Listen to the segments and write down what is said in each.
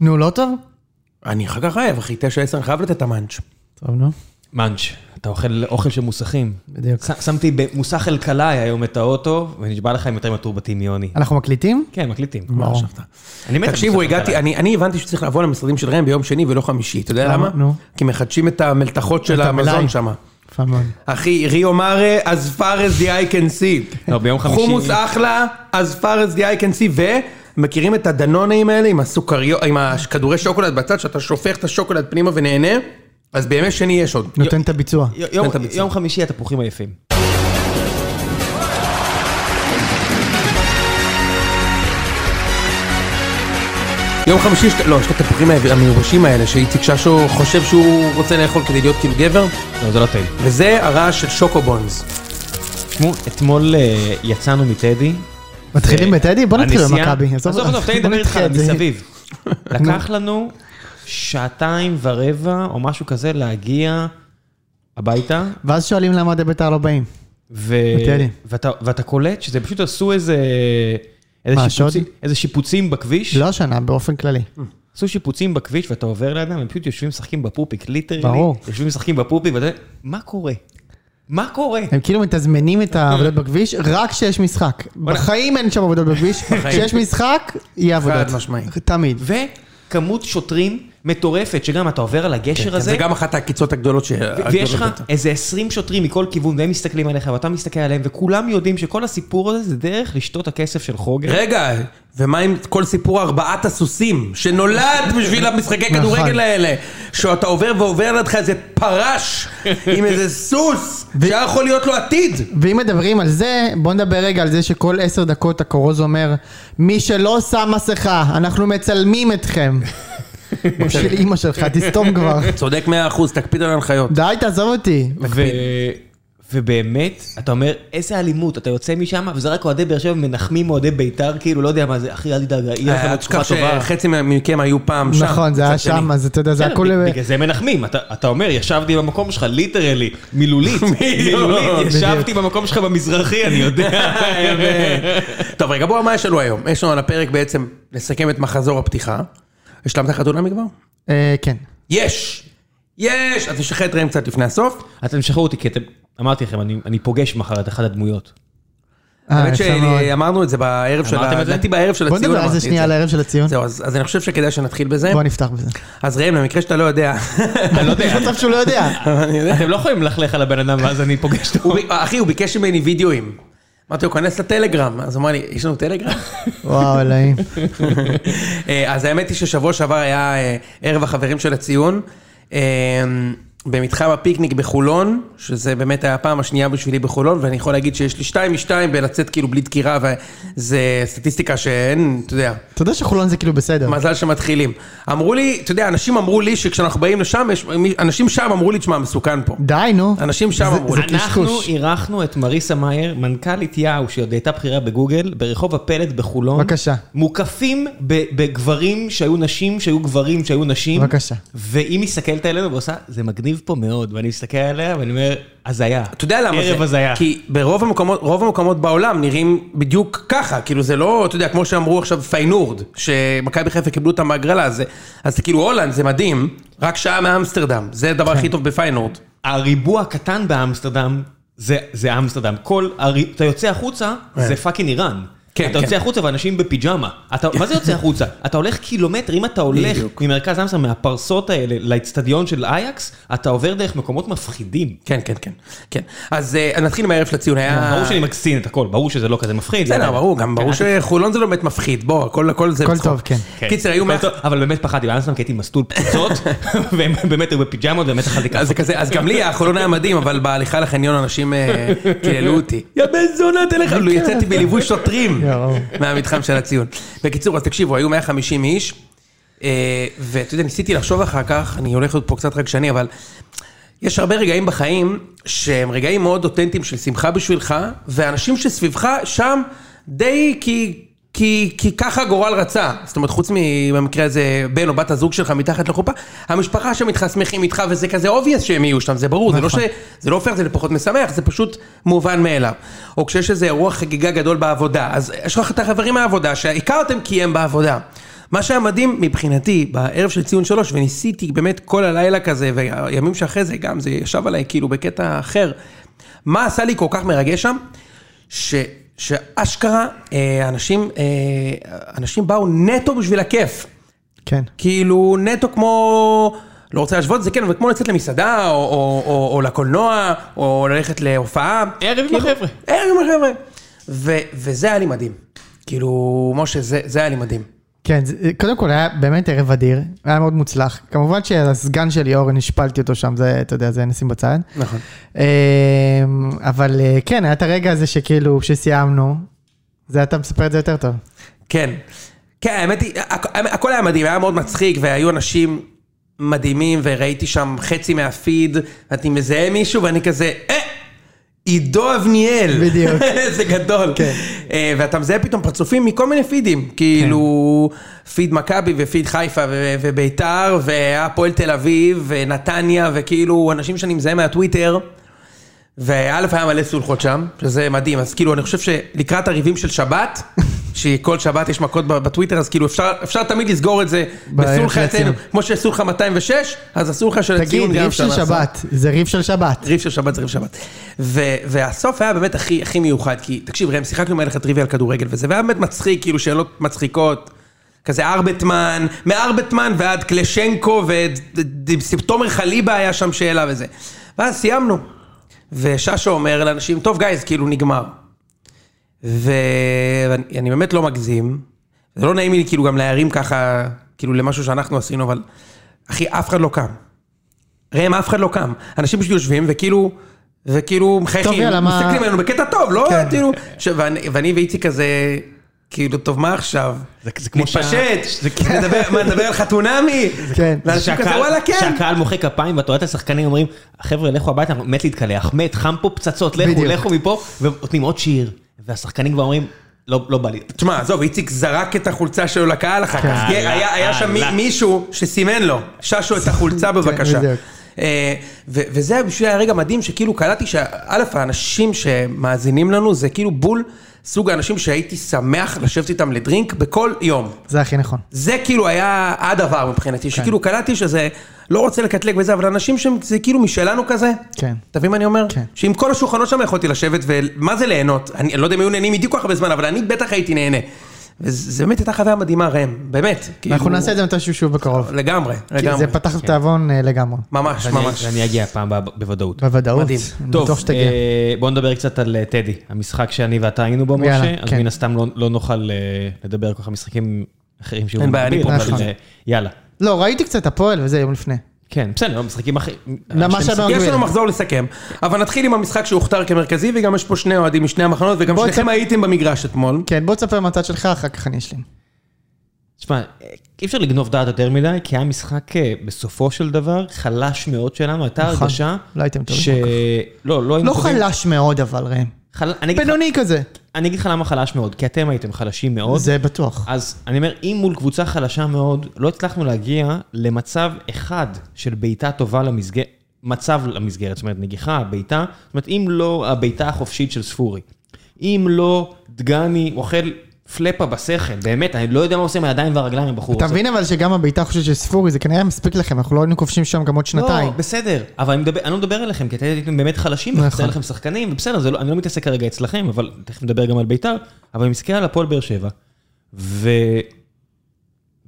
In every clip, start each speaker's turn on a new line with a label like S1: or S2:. S1: נו, לא טוב?
S2: אני אחר כך רעב, אחי, 9-10, אני חייב לתת את המאנץ'.
S1: טוב, נו.
S3: מאנץ', אתה אוכל אוכל של מוסכים.
S1: בדיוק.
S3: ש- שמתי במוסך אלקלעי היום את האוטו, ונשבע לך עם יותר מתורבתי מיוני.
S1: אנחנו מקליטים?
S3: כן, מקליטים.
S1: ברור.
S3: אני מת על
S2: תקשיבו,
S3: מוסך
S2: הגעתי,
S3: אלקלעי.
S2: אני אני הבנתי שצריך לבוא למשרדים של ראם ביום שני ולא חמישי, אתה יודע
S1: למה?
S2: למה?
S1: נו.
S2: כי מחדשים את המלתחות של
S1: את המלאי.
S2: המזון שם.
S1: יפה מאוד.
S2: אחי, ריו מרה, as far as the eye can see.
S3: לא, ביום חמישי-
S2: חומוס
S1: אה-
S2: אחלה, as far as the eye can see, ו... מכירים את הדנונאים האלה עם הסוכריות, עם הכדורי שוקולד בצד, שאתה שופך את השוקולד פנימה ונהנה? אז בימי שני יש עוד.
S1: נותן את הביצוע.
S3: י- יום-
S2: נתן ביצוע.
S3: יום חמישי התפוחים היפים.
S2: יום חמישי, יש- לא, יש את התפוחים המיובשים האלה, שאיציק ששו חושב שהוא רוצה לאכול כדי להיות כאילו גבר,
S3: לא, זה לא טעים.
S2: וזה הרעש של שוקובונס.
S3: תשמעו, אתמול אה, יצאנו מטדי.
S1: מתחילים
S3: ו-
S1: בטדי? בוא נתחיל
S3: הנסיעה-
S1: במכבי.
S3: עזוב, עזוב, תן לי
S1: בוא
S3: לדבר איתך
S1: נדחה את זה.
S3: מסביב. לקח לנו שעתיים ורבע או משהו כזה להגיע הביתה,
S1: ואז שואלים למה אוהדי בית"ר לא באים.
S3: ו...
S1: בטדי.
S3: ואתה, ואתה קולט שזה פשוט עשו איזה... איזה
S1: מה,
S3: שיפוצים,
S1: שוד?
S3: איזה שיפוצים בכביש,
S1: לא השנה, באופן כללי.
S3: עשו שיפוצים בכביש ואתה עובר לידם, הם פשוט יושבים משחקים בפופיק, ליטרלי,
S1: ברור.
S3: יושבים משחקים בפופיק ואתה אומר, מה קורה? מה קורה?
S1: הם כאילו מתזמנים את העבודות בכביש רק כשיש משחק. בחיים אין שם עבודות בכביש, כשיש משחק, יהיה עבודות.
S2: חד משמעית.
S1: תמיד.
S3: וכמות שוטרים מטורפת, שגם אתה עובר על
S1: כן,
S3: הגשר
S2: זה
S3: הזה,
S2: גם אחת העקיצות הגדולות ש...
S3: ו- ויש
S1: לא
S3: לך
S2: הגדולות ביותר.
S3: איזה 20 שוטרים מכל כיוון, והם מסתכלים עליך ואתה מסתכל עליהם, וכולם יודעים שכל הסיפור הזה זה דרך לשתות הכסף של חוגר.
S2: רגע, ומה עם כל סיפור ארבעת הסוסים, שנולד בשביל המשחקי
S1: נכון.
S2: כדורגל האלה? שאתה עובר ועובר לידך איזה פרש עם איזה סוס, שהיה יכול להיות לו עתיד.
S1: ואם מדברים על זה, בוא נדבר רגע על זה שכל עשר דקות הכרוז אומר, מי שלא שם מסכה, אנחנו מצלמים אתכם. בשביל אימא שלך, תסתום כבר.
S2: צודק מאה אחוז, תקפיד על ההנחיות.
S1: די, תעזוב אותי.
S3: ו... ובאמת, אתה אומר, איזה אלימות, אתה יוצא משם, וזה רק אוהדי באר שבע מנחמים אוהדי בית"ר, כאילו, לא יודע מה זה, אחי, אה, אל תדאג, יהיה לכם
S2: אל
S3: תקופה
S2: תשכח
S3: טובה.
S2: שחצי מכם היו פעם שם.
S1: נכון, זה היה
S2: מצד שני. כן,
S1: שם, אז אתה יודע, זה
S3: בסדר,
S1: הכל... אה,
S3: בג- בגלל זה מנחמים, אתה, אתה אומר, ישבתי במקום שלך, ליטרלי, מילולית, מילולית, ישבתי במקום שלך במזרחי, אני יודע.
S2: אה, טוב, רגע, בואו, מה יש לנו היום? יש לנו על הפרק בעצם לסכם את מחזור הפתיחה. השלמת חתונמי כבר?
S1: אה, כן.
S2: יש! יש! אז נשחרר את ראם קצת לפני הסוף.
S3: אתם שחררו אותי, כי אתם, אמרתי לכם, אני, אני פוגש מחר את אחת הדמויות.
S1: אה,
S2: האמת
S1: יפה מאוד.
S2: שאמרנו את זה בערב של
S3: אמרתם
S2: ה...
S3: את זה?
S2: לדעתי בערב של
S1: בוא
S2: הציון.
S1: נדבר על
S2: אמרתי
S1: זה
S2: את
S1: שנייה, על הערב של הציון.
S2: זהו, אז אז אני חושב שכדאי שנתחיל בזה.
S1: בוא נפתח בזה.
S2: אז ראם, למקרה שאתה לא יודע...
S3: אתה לא
S1: יש
S3: יודע,
S1: מצב שהוא לא יודע.
S2: אני יודע.
S3: אתם לא יכולים ללכלך על הבן אדם ואז אני פוגש אותו.
S2: הוא ב- אחי, הוא ביקש ממני וידאוים. אמרתי לו, כנס לטלגרם. אז הוא אמר לי, יש לנו טלגרם?
S1: וואו, אלוהים.
S2: אה, אז האמת היא ששבוע שעבר היה אה, ערב החברים של הציון, אה, במתחם הפיקניק בחולון, שזה באמת היה הפעם השנייה בשבילי בחולון, ואני יכול להגיד שיש לי שתיים משתיים בלצאת כאילו בלי דקירה, וזה סטטיסטיקה שאין, אתה יודע,
S1: אתה יודע שחולון זה כאילו בסדר.
S2: מזל שמתחילים. אמרו לי, אתה יודע, אנשים אמרו לי שכשאנחנו באים לשם, יש, מי- אנשים שם אמרו לי, תשמע, מסוכן פה.
S1: די, נו.
S2: אנשים שם
S1: זה-
S2: אמרו
S1: זה
S2: לי.
S3: אנחנו
S1: קשקוש.
S3: אירחנו את מריסה מאייר, מנכ"לית יאו, שעוד הייתה בכירה בגוגל, ברחוב הפלט בחולון.
S1: בבקשה.
S3: מוקפים ב- בגברים שהיו נשים, שהיו גברים שהיו נשים.
S1: בבקשה.
S3: והיא מסתכלת עלינו ועושה, זה מגניב פה מאוד, ואני מסתכל עליה ואני אומר, הזיה.
S2: אתה יודע למה זה?
S3: ערב הזיה.
S2: כי ברוב המקומות, רוב המקומות בעולם נראים בדיוק ככה, כאילו זה לא, אתה יודע, כמו שאמרו עכשיו פיינורד, שמכבי חיפה קיבלו אותם בהגרלה, זה, אז זה כאילו הולנד, זה מדהים, רק שעה מאמסטרדם, זה
S3: כן.
S2: הדבר הכי טוב בפיינורד.
S3: הריבוע הקטן באמסטרדם, זה, זה אמסטרדם. כל, הרי, אתה יוצא החוצה, זה פאקינג איראן.
S2: כן,
S3: אתה יוצא
S2: כן.
S3: החוצה ואנשים בפיג'מה. אתה, מה זה יוצא החוצה? אתה הולך קילומטרים, אתה הולך
S2: בדיוק.
S3: ממרכז אמסטרדם, מהפרסות האלה, לאצטדיון של אייקס, אתה עובר דרך מקומות מפחידים.
S2: כן, כן, כן, כן. אז אה, נתחיל מהערב של הציון, היה...
S3: ברור שאני מקסין את הכל, ברור שזה לא כזה מפחיד.
S2: בסדר, ברור, גם ברור
S3: כן,
S2: שחולון זה לא באמת מפחיד, בוא, הכל הכל זה...
S1: הכל
S2: בצחוק.
S1: טוב, כן.
S3: כן.
S2: קיצר, היו
S3: אבל
S2: מאה...
S3: טוב, אבל באמת פחדתי, באמסטרדם כי הייתי מסלול פצצות, והם באמת היו בפיג'מות, ובאמת אכלתי
S2: אז
S3: ככה.
S2: זה כזה, אז גם לי החולון היה מדהים, אבל בהליכה לחניון אנשים אה, קיללו אותי. יא בן זונה, תלך. לא, יצאתי בליווי שוטרים
S1: יואו.
S2: מהמתחם של הציון. בקיצור, אז תקשיבו, היו 150 איש, אה, ואתה יודע, ניסיתי לחשוב אחר כך, אני הולך להיות פה קצת רגשני, אבל יש הרבה רגעים בחיים שהם רגעים מאוד אותנטיים של שמחה בשבילך, ואנשים שסביבך שם די כי... כי, כי ככה הגורל רצה, זאת אומרת חוץ מבמקרה הזה בן או בת הזוג שלך מתחת לחופה, המשפחה שם איתך שמחים איתך וזה כזה obvious שהם יהיו שם, זה ברור, זה לא ש... זה לא הופך את זה לפחות משמח, זה פשוט מובן מאליו. או כשיש איזה אירוע חגיגה גדול בעבודה, אז יש לך את החברים מהעבודה שהכרתם כי הם בעבודה. מה שהיה מדהים מבחינתי, בערב של ציון שלוש, וניסיתי באמת כל הלילה כזה, והימים שאחרי זה גם, זה ישב עליי כאילו בקטע אחר. מה עשה לי כל כך מרגש שם? ש, שאשכרה, אה, אנשים, אה, אנשים באו נטו בשביל הכיף.
S1: כן.
S2: כאילו נטו כמו, לא רוצה להשוות את זה, כן, אבל כמו לצאת למסעדה, או, או, או, או לקולנוע, או ללכת להופעה. כאילו,
S4: ערב עם החבר'ה.
S2: ערב עם החבר'ה. ו, וזה היה לי מדהים. כאילו, משה, זה, זה היה לי מדהים.
S1: כן, זה- קודם כל היה באמת ערב אדיר, היה מאוד מוצלח. כמובן שהסגן שלי, אורן, השפלתי אותו שם, זה, אתה יודע, זה נשים בצד.
S2: נכון.
S1: אמ, אבל אה, כן, היה את הרגע הזה שכאילו, שסיימנו, זה אתה מספר את זה יותר טוב.
S2: כן. כן, האמת היא, הכ- הכל היה מדהים, היה מאוד מצחיק, והיו אנשים מדהימים, וראיתי שם חצי מהפיד, ואני מזהה מישהו, ואני כזה, אה, עידו אבניאל.
S1: בדיוק.
S2: זה גדול. כן. ואתה מזהה פתאום פרצופים מכל מיני פידים, כאילו, פיד מכבי ופיד חיפה ו- וביתר, והפועל תל אביב, ונתניה, וכאילו, אנשים שאני מזהה מהטוויטר. וא' היה מלא סולחות שם, שזה מדהים, אז כאילו אני חושב שלקראת הריבים של שבת, שכל שבת יש מכות ב- בטוויטר, אז כאילו אפשר, אפשר תמיד לסגור את זה
S1: בערב
S2: בסולחה
S1: של
S2: אצלנו,
S1: הציון.
S2: כמו שיש סולחה 206, אז הסולחה של הציון
S1: תגיד,
S2: גם
S1: ריב
S2: אפשר
S1: של
S2: לעשות.
S1: שבת, זה ריב של שבת.
S2: ריב של שבת זה ריב שבת. ו- והסוף היה באמת הכי, הכי מיוחד, כי תקשיב ראם, שיחקנו מערכת טריוויה על כדורגל וזה, והיה באמת מצחיק, כאילו שאלות מצחיקות. כזה ארבטמן, מארבטמן ועד קלשנקו, ותומר חליבה היה שם שאלה וזה. ואז סיימנו. וששו אומר לאנשים, טוב גייז, כאילו נגמר. ואני אני באמת לא מגזים, זה לא נעים לי כאילו גם להרים ככה, כאילו למשהו שאנחנו עשינו, אבל אחי, אף אחד לא קם. ראם, אף אחד לא קם. אנשים פשוט יושבים וכאילו, וכאילו מחייכים,
S1: יאללה, מה-
S2: מסתכלים עלינו בקטע טוב, לא
S1: כן.
S2: כאילו, ש- ואני- ואני ואיציק כזה, כאילו, טוב, מה עכשיו?
S3: זה- זה כמו שה-
S2: מתפשט, נדבר- מה, נדבר על חתונמי?
S1: כן.
S2: ואנשים כזה,
S3: שהקהל-
S2: וואלה, כן.
S3: שהקהל מוחא כפיים ואתה רואה את השחקנים אומרים, חבר'ה לכו הביתה, מת להתקלח, מת, חם פה פצצות, לכו,
S1: בדיוק.
S3: לכו מפה, ונותנים עוד שיר, והשחקנים כבר אומרים, לא לא בא לי.
S2: תשמע, עזוב, איציק זרק את החולצה שלו לקהל אחר כך. כן, כן, היה היה שם מי-
S3: קהל.
S2: מישהו שסימן לו, ששו את החולצה בבקשה.
S1: בדיוק.
S2: אה, ו- וזה בשביל היה רגע מדהים, שכאילו קלטתי שא', האנשים שמאזינים לנו זה כאילו בול סוג האנשים שהייתי שמח לשבת איתם לדרינק בכל יום.
S1: זה הכי נכון.
S2: זה כאילו היה הדבר
S1: כן.
S2: מבחינתי, שכאילו קלטתי שזה, לא רוצה לקטלג וזה, אבל אנשים שהם זה כאילו משלנו כזה.
S1: כן.
S2: אתה מבין מה אני אומר?
S1: כן.
S2: שעם כל השולחנות שם יכולתי לשבת, ומה זה ליהנות? אני אני לא יודע אם היו נהנים בדיוק כל כך הרבה זמן, אבל אני בטח הייתי נהנה. וזה זה באמת הייתה חוויה מדהימה, ראם, באמת. כאילו.
S3: כאילו-
S1: אנחנו נעשה את זה מתישהו שוב בקרוב.
S2: לגמרי,
S1: כי
S2: לגמרי.
S1: זה פתח
S3: כן.
S1: תיאבון אה, לגמרי.
S2: ממש,
S3: ואני-
S2: ממש.
S3: ואני אגיע פעם הבאה בוודאות.
S1: בוודאות.
S2: מדהים.
S1: בטוח שתגיע.
S3: אה, בוא נדבר קצת על אה, טדי, המשחק שאני ואתה היינו בו,
S1: יאללה,
S3: משה, אז
S1: כן.
S3: מן הסתם לא- לא נוכל אה, לדבר כל כך על משחקים אחרים שהיו
S2: אין בעיה, אני
S3: במקביל,
S1: פה
S3: אבל,
S1: בשביל
S3: אה, יאללה.
S1: לא, ראיתי קצת הפועל וזה יום לפני.
S3: כן, בסדר, משחקים אחרים.
S1: למה
S3: שני
S1: שאתה-
S2: יש לנו
S1: אוקיי.
S2: מחזור לסכם, אבל נתחיל עם המשחק שהוכתר כמרכזי, וגם יש פה שני אוהדים משני המחנות, וגם
S1: בוא
S2: שניכם
S1: תספר-
S2: הייתם במגרש אתמול.
S1: כן, בוא תספר מהצד שלך, אחר כך אני אשלים.
S3: נכון. תשמע, אי אפשר לגנוב דעת יותר מדי, כי היה משחק אה, בסופו של דבר חלש מאוד שלנו, הייתה
S1: נכון.
S3: הרגשה...
S1: לא הייתם טובים
S3: ש... לא, לא היינו
S1: לא חלש מאוד אבל, ראם.
S3: חל... אני, אגיד לך,
S1: בינוני כזה.
S3: אני אגיד לך למה חלש מאוד, כי אתם הייתם חלשים מאוד.
S1: זה בטוח.
S3: אז אני אומר, אם מול קבוצה חלשה מאוד, לא הצלחנו להגיע למצב אחד של בעיטה טובה למסגרת, מצב למסגרת, זאת אומרת, נגיחה, בעיטה, זאת אומרת, אם לא הבעיטה החופשית של ספורי, אם לא דגני אוכל פלאפה בשכל, באמת, אני לא יודע מה עושה עם הידיים והרגליים הבחור
S1: אתה
S3: הזה.
S1: מבין אבל שגם הבעיטה חושבת של ספורי, זה כנראה מספיק לכם, אנחנו לא היינו כובשים שם גם עוד שנתיים.
S3: לא, בסדר, אבל אני, מדבר, אני לא מדבר עליכם, כי אתם הייתם באמת חלשים, וחסר
S1: נכון.
S3: לכם שחקנים, ובסדר, זה לא, אני לא מתעסק כרגע אצלכם, אבל תכף נדבר גם על בית"ר, אבל אני מסתכל על הפועל באר שבע, ו...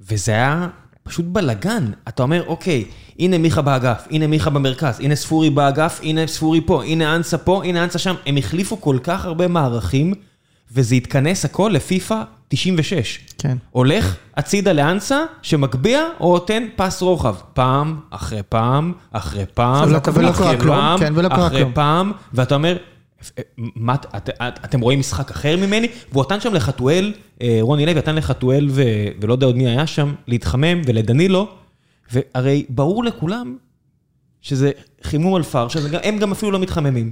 S3: וזה היה פשוט בלאגן. אתה אומר, אוקיי, הנה מיכה באגף, הנה מיכה במרכז, הנה ספורי באגף, הנה ספורי פה, הנה אנסה פה, הנה אנסה שם. הם החליפו כל כך הרבה מערכים, וזה התכנס הכל לפיפא 96.
S1: כן.
S3: הולך הצידה לאנסה, שמגביה או נותן פס רוחב. פעם, אחרי פעם, אחרי פעם,
S1: עכשיו, לא- ולא קרה
S3: אחרי
S1: כלום,
S3: פעם,
S1: כן, ולא קרה
S3: אחרי
S1: כלום.
S3: פעם, ואתה אומר, "אה, מה, את- את- את- אתם רואים משחק אחר ממני? והוא נתן שם לחתואל, אה, רוני לוי נתן לחתואל ו- ולא יודע עוד מי היה שם, להתחמם, ולדנילו, והרי ברור לכולם שזה חימום על פרש, אז גם- הם גם אפילו לא מתחממים.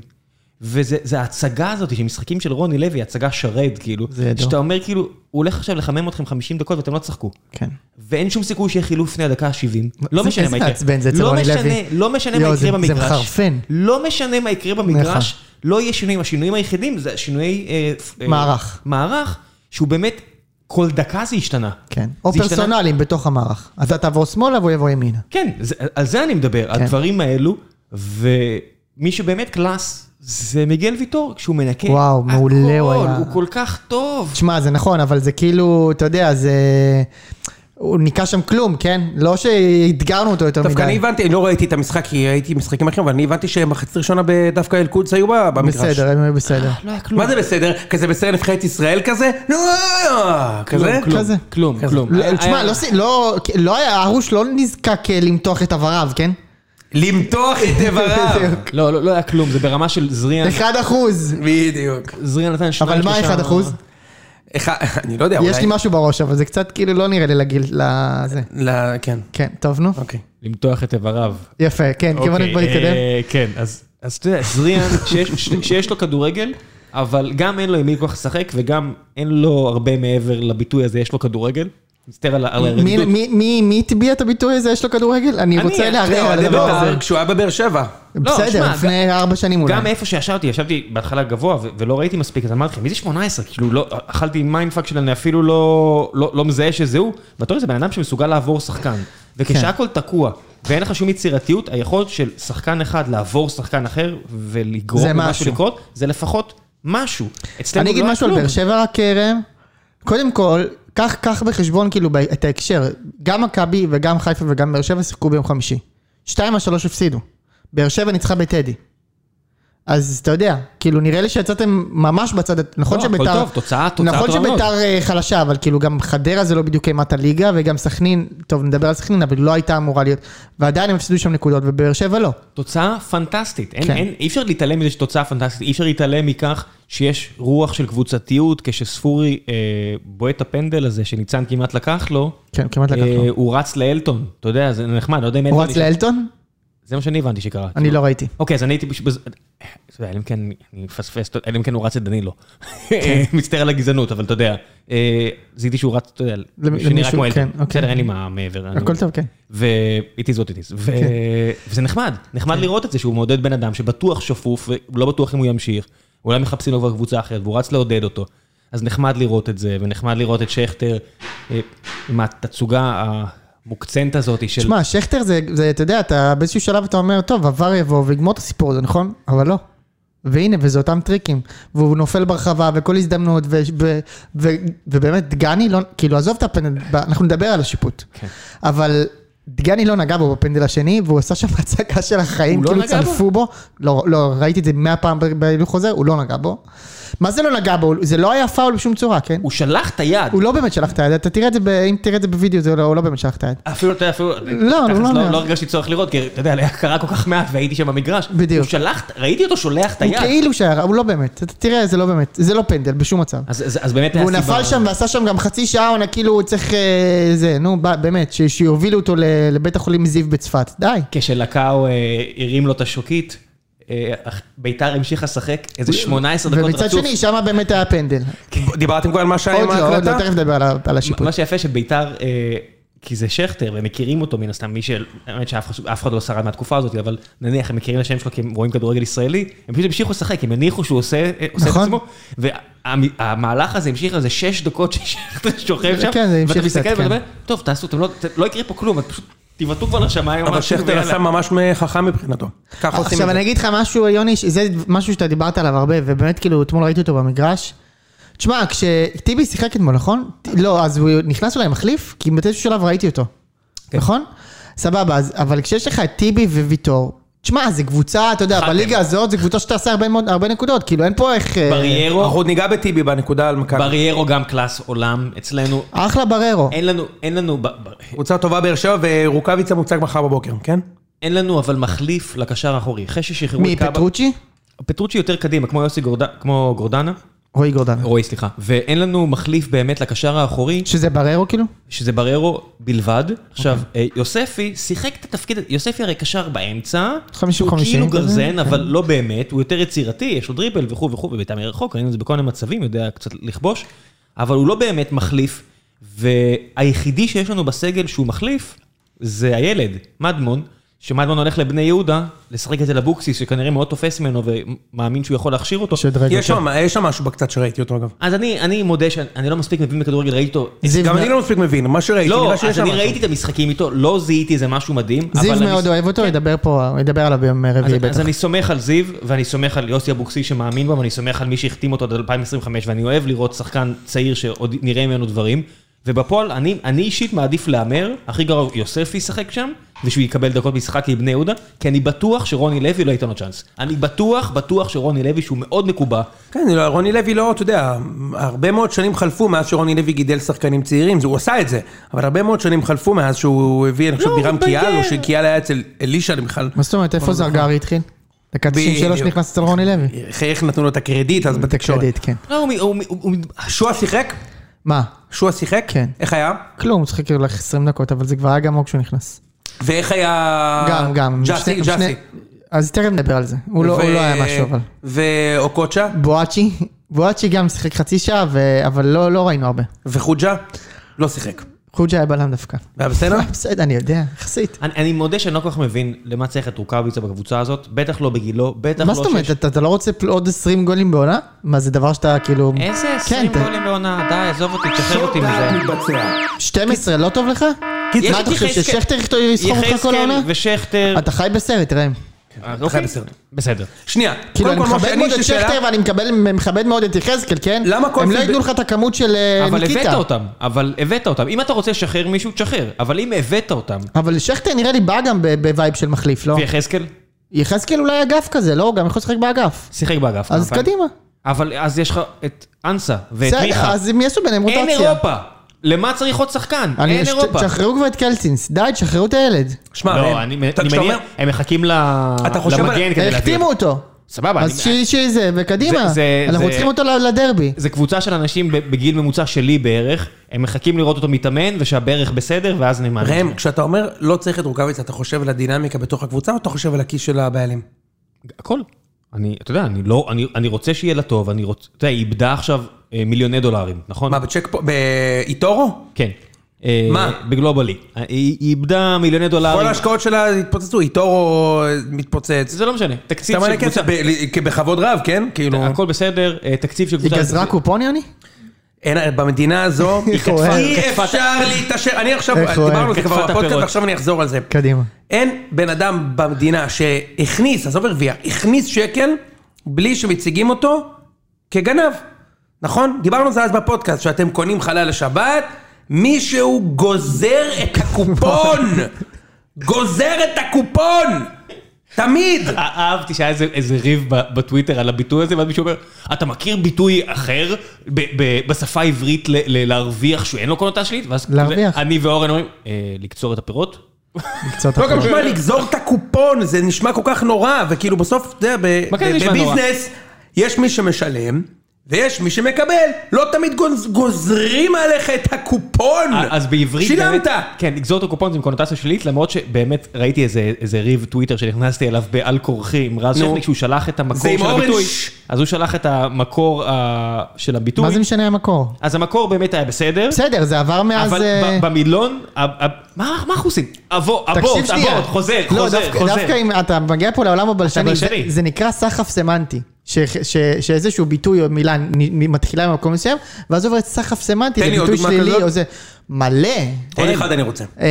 S3: וזה ההצגה הזאת של משחקים של רוני לוי, הצגה שרד, כאילו.
S1: זה ידוע.
S3: שאתה אומר, כאילו, הוא הולך עכשיו לחמם אתכם 50 דקות ואתם לא תשחקו.
S1: כן.
S3: ואין שום סיכוי שיהיה חילוף לפני הדקה ה-70. לא
S1: זה-
S3: משנה
S1: איזה
S3: מה יקרה.
S1: מעצבן זה אצל
S3: לא
S1: רוני
S3: משנה-
S1: לוי.
S3: לא משנה
S1: יואו,
S3: מה
S1: זה-
S3: יקרה במגרש.
S1: זה מחרפן.
S3: לא משנה מה יקרה במגרש, לא יהיה שינויים. השינויים היחידים זה השינויי... אה, אה,
S1: מערך.
S3: מערך, שהוא באמת כל דקה זה השתנה.
S1: כן. או
S3: זה השתנה-
S1: פרסונלים בתוך המערך. אתה תעבור שמאלה והוא יבוא ימינה.
S3: כן, זה, על זה אני מדבר, על
S1: כן.
S3: הדברים האלו, ומי שבאמת קלאס זה מיגל ויטור, כשהוא מנקה.
S1: וואו, מעולה הוא
S3: הכל,
S1: היה.
S3: הוא כל כך טוב.
S1: תשמע, זה נכון, אבל זה כאילו, אתה יודע, זה... הוא ניקה שם כלום, כן? לא שאתגרנו אותו יותר
S2: דווקא אני
S1: מדי.
S2: הבנתי, אני לא ראיתי את המשחק כי ראיתי משחקים אחרים, אבל אני הבנתי שמחצית ראשונה דווקא אל-קודס היו ב- במגרש.
S1: בסדר, הם היו בסדר.
S3: לא היה כלום.
S2: מה זה בסדר? כזה בסדר נבחרת ישראל כזה? נו, כזה?
S3: לא כלום,
S1: כזה.
S3: כלום,
S2: כזה.
S3: כלום.
S1: לא,
S3: היה-
S1: תשמע,
S3: היה-
S1: לא סי- לא- לא היה, ארוש לא נזקק אה, למתוח את עבריו, כן?
S2: למתוח את איבריו.
S1: בדיוק.
S3: לא, לא, לא היה כלום, זה ברמה של זריאן,
S1: 1 אחוז.
S2: בדיוק.
S3: זריאן נתן שניים,
S1: אבל מה
S3: שלושה-
S1: 1 אחוז?
S2: אחד- אני לא יודע, אולי...
S1: יש לי משהו בראש, אבל זה קצת כאילו לא נראה לי לגיל, לזה.
S2: ל- כן,
S1: כן, טוב, נו.
S2: אוקיי.
S3: למתוח את איבריו.
S1: יפה, כן, כיוון
S3: אוקיי,
S1: בוא נתקדם.
S3: אה, כן, אז אז אתה יודע, זריאן, שיש- שיש לו כדורגל, אבל גם אין לו עם מי כל כך לשחק, וגם אין לו הרבה מעבר לביטוי הזה, יש לו כדורגל. מצטער על ה- על
S1: מי-
S3: הרדידות.
S1: מי- מי- מי הטביע את הביטוי הזה? יש לו כדורגל? אני
S3: אני,
S1: רוצה
S3: אתה
S1: לערער
S2: לא,
S1: על
S2: אוהדי
S1: הדבר הזה.
S2: בית"ר, כשהוא היה בבאר שבע.
S3: לא,
S1: בסדר,
S3: שמע,
S1: לפני ארבע שנים אולי.
S3: גם איפה שישבתי, ישבתי בהתחלה גבוה ו- ולא ראיתי מספיק, אז אמרתי לכם, מי זה 18? כאילו, לא, אכלתי מיינדפאק של אני אפילו לא, לא, לא מזהה שזה הוא, ואתה רואה, זה בן אדם שמסוגל לעבור שחקן. וכשהכול
S1: כן.
S3: תקוע, ואין לך שום יצירתיות, היכולת של שחקן אחד לעבור שחקן אחר ולגרום
S1: זה
S3: למשהו
S1: משהו.
S3: לקרות, זה לפחות משהו. אצלנו
S1: אני אגיד
S3: לא היה
S1: משהו על
S3: כלום.
S1: באר שבע רק, אה, ראם. קודם כל, קח קח בחשבון כאילו ב- את ההקשר. גם מכבי וגם חיפה וגם באר שבע שיחקו ביום חמישי. שתיים מהשלוש הפסידו. באר שבע ניצחה בטדי. אז אתה יודע, כאילו נראה לי שיצאתם ממש בצד, נכון
S3: לא, הכל
S1: שביתר,
S3: טוב, תוצאה- תוצאה
S1: נכון
S3: טובה מאוד.
S1: שביתר אה, חלשה, אבל כאילו גם חדרה זה לא בדיוק אימת הליגה, וגם סכנין, טוב נדבר על סכנין, אבל לא הייתה אמורה להיות, ועדיין הם הפסידו שם נקודות, ובאר שבע לא.
S3: תוצאה פנטסטית, אין,
S1: כן.
S3: כן. אין, אי אפשר להתעלם מזה שתוצאה פנטסטית, אי אפשר להתעלם מכך שיש רוח של קבוצתיות, כשספורי אה, בועט את הפנדל הזה שניצן כמעט לקח לו,
S1: כן, כמעט לקח
S3: אה,
S1: לו.
S3: הוא רץ לאלטון, אתה יודע, זה נחמד, לא יודע אם
S1: הוא
S3: אלטון...
S1: רץ לאלטון?
S3: זה מה שאני הבנתי שקרה.
S1: אני לא ראיתי.
S3: אוקיי, אז אני הייתי... בש- בז- אתה יודע, אלא אם כן אני מפספס, אתה יודע, אלא אם כן הוא רץ את דנילו.
S1: כן.
S3: מצטער על הגזענות, אבל אתה יודע, אה, זיהיתי שהוא רץ, אתה יודע, שנראה
S1: למישהו,
S3: כמו אלטון.
S1: כן, אוקיי.
S3: בסדר, אין לי מה מעבר. אני- לא-
S1: הכל טוב, כן.
S3: ו-it is what it is. ו- וזה נחמד, נחמד
S1: כן.
S3: לראות את זה שהוא מעודד בן אדם שבטוח שפוף, ולא בטוח אם הוא ימשיך, אולי מחפשים לו כבר קבוצה אחרת, והוא רץ לעודד אותו. אז נחמד לראות את זה, ונחמד לראות את שכטר אה, עם התצוגה המוקצנת הזאת של...
S1: תשמע, שכטר זה, זה, אתה יודע, אתה באיזשהו שלב אתה אומר, טוב, עבר יבוא ויגמור את הסיפור הזה, נכון? אבל לא. והנה, וזה אותם טריקים. והוא נופל ברחבה, וכל הזדמנות, ו, ו, ו, ובאמת, דגני לא, כאילו, עזוב את הפנדל, ב- אנחנו נדבר על השיפוט.
S3: כן.
S1: אבל דגני לא נגע בו בפנדל השני, והוא עשה שם הצגה של החיים,
S3: הוא לא
S1: כאילו
S3: נגע בו?
S1: צלפו בו. לא, לא, ראיתי את זה מאה פעם ב- בהילוך חוזר, הוא לא נגע בו. מה זה לא נגע בו? זה לא היה פאול בשום צורה, כן?
S3: הוא שלח את היד.
S1: הוא לא באמת שלח את היד, אתה תראה את זה, ב- אם תראה את זה בווידאו, זה לא, הוא לא באמת שלח את היד.
S3: אפילו, אתה יודע, אפילו,
S1: לא,
S3: תכלס,
S1: הוא לא נראה.
S3: לא הרגשתי צורך לראות, כי אתה יודע, היה קרה כל כך מעט והייתי שם במגרש.
S1: בדיוק.
S3: הוא שלח, ראיתי אותו שולח את
S1: הוא
S3: היד.
S1: כאילו שהיה, הוא לא באמת. אתה תראה, זה לא באמת, זה לא פנדל בשום מצב.
S3: אז- אז אז באמת היה
S1: והוא
S3: סיבה.
S1: נפל שם ועשה שם גם חצי שעה עונה, כאילו הוא צריך אה, זה, נו, ב- באמת, ש- שיובילו אותו ל- לבית החולים זיו בצפת. די.
S3: כשלקאו אה, הרים לו את השוקית, אה, אך- ביתר המשיכה לשחק איזה 18 דקות
S1: ומצד
S3: רצוף.
S1: שני, שם באמת היה פנדל.
S2: דיברתם כבר על מה שהיה
S1: כן. עוד
S2: עם
S1: לא, עוד לא,
S2: ההקלטה?
S1: תכף נדבר על ה- על השיפוט.
S3: מה שיפה שביתר, אה, כי זה שכטר, והם מכירים אותו מן הסתם, מי של... האמת שאף אחד- אף אחד לא שרד מהתקופה הזאת, אבל נניח הם מכירים את השם שלו כי הם רואים כדורגל ישראלי, הם פשוט המשיכו לשחק, הם הניחו שהוא עושה אה, עושה את
S1: נכון.
S3: עצמו, והמהלך הזה המשיך איזה שש דקות ששכטר שוכב שם,
S1: כן, זה
S3: ואתה
S1: המשיך
S3: מסתכל
S1: קצת,
S3: ואתה אומר,
S1: כן.
S3: טוב, תעשו, אתם לא- אתם- לא יקרה פה כלום, את פשוט תבעטו כבר לשמיים.
S2: אבל
S3: אמרתי,
S2: שכטר
S3: ויאללה.
S2: עשה ממש חכם מבחינתו. ככה עושים את
S1: עכשיו
S2: זה.
S1: אני אגיד לך משהו, יוני, ש- זה משהו שאתה דיברת עליו הרבה, ובאמת כאילו אתמול ראיתי אותו במגרש. תשמע, כשטיבי שיחק אתמול, נכון? לא, אז הוא נכנס אולי מחליף, כי באיזשהו שלב ראיתי אותו.
S3: כן.
S1: נכון? סבבה, אז, אבל כשיש לך את טיבי וויטור, תשמע, זה קבוצה, אתה יודע,
S3: אחת
S1: בליגה
S3: הם.
S1: הזאת, זו קבוצה שתעשה הרבה, מאוד- הרבה נקודות, כאילו אין פה איך... אה,
S3: בריירו,
S2: אנחנו ניגע בטיבי בנקודה על מכבי.
S3: בריירו גם קלאס עולם, אצלנו,
S1: אחלה בררו.
S3: אין לנו, אין לנו, ב- ב-
S2: קבוצה טובה באר שבע ורוקאביצה מוצג מחר בבוקר, כן?
S3: אין לנו אבל מחליף לקשר האחורי, אחרי ששחררו
S1: מי,
S3: את קאבה.
S1: פטרוצ'י?
S3: פטרוצ'י יותר קדימה, כמו יוסי גורד... כמו גורדנה,
S1: רועי גורדן.
S3: רועי סליחה, ואין לנו מחליף באמת לקשר האחורי,
S1: שזה בררו כאילו?
S3: שזה בררו בלבד. עכשיו, אה, יוספי שיחק את התפקיד, יוספי הרי קשר באמצע,
S1: 50-50
S3: הוא כאילו
S1: כזה,
S3: גרזן, אבל לא באמת, הוא יותר יצירתי, יש לו דריבל וכו' וכו', בביתה מרחוק, ראינו את זה בכל מיני מצבים, יודע קצת לכבוש, אבל הוא לא באמת מחליף, והיחידי שיש לנו בסגל שהוא מחליף, זה הילד, מדמון. שמדמון הולך לבני יהודה, לשחק את זה לבוקסיס, שכנראה מאוד תופס ממנו ומאמין שהוא יכול להכשיר אותו.
S1: שדרג
S2: יש
S1: אותו.
S2: שם- יש שם משהו בקצת שראיתי אותו אגב.
S3: אז אני, אני מודה שאני לא מספיק מבין בכדורגל, ראיתי אותו...
S1: זיו
S2: גם
S1: מא-
S2: אני לא מספיק מבין, מה שראיתי,
S3: לא,
S2: נראה שיש
S3: אז
S2: שם
S3: אני
S2: משהו.
S3: ראיתי את המשחקים איתו, לא זיהיתי איזה משהו מדהים.
S1: זיו
S3: אבל אני- כן.
S1: מאוד אוהב אותו, ידבר פה, ידבר עליו ביום
S3: אז,
S1: רביעי בטח.
S3: אז אני סומך על זיו, ואני סומך על יוסי אבוקסיס שמאמין בו, ואני סומך על מי שהחתים אותו עד 2025, ואני אוהב לראות שחקן צעיר שעוד נראה ממנו דברים. ובפועל, אני, אני אישית מעדיף להמר, הכי גרוע, יוסף ישחק שם, ושהוא יקבל דקות משחק עם בני יהודה, כי אני בטוח שרוני לוי לא ייתן לו צ'אנס. אני בטוח, בטוח שרוני לוי, שהוא מאוד מקובע,
S2: כן, לא, רוני לוי לא, אתה יודע, הרבה מאוד שנים חלפו מאז שרוני לוי גידל שחקנים צעירים, זה- הוא עשה את זה, אבל הרבה מאוד שנים חלפו מאז שהוא הביא, אני
S1: לא,
S2: חושב,
S3: הוא
S2: בירם
S3: התבגר.
S2: קיאל, או שקיאל היה אצל אלישע אני בכלל.
S1: מה זאת אומרת, איפה זרגרי התחיל? דקה
S2: בדיוק.
S1: 93 נכנס אצל רוני לוי.
S2: איך- איך נתנו לו את הקרדיט אז בתקשורת.
S1: קרדיט, כן.
S3: לא, הוא, מ- הוא, מ- הוא, הוא, מ-
S2: שועה שיחק?
S1: מה?
S2: שועה שיחק?
S1: כן.
S2: איך היה?
S1: כלום, הוא שיחק לך 20 דקות, אבל זה כבר היה גמור כשהוא נכנס.
S2: ואיך היה...
S1: גם, גם.
S2: אה, ג'אסי,
S1: שני-
S2: ג'אסי.
S1: שני- אז תכף נדבר על זה. הוא לא
S2: ו-
S1: הוא לא היה משהו, אבל.
S2: ואוקוצ'ה?
S1: בואצ'י, בואצ'י גם שיחק חצי שעה, ו- אבל לא לא ראינו הרבה.
S2: וחוג'ה? לא שיחק.
S1: חוג'ה היה בלם דווקא. אה,
S2: והיה בסדר?
S1: בסדר, אני יודע, יחסית.
S3: אני, אני מודה שאני לא כל כך מבין למה צריך את רוקאביצה בקבוצה הזאת, בטח לא בגילו, בטח
S1: מה
S3: לא
S1: זאת אומרת, אתה- אתה לא רוצה פל- עוד 20 גולים בעונה? מה, זה דבר שאתה כאילו...
S3: איזה
S1: כן,
S3: 20
S1: אתה-
S3: גולים בעונה, די, עזוב אותי, תשחרר אותי מזה.
S2: שודד מתבצע.
S1: 12 לא טוב לך?
S3: יש
S1: מה
S3: את
S1: אתה חושב,
S3: יחזקאל-
S1: ששכטר יכתוב- יסחוב אותך כל העונה?
S3: יחזקאל ושכטר.
S1: אתה חי בסרט, ראם.
S3: אוקיי.
S2: בסדר.
S3: בסדר.
S2: שנייה, קודם
S1: כאילו, אני
S2: כל, משה,
S1: מכבד
S2: אני
S1: מאוד
S2: יש לי
S1: את
S2: שאלה.
S1: שכטר ואני מקבל- מכבד מאוד את יחזקאל, כן?
S2: למה כל
S1: הם לא
S2: פיד-
S1: ייתנו לך את הכמות של אה,
S3: אבל
S1: ניקיטה.
S3: הבאת אותם, אבל הבאת אותם. אם אתה רוצה לשחרר מישהו, תשחרר. אבל אם הבאת אותם,
S1: אבל שכטר נראה לי בא גם ב- בווייב של מחליף, לא?
S3: ויחזקאל
S1: יחזקאל אולי אגף כזה, לא? הוא גם יכול לשחק באגף.
S3: שיחק באגף. כמה
S1: אז
S3: פעמים.
S1: קדימה.
S3: אבל אז יש לך את אנסה ואת
S1: בסדר,
S3: מיכה.
S1: אז הם יעשו ביניהם
S3: אין
S1: רוטציה.
S3: אירופה. למה צריך עוד שחקן?
S1: אני-
S3: אין
S1: ש-
S3: אירופה.
S1: תשחררו כבר את קלצינס, די, תשחררו את הילד.
S2: שמע,
S3: לא,
S2: אה,
S3: אני אני
S2: אתה- כשאתה
S3: מניח,
S2: אומר-
S3: הם מחכים ל-
S2: אתה חושב על-
S3: למגן כדי להביא
S1: החתימו
S3: אותו.
S1: אותו.
S3: סבבה,
S1: אז
S3: אני-
S1: ש- שזה, וקדימה.
S3: זה- זה-
S1: אנחנו
S3: זה-
S1: צריכים אותו ל- לדרבי.
S3: זה קבוצה של אנשים ב- בגיל ממוצע שלי בערך, הם מחכים לראות אותו מתאמן ושהברך בסדר ואז נאמן.
S2: ראם, כשאתה אומר לא צריך את רוקאביצה, אתה חושב על הדינמיקה בתוך הקבוצה או אתה חושב על הכיס של הבעלים?
S3: הכל. אני, אתה יודע, אני לא, אני, אני רוצה שיהיה לה טוב, אני רוצה, אתה יודע, היא איבדה עכשיו אה, מיליוני דולרים, נכון?
S2: מה, בצ'ק פה, באיטורו?
S3: כן. אה,
S2: מה?
S3: בגלובלי. אה, היא היא איבדה מיליוני
S2: כל
S3: דולרים.
S2: ההשקעות שלה התפוצצו, איטורו מתפוצץ.
S3: זה לא משנה. תקציב
S2: אתה מלא
S3: של קבוצה,
S2: כסף, ב- בכבוד רב, כן? כאילו,
S3: הכל בסדר, אה, תקציב של
S1: היא
S3: קבוצה.
S1: גזרה קופון, יוני?
S2: אין- במדינה הזו,
S1: איך הוא אוהב.
S2: אי
S3: איך
S2: אפשר להתעשר, אני עכשיו,
S1: איך הוא
S2: דיברנו
S1: אוהב.
S2: על זה
S3: כתפה
S2: כבר
S3: את
S2: בפודקאסט,
S3: הפירות.
S2: ועכשיו אני אחזור על זה.
S1: קדימה.
S2: אין בן אדם במדינה שהכניס, עזוב הרוויח, הכניס שקל בלי שמציגים אותו כגנב, נכון? דיברנו על זה אז בפודקאסט, שאתם קונים חלל לשבת, מישהו גוזר את הקופון! גוזר את הקופון! תמיד!
S3: אה, אהבתי שהיה איזה- איזה ריב ב- בטוויטר על הביטוי הזה, ואז מישהו אומר, אתה מכיר ביטוי אחר ב- ב- בשפה העברית ל- ל- להרוויח שהוא אין לו קונוטה שלילית? ואז
S1: להרוויח.
S3: אני ואורן אומרים, "אה, לקצור את הפירות?
S1: מקצועות
S2: לא, גם
S1: אחרים.
S2: שמע, לגזור את הקופון, זה נשמע כל כך נורא, וכאילו בסוף, אתה יודע, ב-
S3: מה כן
S2: ב-
S3: נשמע נורא?
S2: בביזנס, יש מי שמשלם, ויש מי שמקבל. לא תמיד גוז- גוזרים עליך את הקופון!
S3: אה, אז בעברית...
S2: שילמת!
S3: באמת- כן, לגזור את הקופון זה עם קונוטציה שלילית, למרות שבאמת ראיתי איזה איזה ריב טוויטר שנכנסתי אליו בעל כורחי עם רז
S2: נו.
S3: שכניק, שהוא שלח את
S2: זה
S3: המקור
S2: עם
S3: של
S2: אורן
S3: הביטוי.
S2: ש-
S3: אז הוא שלח את המקור אה, של הביטוי.
S1: מה זה משנה המקור?
S3: אז המקור באמת היה בסדר.
S1: בסדר, זה עבר מאז...
S3: אבל
S1: אה,
S3: ב- במילון, ה- ה- מה מה אנחנו עושים? אבו,
S1: תקשיב
S3: אבורט,
S1: שנייה.
S3: אבורט, חוזר,
S1: לא,
S3: חוזר,
S1: דווקא-
S3: חוזר.
S1: דווקא אם אתה מגיע פה לעולם הבלשני, זה-
S3: הבלשני.
S1: זה נקרא סחף סמנטי. ש- ש- שאיזשהו ביטוי או מילה נ- נ- מתחילה ממקום מסוים, ואז עוברת סחף סמנטי,
S2: תן
S1: זה
S2: לי עוד
S1: ביטוי
S2: דוגמה
S1: שלילי
S2: כזאת.
S1: או זה... מלא.
S2: עוד אחד אני רוצה.
S1: אה,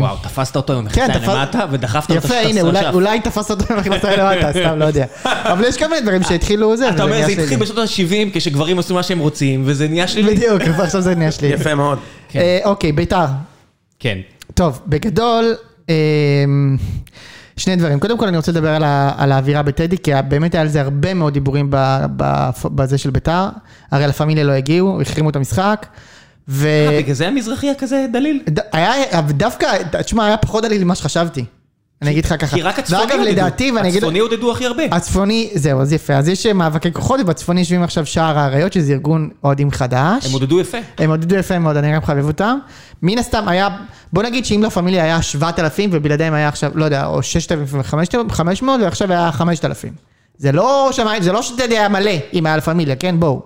S3: וואו, תפסת אותו עם
S1: כן,
S3: המכנסיים
S1: תפס-
S3: למטה ודחפת אותו
S1: יפה, הנה, אולי- אולי תפסת אותו במכנסיים למטה, סתם, לא יודע. אבל יש כל מיני דברים שהתחילו זה,
S3: אתה
S1: וזה
S3: אומר,
S1: נהיה
S3: זה התחיל
S1: שלילי.
S3: בשנות ה-70 כשגברים עשו מה שהם רוצים, וזה נהיה שלילי.
S1: בדיוק, ועכשיו זה נהיה שלילי.
S2: יפה מאוד.
S3: כן.
S1: אה, אוקיי, ביתר.
S3: כן.
S1: טוב, בגדול, אה, שני דברים. קודם כל אני רוצה לדבר על, ה, על האווירה בטדי, כי באמת היה על זה הרבה מאוד דיבורים ב, ב, בזה של ביתר. הרי לה פמיליה לא הגיעו, החרימו את המשחק. ו...
S3: אה, בגלל זה המזרחי היה כזה דליל?
S1: ד- היה, אבל דווקא, תשמע, היה פחות עליל ממה שחשבתי. אני אגיד לך ככה.
S3: כי רק הצפוני
S1: ואגב,
S3: עודדו.
S1: לדעתי, ואני אגיד...
S3: הצפוני עודדו הכי הרבה.
S1: הצפוני, זהו, אז יפה. אז יש אה, מאבקי כוחות, ובצפוני יושבים עכשיו שער האריות, שזה ארגון אוהדים חדש.
S3: הם עודדו יפה.
S1: הם עודדו יפה מאוד, אני גם חבב אותם. מן הסתם היה, בוא נגיד שאם לה פמיליה היה 7,000 ובלעדיהם היה עכשיו, לא יודע, או 6,500 ועכשיו היה 5,000. זה לא שמיים, זה לא שזה היה מלא אם היה לה פמיליה, כן? בואו.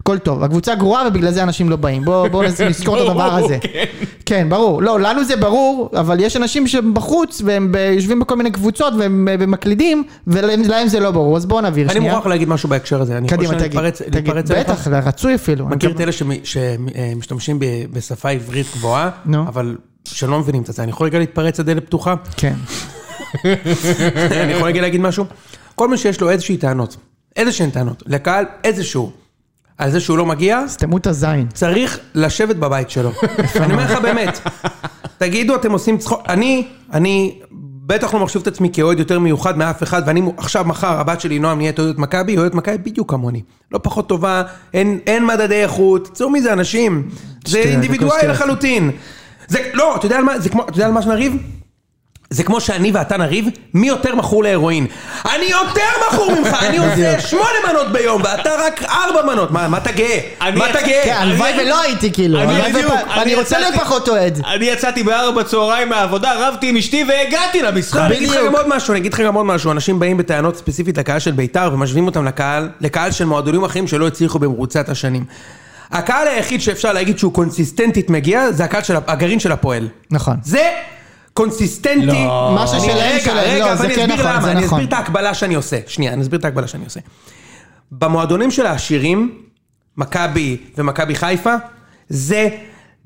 S1: הכל טוב. הקבוצה גרועה ובגלל זה אנשים לא באים. בואו בוא נזכור את הדבר
S3: ברור,
S1: הזה.
S3: כן.
S1: כן, ברור. לא, לנו זה ברור, אבל יש אנשים שהם בחוץ והם ב- יושבים בכל מיני קבוצות והם אה, ומקלידים, ולהם זה לא ברור. אז בואו נבהיר
S2: אני
S1: שנייה.
S2: מוכרח להגיד משהו בהקשר הזה. אני
S1: קדימה,
S2: יכול
S1: תגיד.
S2: להתפרץ
S1: תגיד.
S2: להתפרץ עליך?
S1: בטח, רצוי אפילו.
S2: מכיר
S1: אני
S2: את אלה שמ- שמשתמשים ב- בשפה עברית גבוהה,
S1: נו.
S2: אבל שלא מבינים את זה. אני יכול רגע להתפרץ לדלת פתוחה?
S1: גם- כן.
S2: אני יכול רגע להגיד משהו? כל מי שיש לו איזושהי טענות, איזשהן טענות, לקהל איזשהו, על זה שהוא לא מגיע,
S1: סתמו את הזין.
S2: צריך לשבת בבית שלו. אני אומר לך באמת, תגידו, אתם עושים צחוק, אני, אני בטח לא מחשיב את עצמי כאוהד יותר מיוחד מאף אחד, ואני מו- עכשיו, מחר, הבת שלי נועם נהיית אוהדת מכבי, היא אוהדת מכבי בדיוק כמוני. לא פחות טובה, אין, אין מדדי איכות, צאו מזה אנשים. זה
S1: שטויות, הכל
S2: אינדיבידואלי
S1: שטויות.
S2: לחלוטין. זה, לא, אתה יודע על מה, זה כמו, אתה יודע על מה שנריב? זה כמו שאני ואתה נריב, מי יותר מכור להרואין. אני יותר מכור ממך, אני עושה שמונה מנות ביום, ואתה רק ארבע מנות. מה, מה אתה גאה?
S3: אני-
S2: מה אתה גאה?
S1: כן, הלוואי ולא הייתי כאילו. הלוואי ופ- אני רוצה להיות פחות אוהד.
S3: אני יצאתי בארבע צהריים מהעבודה, רבתי עם אשתי והגעתי למשחק.
S2: אני אגיד לך גם עוד משהו, אני אגיד לך גם עוד משהו, אנשים באים בטענות ספציפית לקהל של ביתר ומשווים אותם לקהל, לקהל של מועדונים אחרים שלא הצליחו במרוצת השנים. הקהל היחיד שאפשר להגיד שהוא קונסיסטנטית מגיע, זה הקהל של, ה- הגרעין של הפועל.
S1: נכון.
S2: זה קונסיסטנטי.
S3: לא.
S1: מה ששלהם
S2: אני-
S1: שלהם,
S2: רגע,
S1: לא,
S2: רגע,
S1: זה
S2: ואני
S1: כן
S2: אסביר
S1: נכון, זה
S2: למה, אני
S1: נכון.
S2: אסביר את ההקבלה שאני עושה. שנייה, אני אסביר את ההקבלה שאני עושה. במועדונים של העשירים, מכבי ומכבי חיפה, זה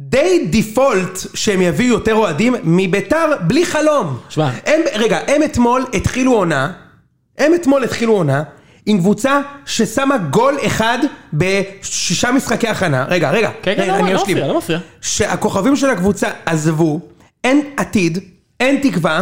S2: די דיפולט שהם יביאו יותר אוהדים מביתר בלי חלום.
S3: שמע.
S2: הם, רגע, הם אתמול התחילו עונה, הם אתמול התחילו עונה עם קבוצה ששמה גול אחד בשישה משחקי הכנה. רגע, רגע,
S3: כן, כן,
S2: רגע,
S3: לא,
S2: אני
S3: לא
S2: אשלים.
S3: מפריע, לא מפריע.
S2: שהכוכבים של הקבוצה עזבו, אין עתיד, אין תקווה,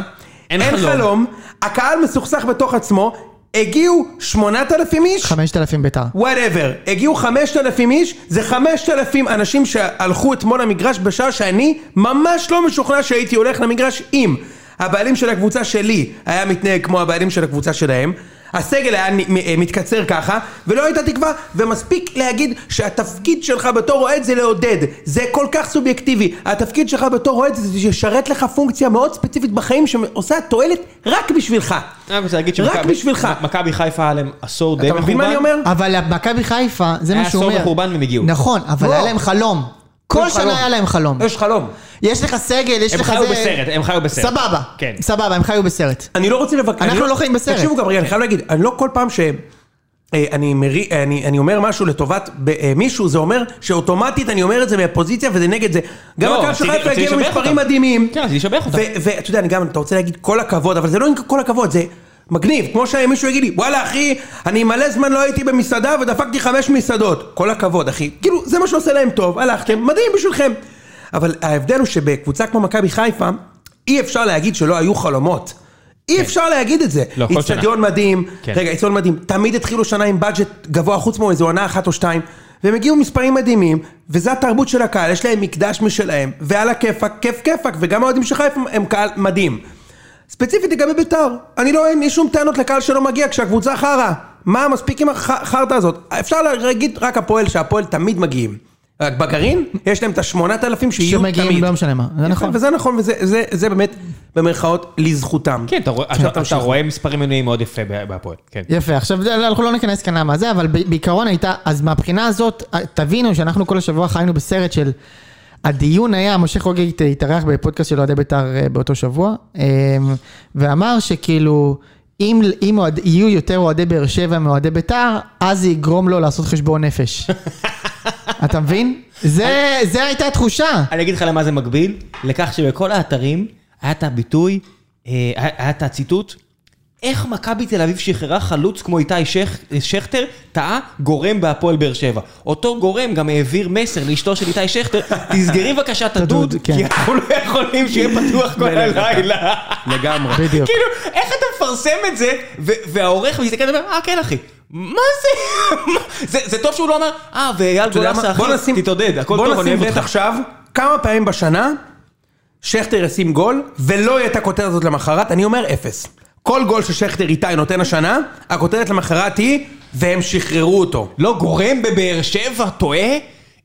S3: אין
S2: אין,
S3: חלום.
S2: חלום. הקהל מסוכסך בתוך עצמו, הגיעו 8,000 איש,
S1: 5,000 ביתר.
S2: וואטאבר, הגיעו 5,000 איש, זה 5,000 אנשים שהלכו אתמול למגרש בשעה שאני ממש לא משוכנע שהייתי הולך למגרש אם הבעלים של הקבוצה שלי היה מתנהג כמו הבעלים של הקבוצה שלהם. הסגל היה נ- מ- אה, מתקצר ככה, ולא הייתה תקווה, ומספיק להגיד שהתפקיד שלך בתור אוהד זה לעודד. זה כל כך סובייקטיבי. התפקיד שלך בתור אוהד זה שישרת לך פונקציה מאוד ספציפית בחיים שעושה תועלת רק בשבילך.
S3: אני רק רוצה להגיד
S2: רק בשבילך.
S3: מכבי חיפה היה להם עשור די
S2: אתה
S3: מחורבן.
S2: מבין מה אני אומר?
S1: אבל מכבי חיפה, זה
S3: היה
S1: מה שהוא אומר.
S3: עשור בחורבן והם הגיעו.
S1: נכון, אבל
S2: לא.
S1: היה להם חלום. לא. כל
S2: יש חלום.
S1: שנה היה להם חלום.
S2: יש חלום.
S1: יש לך סגל, יש
S3: הם
S1: לך זה...
S3: חיו בסרט, הם חיו בסרט.
S1: סבבה.
S3: כן.
S1: סבבה, הם חיו בסרט.
S2: אני לא רוצה לבקר.
S1: אנחנו לא חיים בסרט.
S2: תקשיבו גם רגע, אני חייב להגיד, אני לא כל פעם ש... אה, אני, מרי, אה, אני, אני אומר משהו לטובת ב, אה, מישהו, זה אומר שאוטומטית אני אומר את זה מהפוזיציה וזה נגד זה. גם
S3: לא,
S2: הקהל של
S3: רציתי-
S2: חיפה
S3: רציתי
S2: הגיע
S3: לשבח
S2: למספרים
S3: אותם.
S2: מדהימים.
S3: כן, אז לשבח אותם.
S2: ו- ואתה יודע, אני גם, אתה רוצה להגיד כל הכבוד, אבל זה לא כל הכבוד, זה מגניב. כמו שמישהו יגיד לי, וואלה אחי, אני מלא זמן לא הייתי במסעדה ודפקתי חמש מסעדות. כל הכבוד, אחי. כאילו, זה מה שעושה להם טוב, הלכתם, מדהים בשבילכם. אבל ההבדל הוא שבקבוצה כמו מכבי חיפה, אי אפשר להגיד שלא היו חלומות. אי אפשר להגיד את זה.
S3: כן. לא, כל שנה.
S2: איצטדיון מדהים,
S3: כן.
S2: רגע, איצטדיון מדהים. תמיד התחילו שנה עם בדג'ט גבוה, חוץ מאיזו עונה אחת או שתיים. והם הגיעו מספרים מדהימים, וזו התרבות של הקהל, יש להם מקדש משלהם, ועל הכיפאק, כיף כיפאק, וגם האוהדים של חיפה הם קהל מדהים. ספציפית לגבי בית"ר, אני לא, אין לי שום טענות לקהל שלא מגיע כשהקבוצה חרא. מה מספיק עם החרטא הזאת? אפשר להגיד רק הפועל, שהפועל תמיד מגיעים. רק בגרעין, יש להם את השמונת אלפים שיהיו תמיד.
S1: שמגיעים לא משנה מה. זה
S2: יפה,
S1: נכון.
S2: וזה נכון, וזה זה, זה באמת במרכאות לזכותם.
S3: כן, אתה רואה-
S2: עכשיו
S3: אתה- אתה
S2: תמשיכו.
S3: רואה מספרים מנויים מאוד יפה ב- בהפועל. כן.
S1: יפה, עכשיו זה- אנחנו לא ניכנס כאן למה זה, אבל ב- בעיקרון הייתה, אז מהבחינה הזאת, אה, תבינו שאנחנו כל השבוע חיינו בסרט של, הדיון היה, משה חוגג הת- התארח בפודקאסט של אוהדי בית"ר אה, באותו שבוע, אה, ואמר שכאילו, אם, אם אוהד, יהיו יותר אוהדי באר שבע מאוהדי בית"ר, אז זה יגרום לו לעשות חשבון נפש. אתה מבין? זה, זה הייתה התחושה.
S3: אני אגיד לך למה זה מקביל, לכך שבכל האתרים היה את הביטוי, אה, היה היה את הציטוט, איך מכבי תל אביב שחררה חלוץ כמו איתי שכ- שכטר, טעה גורם בהפועל באר שבע. אותו גורם גם העביר מסר לאשתו של איתי שכטר, תסגרי בבקשה את הדוד,
S1: הדוד, כן.
S3: כי אנחנו לא יכולים שיהיה פתוח כל הלילה.
S2: לגמרי.
S1: בדיוק.
S3: כאילו, איך אתה מפרסם את זה, ו- והעורך מסתכל ואומר, אה כן אחי, מה זה? מה- זה- זה טוב שהוא לא אמר, אה ואייל
S2: אתה יודע
S3: גולסה
S2: מה?
S3: אחי,
S2: בוא נשים-
S3: תתעודד, הכל
S2: בוא
S3: טוב, אני
S2: נשים
S3: אוהב
S2: נט
S3: אותך.
S2: עכשיו, כמה פעמים בשנה שכטר ישים גול, ולא יהיה את הכותרת הזאת למחרת, אני אומר אפס. כל גול ששכטר איתי נותן השנה, הכותרת למחרת היא, והם שחררו אותו.
S3: לא גורם בבאר שבע טועה?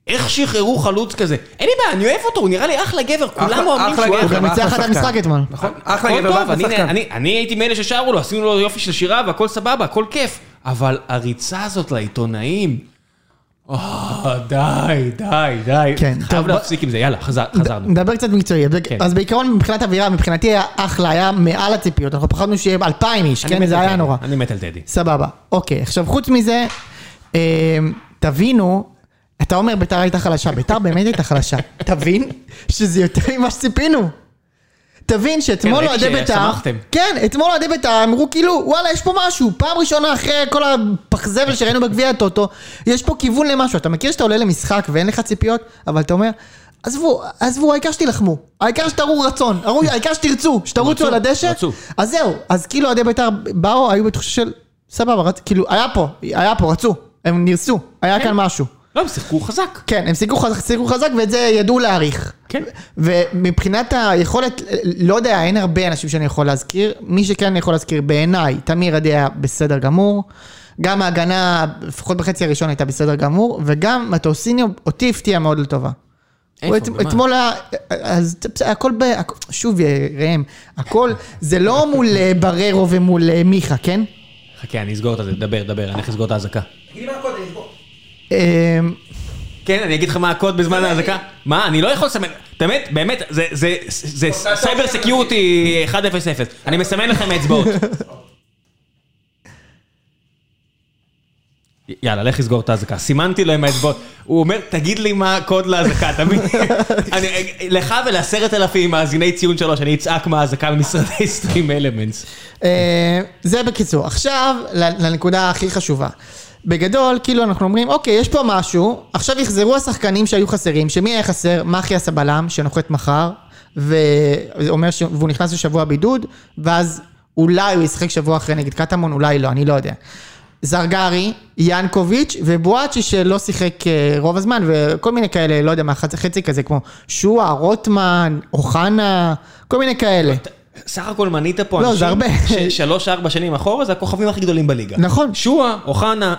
S3: איך שחררו חלוץ כזה? אין לי בעיה, אני אוהב אותו, הוא נראה לי אחלה גבר, כולם
S2: אחלה-
S3: אוהבים
S2: אחלה
S3: שהוא
S2: גבר,
S3: אחלה.
S1: הוא גם ניצח
S2: אחלה
S1: את המשחק
S2: שחקן.
S1: אתמול.
S2: נכון? אחלה
S3: הכל
S2: גבר
S3: טוב,
S2: ואחלה
S3: אני-
S2: שחקן.
S3: אני- אני הייתי מאלה ששרו לו, עשינו לו יופי של שירה והכל סבבה, הכל כיף. אבל הריצה הזאת לעיתונאים, אה, די, די, די.
S1: כן, טוב,
S3: חייב
S1: בוא-
S3: להפסיק עם זה, יאללה, חזר- חזרנו.
S1: נדבר קצת מקצועי. אז-
S3: כן.
S1: אז בעיקרון מבחינת אווירה, מבחינתי היה אחלה, היה מעל הציפיות, אנחנו פחדנו שיהיה 2,000 איש,
S3: אני
S1: כן?
S3: מת
S1: זה
S3: על
S1: היה
S3: טדי,
S1: נורא.
S3: אני מת על טדי.
S1: סבבה, אוקיי, עכשיו חוץ מזה, אה, תבינו, אתה אומר ביתר הייתה חלשה, ביתר באמת הייתה חלשה, תבין שזה יותר ממה שציפינו. תבין שאתמול
S3: כן,
S1: אוהדי
S3: ראיתי
S1: ביתר,
S3: ששמחתם.
S1: כן, אתמול אוהדי ביתר אמרו כאילו, וואלה, יש פה משהו, פעם ראשונה אחרי כל הפח זבל שראינו בגביע הטוטו, יש פה כיוון למשהו, אתה מכיר שאתה עולה למשחק ואין לך ציפיות, אבל אתה אומר, עזבו, עזבו, העיקר שתילחמו, העיקר שתראו רצון, העיקר שתרצו, שתרוצו
S3: רצו,
S1: על הדשא,
S3: רצו.
S1: אז זהו, אז כאילו אוהדי בית"ר באו, היו בתחושה של סבבה, רצ... כאילו היה פה, היה פה, רצו, הם נרסו, היה כאן משהו.
S3: לא, הם שיחקו חזק.
S1: כן, הם שיחקו חזק, שיחקו חזק ואת זה ידעו להעריך.
S3: כן.
S1: ומבחינת היכולת, לא יודע, אין הרבה אנשים שאני יכול להזכיר, מי שכן אני יכול להזכיר בעיניי, תמיר עדי היה בסדר גמור, גם ההגנה, לפחות בחצי הראשון הייתה בסדר גמור, וגם מטוסיניו אותי הפתיע מאוד לטובה. הוא את-
S3: איפה, במה?
S1: אתמול היה, אז זה בסדר, הכל ב... הכ- שוב, אה, ראם, הכל, זה לא מול אה, בררו ומול אה, מיכה, כן?
S3: חכה, אני אסגור את זה, דבר, דבר, אני הולך לסגור את האזעקה.
S2: תגידי מה הקוד, אני אסגור.
S1: אה,
S3: כן, אני אגיד לך מה הקוד בזמן האזעקה. מה, אני לא יכול לסמן, באמת, באמת, זה- זה זה סייבר סקיורטי 100. אני מסמן לכם האצבעות. י- יאללה, לך לסגור את האזעקה. סימנתי לו עם האצבעות. הוא אומר, תגיד לי מה הקוד לאזעקה, אתה מבין? אני- לך ולעשרת אלפים מאזיני ציון שלוש, אני אצעק מה האזעקה במשרדי סטרים אלמנטס.
S1: אה, זה בקיצור. עכשיו, ל- לנקודה הכי חשובה. בגדול, כאילו אנחנו אומרים, אוקיי, יש פה משהו, עכשיו יחזרו השחקנים שהיו חסרים, שמי היה חסר? מחיאס הבלם, שנוחת מחר, ואומר ש... והוא נכנס לשבוע בידוד, ואז אולי הוא ישחק שבוע אחרי נגד קטמון, אולי לא, אני לא יודע. זרגרי, ינקוביץ' ובואצ'י שלא שיחק אה, רוב הזמן וכל מיני כאלה, לא יודע מה, חצי- חצי כזה כמו שועה, רוטמן, אוחנה, כל מיני כאלה.
S3: סך הכל מנית פה
S1: לא,
S3: אנשים
S1: זה הרבה.
S3: ששלוש-ארבע שנים אחורה זה הכוכבים הכי גדולים בליגה.
S1: נכון.
S3: שועה, אוחנה,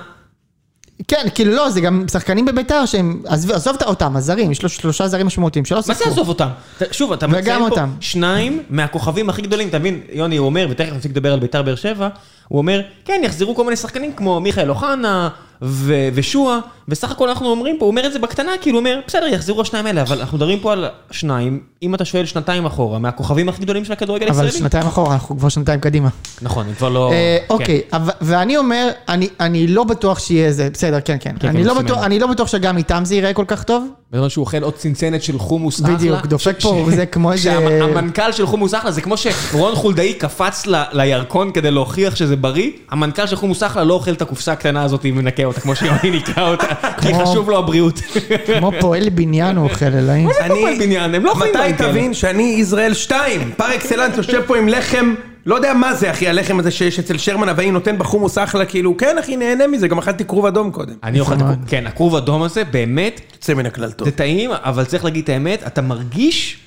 S1: כן, כאילו לא, זה גם שחקנים בביתר שהם, עזב, עזוב אותם, הזרים, יש לו שלושה זרים משמעותיים שלא
S3: מה זה עזוב אותם? ת- שוב, אתה מציין פה
S1: אותם.
S3: שניים מהכוכבים הכי גדולים, אתה מבין? יוני, הוא אומר, ותכף נפסיק לדבר על ביתר באר שבע, הוא אומר, כן, יחזרו כל מיני שחקנים כמו מיכאל אוחנה ו- ושועה, וסך הכל אנחנו אומרים פה, הוא אומר את זה בקטנה, כאילו, הוא אומר, בסדר, יחזרו השניים האלה, אבל אנחנו מדברים פה על שניים, אם אתה שואל שנתיים אחורה, מהכוכבים הכי גדולים של הכדורגל
S1: אבל
S3: הישראלי.
S1: שנתיים אחורה, אנחנו כבר שנתיים קדימה.
S3: נכון, הם כבר לא...
S1: אה,
S3: כן.
S1: אוקיי, אבל- ואני אומר, אני- אני לא בטוח שיהיה זה, בסדר, כן, כן.
S3: כן,
S1: אני לא
S3: סימן.
S1: בטוח- אני לא בטוח שגם איתם זה ייראה כל כך טוב.
S3: בזמן שהוא אוכל עוד צנצנת של חומוס אחלה.
S1: בדיוק, דופק פה, זה כמו איזה-
S3: שהמנכ"ל של חומוס אחלה, זה כמו שרון חולדאי קפץ ל- לירקון כדי להוכיח שזה בריא, המנכ"ל של חומוס אחלה לא אוכל את הקופסה הקטנה הזאת ומנקה אותה, כמו שיוני ניקה אותה, כי
S1: כמו-
S3: חשוב לו הבריאות.
S1: כמו פועל בניין הוא אוכל, אלוהים.
S3: זה לא פועל בניין, הם לא אוכלים
S2: מתי
S3: דברים כאלה.
S2: תבין שאני ישראל 2, פר אקסלנס יושב פה עם לחם, לא יודע מה זה אחי, הלחם הזה שיש אצל שרמן אבאי נותן בחומוס אחלה, כאילו, כן אחי, נהנה מזה, גם אכלתי כרוב אדום קודם.
S3: אני אוכל את
S1: נכון.
S3: הכרוב, כן, הכרוב אדום הזה, באמת,
S2: יוצא מן הכלל טוב.
S3: זה טעים, אבל צריך להגיד את האמת, אתה מרגיש...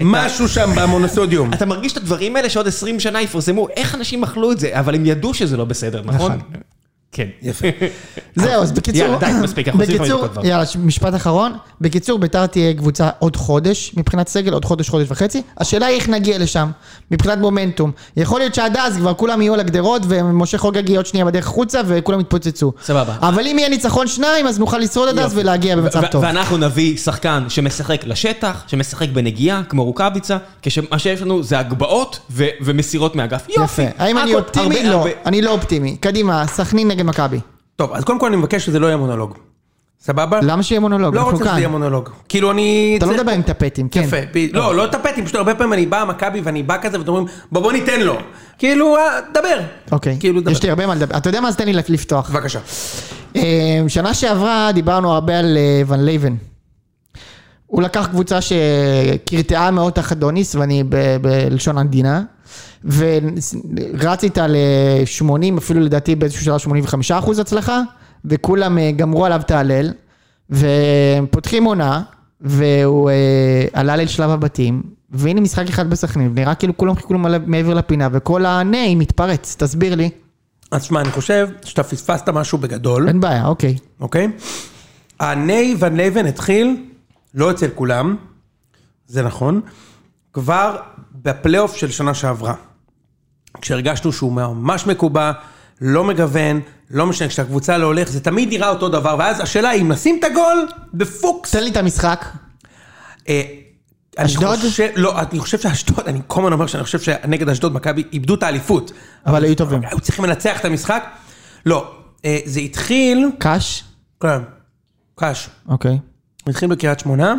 S2: משהו שם במונוסודיום.
S3: אתה מרגיש את הדברים האלה שעוד 20 שנה יפרסמו, איך אנשים אכלו את זה, אבל הם ידעו שזה לא בסדר, נכון?
S1: נכון.
S3: כן.
S2: יפה.
S1: זהו, אז בקיצור...
S3: יאללה, די, מספיק, אנחנו עושים
S1: בקיצור,
S3: לפעמים אותו דבר.
S1: יאללה, ש- משפט אחרון. בקיצור, ביתר תהיה קבוצה עוד חודש מבחינת סגל, עוד חודש, חודש וחצי. השאלה היא איך נגיע לשם, מבחינת מומנטום. יכול להיות שעד אז כבר כולם יהיו על הגדרות, ומשה חוגג יהיה עוד שנייה בדרך החוצה, וכולם יתפוצצו.
S3: סבבה.
S1: אבל אם יהיה ניצחון שניים, אז נוכל לשרוד עד אז ולהגיע במצב
S3: ו-
S1: טוב.
S3: ואנחנו נביא שחקן שמשחק לשטח, שמשחק בנגיעה, כמו רוקאביצה, כשמה שיש לנו זה הגבהות ו- ומסירות מהאגף. יופי.
S1: יפה. האם אני
S3: הכל-
S1: אופטימי?
S3: הרבה-
S1: לא.
S3: הרבה-
S1: אני לא אופטימי. קדימה, סכנין נגד מכבי.
S2: טוב, אז קודם כל אני מבקש שזה לא יהיה מונולוג. סבבה?
S1: למה שיהיה מונולוג?
S2: לא
S1: אנחנו
S2: רוצה שזה
S1: כאן.
S2: יהיה מונולוג. כאילו אני...
S1: אתה לא
S2: צריך-
S1: מדבר עם טפטים, כן.
S2: יפה, ב- לא, לא טפטים, פשוט הרבה פעמים אני בא מכבי ואני בא כזה ואתם אומרים, בוא בוא ניתן לו. כאילו, אה, דבר.
S1: אוקיי.
S2: כאילו, דבר.
S1: יש לי הרבה מה לדבר. אתה יודע מה? אז תן לי לפתוח.
S2: בבקשה.
S1: אה, שנה שעברה דיברנו הרבה על אה, ון לייבן. הוא לקח קבוצה שקרטעה מאוד תחת דוניס, ואני ב- בלשון המדינה, ורץ איתה ל-80, אפילו לדעתי באיזשהו שלב 85 אחוז הצלחה, וכולם אה, גמרו עליו את ההלל, ופותחים עונה, והוא אה, עלה לשלב הבתים, והנה משחק אחד בסכנין, ונראה כאילו כולם חיכו לו מלא- מעבר לפינה, וכל הנאי מתפרץ, תסביר לי,
S2: אז שמע, אני חושב שאתה פספסת משהו בגדול.
S1: אין בעיה, אוקיי.
S2: אוקיי? הניי ון לייבן התחיל, לא אצל כולם, זה נכון, כבר בפלייאוף של שנה שעברה. כשהרגשנו שהוא ממש מקובע, לא מגוון, לא משנה, כשהקבוצה לא הולך, זה תמיד נראה אותו דבר, ואז השאלה היא, אם נשים את הגול, בפוקס.
S1: תן לי את המשחק.
S2: אה, אני
S1: אשדוד?
S2: חושב, לא, אני חושב שאשדוד, אני כל הזמן אומר שאני חושב שנגד אשדוד מכבי איבדו את האליפות.
S1: אבל היו טובים.
S2: היו צריכים לנצח את המשחק. לא, אה, זה התחיל,
S1: קאש?
S2: כן, קש,
S1: אוקיי.
S2: התחיל בקריית שמונה,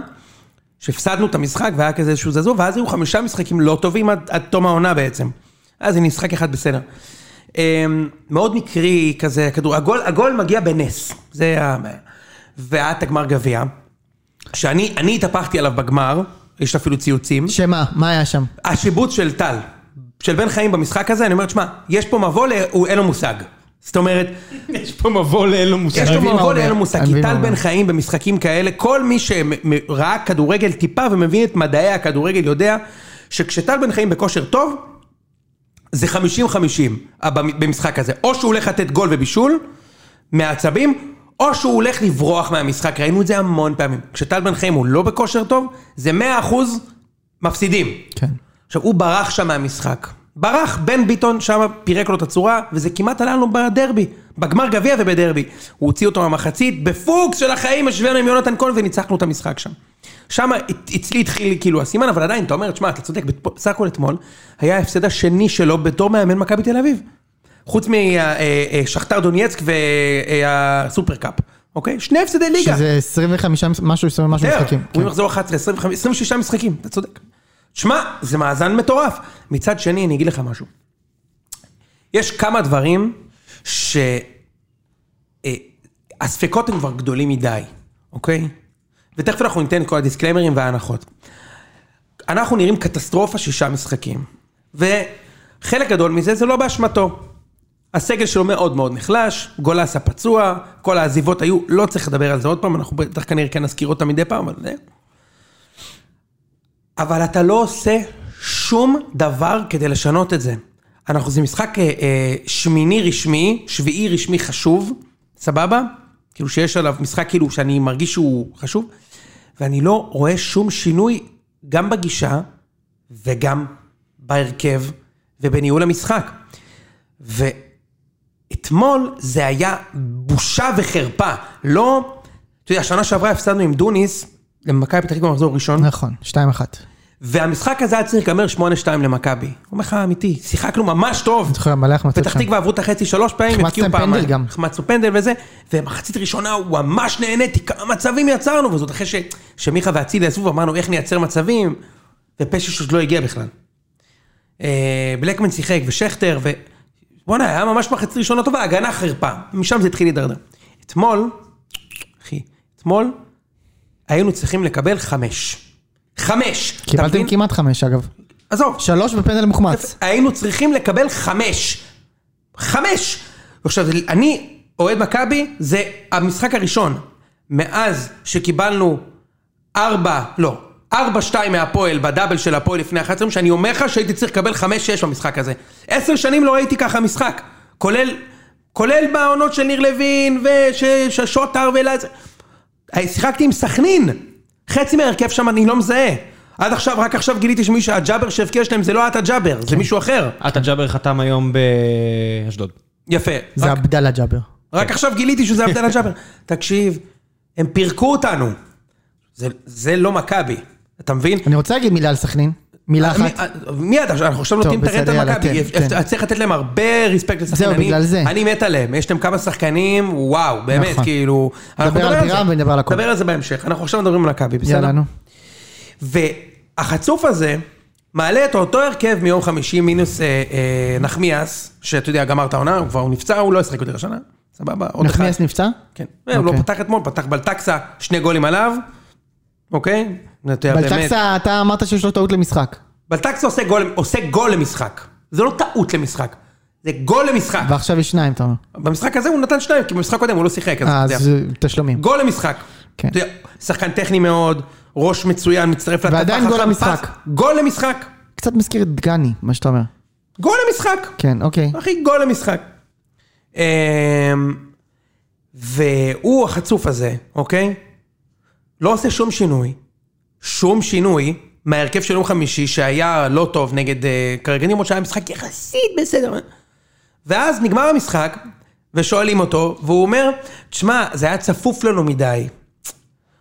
S2: שהפסדנו את המשחק והיה כזה איזשהו זעזוע, ואז היו חמישה משחקים לא טובים עד, עד תום העונה בעצם. אז הנה משחק אחד בסדר. אה, מאוד מקרי כזה, כדור, הגול, הגול מגיע בנס, זה הבעיה. והיה את הגמר גביע, שאני אני התהפכתי עליו בגמר, יש אפילו ציוצים.
S1: שמה? מה היה שם?
S2: השיבוץ של טל, של בן חיים במשחק הזה, אני אומר, שמע, יש פה מבוא, ל- הוא- אין לו מושג. זאת אומרת,
S3: יש פה מבוא לאין לו מושג.
S2: יש
S1: אני
S2: לו
S1: מבין מה הוא
S2: מבוא
S1: אומר.
S2: לאין לו מושג,
S1: אני
S2: כי
S1: מבין מה
S2: טל
S1: הוא
S2: בן
S1: אומר.
S2: חיים במשחקים כאלה, כל מי שראה כדורגל טיפה ומבין את מדעי הכדורגל יודע שכשטל בן חיים בכושר טוב, זה 50-50 אה, במ- במשחק הזה. או שהוא הולך לתת גול ובישול מהעצבים, או שהוא הולך לברוח מהמשחק, ראינו את זה המון פעמים. כשטל בן חיים הוא לא בכושר טוב, זה 100% מפסידים.
S1: כן.
S2: עכשיו, הוא ברח שם מהמשחק. ברח, בן ביטון שם פירק לו את הצורה, וזה כמעט עלה לנו בדרבי. בגמר גביע ובדרבי. הוא הוציא אותו מהמחצית, בפוקס של החיים השווינו עם יונתן כהן וניצחנו את המשחק שם. שם הת- אצלי התחיל כאילו הסימן, אבל עדיין, אתה אומר, תשמע, אתה צודק, בת- בסך הכל אתמול, היה ההפסד השני שלו בתור מאמן מכבי תל אביב. חוץ משכתר דונייצק והסופרקאפ, אוקיי? שני הפסדי ליגה.
S1: שזה 25 מש- משהו, 20 משהו
S2: יותר,
S1: משחקים.
S2: הוא
S1: כן.
S2: מחזור 11, 25, 26 משחקים, אתה צודק. שמע, זה מאזן מטורף. מצד שני, אני אגיד לך משהו. יש כמה דברים ש... אה, הספקות הם כבר גדולים מדי, אוקיי? ותכף אנחנו ניתן את כל הדיסקליימרים וההנחות. אנחנו נראים קטסטרופה שישה משחקים, וחלק גדול מזה זה לא באשמתו. הסגל שלו מאוד מאוד נחלש, גולס הפצוע, כל העזיבות היו, לא צריך לדבר על זה עוד פעם, אנחנו בטח כנראה כן נזכיר אותם מדי פעם, אבל אה. זה... אבל אתה לא עושה שום דבר כדי לשנות את זה. אנחנו, זה משחק אה, אה, שמיני רשמי, שביעי רשמי חשוב, סבבה? כאילו שיש עליו משחק כאילו שאני מרגיש שהוא חשוב, ואני לא רואה שום שינוי גם בגישה וגם בהרכב ובניהול המשחק. ואתמול זה היה בושה וחרפה. לא, אתה יודע, שנה שעברה הפסדנו עם דוניס למכבי פתח תקווה במחזור ראשון.
S1: נכון, 2-1.
S2: והמשחק הזה היה צריך להיגמר 8-2 למכבי. אני אומר לך אמיתי, שיחקנו ממש טוב.
S1: אני זוכר מלא החמצות
S2: פתח
S1: שם.
S2: תקווה עברו את החצי שלוש פעמים,
S1: החמצתם
S2: הבקיעו
S1: פנדל
S2: פעמיים.
S1: גם.
S2: החמצנו פנדל וזה, ומחצית ראשונה הוא ממש נהניתי, כמה מצבים יצרנו, וזאת אחרי ש... שמיכה ואצילי עזבו ואמרנו איך נייצר מצבים, ופשש עוד לא הגיע בכלל. אה, בלקמן שיחק ושכטר, ו... בואנה, היה ממש מחצית ראשונה טובה, הגנה חרפה. משם זה התחיל להידרדר. אתמול, אחי, אתמול היינו צריכים לקבל חמש. חמש! אתה
S1: קיבלתם
S2: מבין?
S1: כמעט 5 אגב.
S2: עזוב,
S1: 3 בפנדל מוחמץ.
S2: היינו צריכים לקבל חמש. חמש! עכשיו, אני אוהד מכבי, זה המשחק הראשון. מאז שקיבלנו ארבע, לא, ארבע שתיים מהפועל, בדאבל של הפועל לפני 11 יום, שאני אומר לך שהייתי צריך לקבל חמש שש במשחק הזה. עשר שנים לא ראיתי ככה משחק. כולל, כולל בעונות של ניר לוין, וששוטר ולזה. אה, שיחקתי עם סכנין. חצי מההרכב שם אני לא מזהה. עד עכשיו, רק עכשיו גיליתי שמישהו, הג'אבר שהבקיע שלהם זה לא עטה ג'אבר, זה מישהו אחר.
S3: עטה ג'אבר חתם היום באשדוד.
S2: יפה.
S1: זה
S2: רק-
S1: עבדאללה ג'אבר.
S2: רק עכשיו גיליתי שזה עבדאללה ג'אבר. תקשיב, הם פירקו אותנו. זה- זה לא מכבי, אתה מבין?
S1: אני רוצה להגיד מילה על סכנין. מילה
S2: אה, מי-
S1: אחת.
S2: מיד, עכשיו, אנחנו עכשיו
S1: טוב,
S2: נותנים את הרנט
S1: בסדר,
S2: על
S1: יאללה,
S2: מכבי,
S1: תן, תן.
S2: אפ- צריך לתת להם הרבה ריספקט לשחקנים.
S1: זהו,
S2: אני-
S1: בגלל זה.
S2: אני מת עליהם, יש להם כמה שחקנים, וואו, באמת,
S1: נכון.
S2: כאילו... אנחנו
S1: נדבר על
S2: זה.
S1: בירם ונדבר על הכל.
S2: נדבר על זה בהמשך, אנחנו עכשיו מדברים על מכבי, בסדר?
S1: יאללה, נו.
S2: והחצוף הזה מעלה את אותו הרכב מיום חמישי מינוס אה, אה, נחמיאס, שאתה יודע, גמר את העונה, הוא כבר נפצע, הוא לא ישחק יותר השנה, סבבה? עוד אחד.
S1: נחמיאס נפצע?
S2: כן. הוא לא
S1: אוקיי.
S2: פתח אתמול, פתח בלטקסה, שני גולים עליו, אוקיי? אתה יודע, באמת.
S1: בלטקסה, אתה אמרת שיש לו טעות למשחק.
S2: בלטקסה עושה גול, עושה גול למשחק. זה לא טעות למשחק, זה גול למשחק.
S1: ועכשיו יש שניים, אתה אומר.
S2: במשחק הזה הוא נתן שניים, כי במשחק קודם הוא לא שיחק, אז
S1: אה,
S2: אתה
S1: אז
S2: יודע.
S1: זה תשלומים.
S2: גול למשחק.
S1: כן.
S2: אתה יודע, שחקן טכני מאוד, ראש מצוין, מצטרף להתקפה.
S1: ועדיין גול
S2: חכם,
S1: למשחק.
S2: פס. גול למשחק.
S1: קצת מזכיר את דגני, מה שאתה אומר.
S2: גול למשחק.
S1: כן, אוקיי.
S2: אחי, גול למשחק. אמ, והוא החצוף הזה, אוקיי? לא עושה שום שינוי. שום שינוי מההרכב של יום חמישי שהיה לא טוב נגד אה, קרגנים, למרות שהיה משחק יחסית בסדר. ואז נגמר המשחק, ושואלים אותו, והוא אומר, תשמע, זה היה צפוף לנו מדי.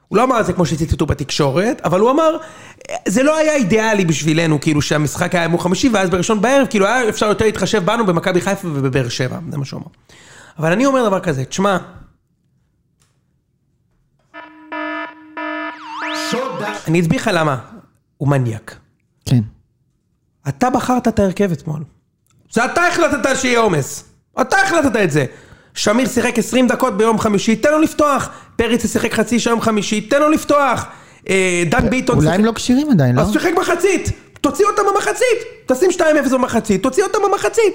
S2: הוא לא אמר את זה כמו שציטטו בתקשורת, אבל הוא אמר, זה לא היה אידיאלי בשבילנו, כאילו שהמשחק היה יום חמישי, ואז בראשון בערב, כאילו היה אפשר יותר להתחשב בנו במכבי חיפה ובבאר שבע, זה מה שהוא אמר. אבל אני אומר דבר כזה, תשמע, אני אסביר לך למה, הוא מניאק.
S1: כן.
S2: אתה בחרת את ההרכב אתמול. זה אתה החלטת שיהיה עומס. אתה החלטת את זה. שמיר שיחק 20 דקות ביום חמישי, תן לו לפתוח. פריצה שיחק חצי שעה יום חמישי, תן לו לפתוח. אה, דן ביטון
S1: אולי הם לא כשירים עדיין, לא?
S2: אז שיחק מחצית. תוציא אותם במחצית. תשים 2-0 במחצית, תוציא אותם במחצית.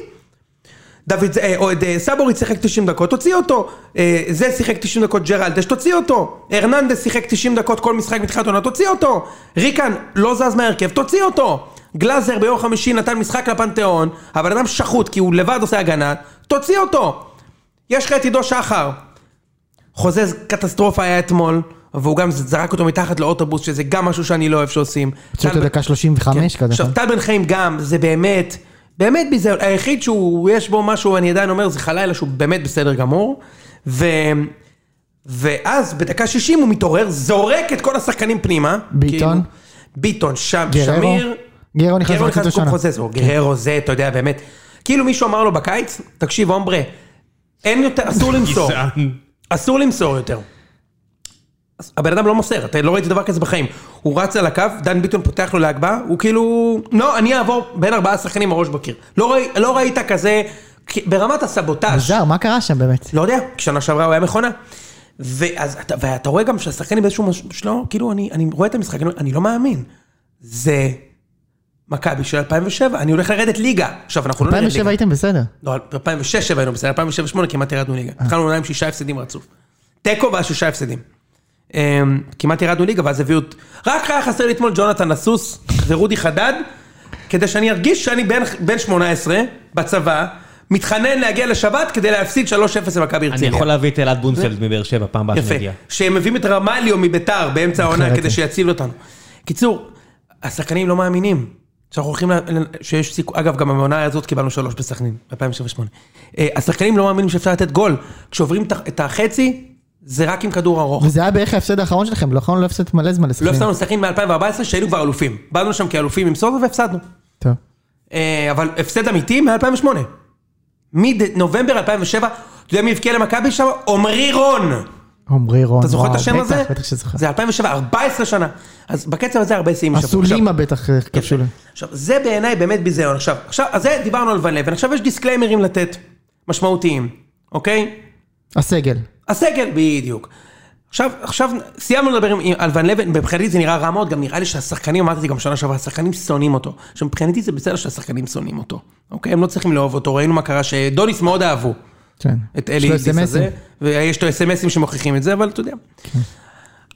S2: דוד, אה, או, אה, סבוריץ שיחק 90 דקות, תוציא אותו. אה, זה שיחק 90 דקות ג'רלדש, תוציא אותו. הרננדס שיחק 90 דקות כל משחק מתחילת עונה, תוציא אותו. ריקן לא זז מההרכב, תוציא אותו. גלאזר ביום חמישי נתן משחק לפנתיאון, הבן אדם שחוט כי הוא לבד עושה הגנה, תוציא אותו. יש לך את עידו שחר. חוזז קטסטרופה היה אתמול, והוא גם זרק אותו מתחת לאוטובוס, שזה גם משהו שאני לא אוהב שעושים.
S1: פציעות
S2: טל-
S1: הדקה 35 כזה.
S2: כן.
S1: נכון?
S2: עכשיו, טל בן חיים גם, זה באמת, באמת ביזיון. היחיד שהוא, יש בו משהו, אני עדיין אומר, זה חלילה שהוא באמת בסדר גמור. ו... ואז בדקה 60 הוא מתעורר, זורק את כל השחקנים פנימה.
S1: ביטון.
S2: כאילו, ביטון, שם,
S1: גררו.
S2: שמיר.
S1: גררו נכנס
S2: גררו
S1: במחצית
S2: נכנס
S1: ראשונה.
S2: במקום חוזז, או גררו זה, אתה יודע, באמת. כאילו מישהו אמר לו בקיץ, תקשיב, הומברה, אין יותר, אסור למסור.
S3: גזען.
S2: אסור למסור יותר. אז הבן אדם לא מוסר, אתה לא ראיתי דבר כזה בחיים. הוא רץ על הקו, דן ביטון פותח לו להגבה, הוא כאילו... לא, אני אעבור בין ארבעה שחקנים הראש בקיר. לא, ראי, לא ראית כזה... כי- ברמת הסבוטאז'.
S1: מוזר, מה קרה שם באמת?
S2: לא יודע, כשנה שעברה הוא היה מכונה. ואז אתה, ואתה רואה גם שהשחקנים באיזשהו משהו, לא, כאילו, אני, אני רואה את המשחק, אני, אני לא מאמין. זה מכבי של 2007, אני הולך לרדת ליגה. עכשיו, אנחנו לא נרד ליגה.
S1: 2007 הייתם בסדר.
S2: לא, ב-2006-2007 היינו בסדר, 2007-2008 כמעט ירדנו ליגה. התחלנו עונה עם שישה הפסדים רצוף. תיקו ואז שישה הפסדים. אמ, כמעט ירדנו ליגה ואז הביאו... את- רק היה חסר לי אתמול ג'ונתן לסוס ורודי חדד, כדי שאני ארגיש שאני בן- בן 18 בצבא, מתחנן להגיע לשבת כדי להפסיד 3-0 למכבי
S3: אני
S2: הרצליה.
S3: יכול להביא את אלעד בונפלד מבאר שבע פעם הבאה
S2: יפה.
S3: שנגיע.
S2: שהם מביאים את רמליו מביתר באמצע העונה
S1: בהחלט.
S2: כדי שיציל אותנו. קיצור, השחקנים לא מאמינים. שאנחנו הולכים, ל- ל- שיש סיכוי, אגב, גם במעונה הזאת קיבלנו שלוש בסכנין, ב-2007-2008. השחקנים לא מאמינים שאפשר לתת גול. כשעוברים את ה- את החצי, זה רק עם כדור ארוך.
S1: וזה היה בערך ההפסד האחרון שלכם, לא יכולנו להפסד מלא זמן
S2: לא
S1: לסכנין.
S2: הפסדנו סכנין מ-2014, שהיינו כבר אלופים. באנו לשם כאלופים עם סובה והפסדנו.
S1: טוב.
S2: אה, אבל הפסד אמיתי מ-2008. מנובמבר 2007, אתה יודע מי הבקיע למכבי שם? עמרי רון.
S1: עמרי רון,
S2: אתה זוכר את
S1: וואו,
S2: השם
S1: בטח,
S2: הזה?
S1: בטח שזוכר.
S2: זה 2007, 14 שנה. אז בקצב הזה הרבה שיאים
S1: עשו
S2: עכשיו. כן.
S1: לימה בטח אה, כבשו להם.
S2: עכשיו, זה בעיניי באמת ביזיון. עכשיו, עכשיו, אז זה דיברנו על ון לבן, עכשיו יש דיסקליימרים לתת, משמעותיים, אוקיי?
S1: הסגל.
S2: הסגל, בדיוק. עכשיו, עכשיו סיימנו לדבר עם, על ון לבן, מבחינתי זה נראה רע מאוד, גם נראה לי שהשחקנים, אמרתי את זה גם שנה שעברה, השחקנים שונאים אותו. עכשיו, מבחינתי זה בסדר שהשחקנים שונאים אותו, אוקיי? הם לא צריכים לאהוב אותו, ראינו מה קרה שדוניס מאוד אהבו.
S1: כן.
S2: את
S1: יש
S2: אלי
S1: לו
S2: אידיס
S1: SMS.
S2: הזה, ויש לו אס.אם.אסים שמוכיחים את זה, אבל אתה יודע.
S1: כן.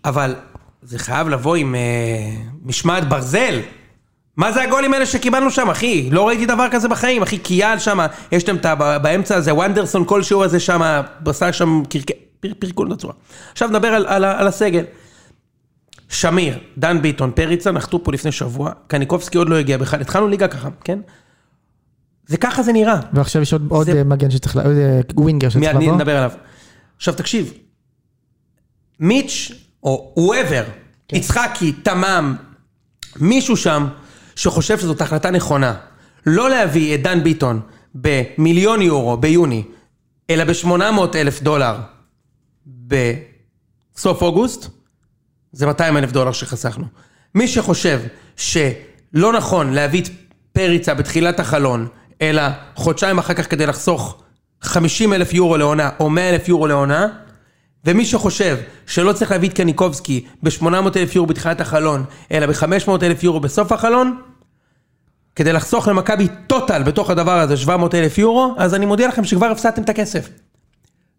S2: אבל זה חייב לבוא עם אה, משמעת ברזל. מה זה הגולים האלה שקיבלנו שם, אחי? לא ראיתי דבר כזה בחיים, אחי, קיאל שם, יש להם את ה... ב- באמצע הזה, וונדרסון כלשהו הזה שם, עשה שם קרק- פר- פרקול בצורה. עכשיו נדבר על, על, ה- על הסגל. שמיר, דן ביטון, פריצה, נחתו פה לפני שבוע, קניקובסקי עוד לא הגיע בכלל, התחלנו ליגה ככה, כן? זה ככה זה נראה.
S1: ועכשיו יש עוד- עוד
S2: זה-
S1: אה, מגן שצריך, לה- עוד אה, ווינגר שצריך
S2: מיד
S1: לבוא.
S2: נדבר עליו. עכשיו תקשיב, מיץ' או וואבר,
S1: כן.
S2: יצחקי, תמם, מישהו שם שחושב שזאת החלטה נכונה, לא להביא את דן ביטון במיליון יורו ביוני, אלא ב-800 אלף דולר בסוף אוגוסט, זה 200 אלף דולר שחסכנו. מי שחושב שלא נכון להביא את פריצה בתחילת החלון, אלא חודשיים אחר כך כדי לחסוך 50 אלף יורו לעונה או 100 אלף יורו לעונה, ומי שחושב שלא צריך להביא את קניקובסקי ב-800 אלף יורו בתחילת החלון, אלא ב-500 אלף יורו בסוף החלון, כדי לחסוך למכבי טוטל בתוך הדבר הזה 700 אלף יורו, אז אני מודיע לכם שכבר הפסדתם את הכסף.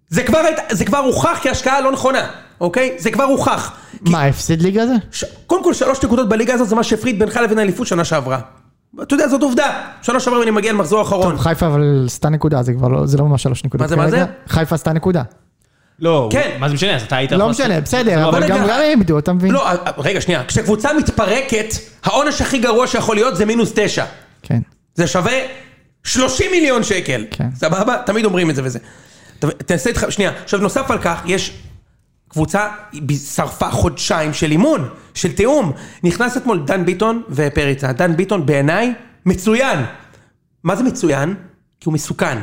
S2: זה כבר, היית- זה כבר הוכח כהשקעה לא נכונה, אוקיי? זה כבר הוכח.
S1: מה, הפסד ליגה זה?
S2: ש... קודם כל שלוש נקודות בליגה הזאת זה מה שהפריד בינך לבין האליפות שנה שעברה. אתה יודע, זאת עובדה. שנה שעברה אני מגיע למחזור האחרון.
S1: טוב, חיפה אבל עשתה נקודה, זה כבר לא, זה לא ממש שלוש נקודות.
S2: נכון. מה זה, מה
S1: כרגע.
S2: זה?
S1: חיפה עשתה נקודה.
S3: לא,
S2: כן.
S3: הוא- מה זה משנה, אז אתה היית...
S1: לא
S3: יכול
S1: משנה,
S3: לעשות-
S1: בסדר,
S3: סבבה,
S1: אבל
S2: בוא
S1: גם
S2: נגיד-
S1: גם הם איבדו, אתה מבין?
S2: לא, אה, רגע, שנייה. כשקבוצה מתפרקת, העונש הכי גרוע שיכול להיות זה מינוס תשע.
S1: כן.
S2: זה שווה 30 מיליון שקל.
S1: כן.
S2: סבבה? תמיד אומרים את זה וזה. ת- תנסה איתך, שנייה, עכשיו נוסף על כך, יש קבוצה, היא ב- שרפה חודשיים של אימון, של תיאום. נכנס אתמול דן ביטון ופריצה. דן ביטון בעיניי מצוין. מה זה מצוין? כי הוא מסוכן.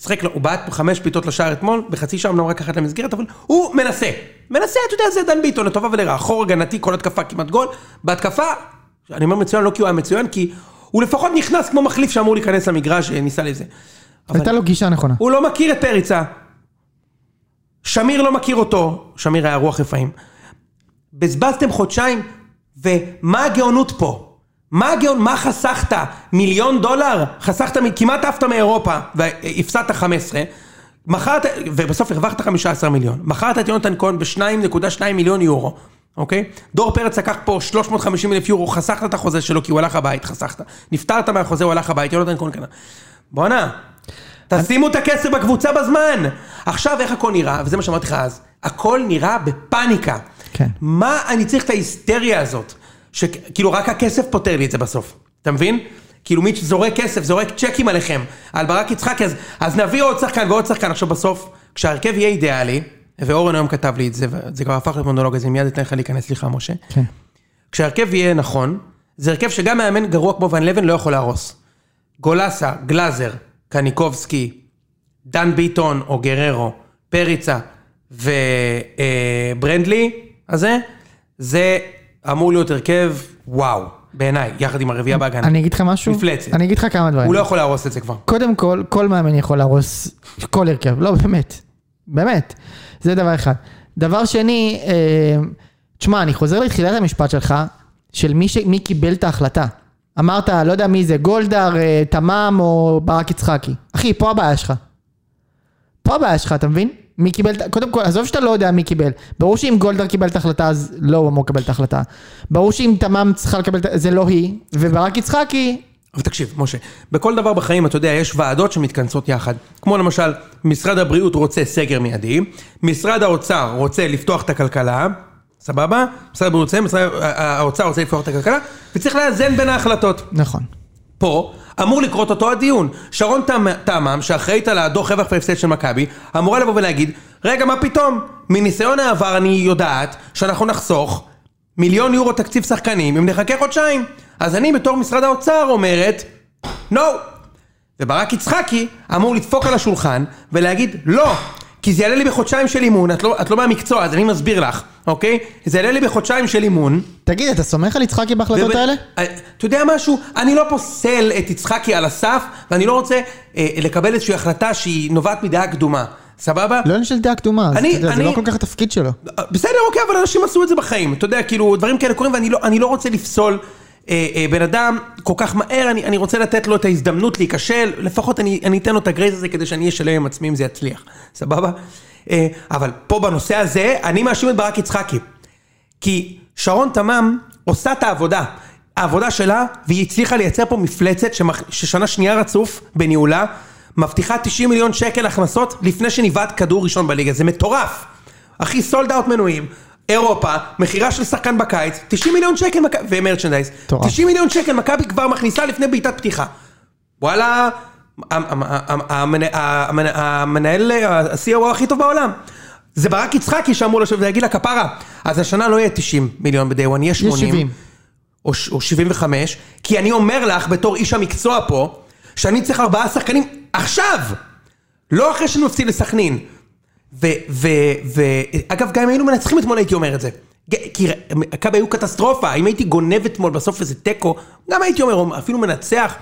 S2: משחק, לו- הוא בעט חמש בעיטות לשער אתמול, בחצי שעה אמנם רק אחת למסגרת, אבל הוא מנסה. מנסה, אתה יודע, זה דן ביטון, לטובה ולרעה. חור הגנתי, כל התקפה כמעט גול. בהתקפה, אני אומר מצוין, לא כי הוא היה מצוין, כי הוא לפחות נכנס כמו מחליף שאמור להיכנס למגרש, אה, ניסה לזה. אבל-
S1: הייתה לו גישה נכונה.
S2: הוא לא מכיר את פריצה. שמיר לא מכיר אותו, שמיר היה רוח רפאים. בזבזתם חודשיים, ומה הגאונות פה? מה הגאון, מה חסכת? מיליון דולר? חסכת, מ- כמעט עפת מאירופה, והפסדת 15. מכרת, ובסוף הרווחת 15 מיליון. מכרת את יונתן כהן ב-2.2 מיליון יורו, אוקיי? דור פרץ לקח פה 350 אלף יורו, חסכת את החוזה שלו כי הוא הלך הבית, חסכת. נפטרת מהחוזה, הוא הלך הבית, יונתן כהן קנה. בואנה, תשימו את הכסף בקבוצה בזמן! עכשיו איך הכל נראה, וזה מה שאמרתי לך אז, הכל נראה בפאניקה.
S1: כן.
S2: מה אני צריך את ההיסטריה הזאת? שכאילו רק הכסף פותר לי את זה בסוף, אתה מבין? כאילו מיץ' זורק כסף, זורק צ'קים עליכם, על ברק יצחקי, אז, אז נביא עוד שחקן ועוד שחקן. עכשיו בסוף, כשההרכב יהיה אידיאלי, ואורן היום כתב לי את זה, וזה כבר הפך לפונדולוג, אז אני מיד אתן לך להיכנס, סליחה משה.
S1: כן.
S2: כשההרכב יהיה נכון, זה הרכב שגם מאמן גרוע כמו ון לבן לא יכול להרוס. גולסה, גלאזר, קניקובסקי, דן ביטון או גררו, פריצה אה, וברנדלי הזה, זה אמור להיות הרכב וואו, בעיניי, יחד עם הרביעייה בהגנה.
S1: אני אגיד לך משהו?
S2: כן. מפלצת.
S1: אני אגיד לך כמה דברים.
S2: הוא לא יכול להרוס את זה כבר.
S1: קודם כל, כל מאמן יכול להרוס כל הרכב, לא באמת, באמת, זה דבר אחד. דבר שני, אה, תשמע, אני חוזר לתחילת המשפט שלך, של מי, ש... מי קיבל את ההחלטה. אמרת, לא יודע מי זה, גולדהר, אה, תמם או ברק יצחקי. אחי, פה הבעיה שלך. פה הבעיה שלך, אתה מבין? מי קיבל, את- קודם כל, עזוב שאתה לא יודע מי קיבל. ברור שאם גולדהר קיבל את ההחלטה, אז לא הוא אמור לקבל את ההחלטה. ברור שאם תמם צריכה לקבל את, זה לא היא, וברק יצחקי,
S2: אבל תקשיב, משה, בכל דבר בחיים, אתה יודע, יש ועדות שמתכנסות יחד. כמו למשל, משרד הבריאות רוצה סגר מיידי, משרד האוצר רוצה לפתוח את הכלכלה, סבבה? משרד הבריאות רוצה, משרד אה, האוצר רוצה לפתוח את הכלכלה, וצריך לאזן בין ההחלטות.
S1: נכון.
S2: פה אמור לקרות אותו הדיון. שרון תמ- תמם, שאחראית על הדוח רווח והפסד של מכבי, אמורה לבוא ולהגיד, רגע, מה פתאום? מניסיון העבר אני יודעת שאנחנו נחסוך מיליון יורו תקציב שחקנים אם נחכה חודשיים. אז אני בתור משרד האוצר אומרת, נו. וברק יצחקי אמור לדפוק על השולחן ולהגיד, לא, כי זה יעלה לי בחודשיים של אימון, את לא, את לא מהמקצוע, אז אני מסביר לך, אוקיי? זה יעלה לי בחודשיים של אימון.
S1: תגיד, אתה סומך על יצחקי בהחלטות
S2: ו-
S1: האלה?
S2: אה, אתה יודע משהו? אני לא פוסל את יצחקי על הסף, ואני לא רוצה אה, לקבל איזושהי החלטה שהיא נובעת מדעה קדומה. סבבה?
S1: לא עניין של דעה קדומה, אז
S2: אני-
S1: אתה יודע, זה
S2: אני-
S1: לא כל כך התפקיד שלו.
S2: אה, בסדר, אוקיי, אבל אנשים עשו את זה בחיים. אתה יודע, כאילו, דברים כאלה קורים, ואני לא, אני לא רוצה לפסול אה, אה, בן אדם כל כך מהר, אני, אני רוצה לתת לו את ההזדמנות להיכשל, לפחות אני, אני אתן לו את הגרייס הזה כדי שאני אהיה שלם עם עצמי אם זה יצליח. סבבה? אה, אבל פה בנושא הזה, אני מאשים את ברק יצחקי. כי שרון תמם עושה את העבודה. העבודה שלה, והיא הצליחה לייצר פה מפלצת שמח... ששנה שנייה רצוף בניהולה, מבטיחה 90 מיליון שקל הכנסות לפני שנבעט כדור ראשון בליגה. זה מטורף. אחי, סולד אאוט מנויים, אירופה, מכירה של שחקן בקיץ, 90 מיליון שקל מק... ומרצ'נדייז.
S1: מטורף.
S2: 90 מיליון שקל מכבי כבר מכניסה לפני בעיטת פתיחה. וואלה, המ- המ- המ- המנ- המנ- המנהל, ה-CO הוא הכי טוב בעולם. זה ברק יצחקי שאמור לשבת ולהגיד לה כפרה. אז השנה לא יהיה 90 מיליון ב-day one, יהיה 80.
S1: 70.
S2: או, ש- או 75, כי אני אומר לך, בתור איש המקצוע פה, שאני צריך ארבעה שחקנים עכשיו! לא אחרי שאני מפסיד לסכנין. ו... ו... ו... אגב, גם אם היינו מנצחים אתמול הייתי אומר את זה. ג- כי ר- מכבי היו קטסטרופה, אם הייתי גונב אתמול בסוף איזה תיקו, גם הייתי אומר, אפילו מנצח.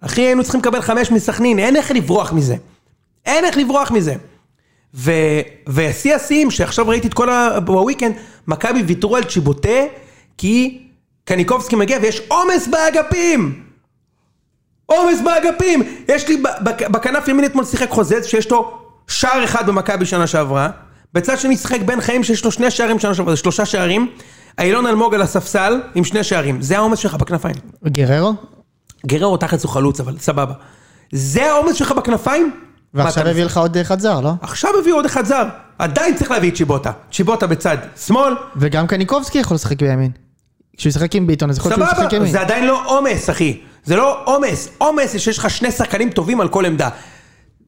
S2: אחי, היינו צריכים לקבל חמש מסכנין, אין איך לברוח מזה. אין איך לברוח מזה. ו- ושיא השיאים, שעכשיו ראיתי את כל ה... בוויקנד, מכבי ויתרו על צ'יבוטה, כי קניקובסקי מגיע ויש עומס באגפים! עומס באגפים! יש לי ב- בק- בכנף ימין אתמול שיחק חוזז שיש לו שער אחד במכבי שנה שעברה, בצד שני שיחק בן חיים שיש לו שני שערים שנה שעברה, זה שלושה שערים, אילון אלמוג על הספסל עם שני שערים, זה העומס שלך בכנפיים.
S1: גררו?
S2: גררו תחת הוא חלוץ, אבל סבבה. זה העומס שלך בכנפיים?
S1: ועכשיו
S2: מה אתה- אה.
S1: הביא לך עוד אחד זר, לא?
S2: עכשיו הביאו עוד אחד זר, עדיין צריך להביא את צ'יבוטה. צ'יבוטה בצד שמאל,
S1: וגם קניקובסקי יכול לשחק בימין. כשהוא ישחק עם ביטון, אז יכול להיות שהוא
S2: סבבה,
S1: ישחק ימין.
S2: זה עדיין לא עומס, אחי. זה לא עומס, עומס זה שיש לך שני שחקנים טובים על כל עמדה.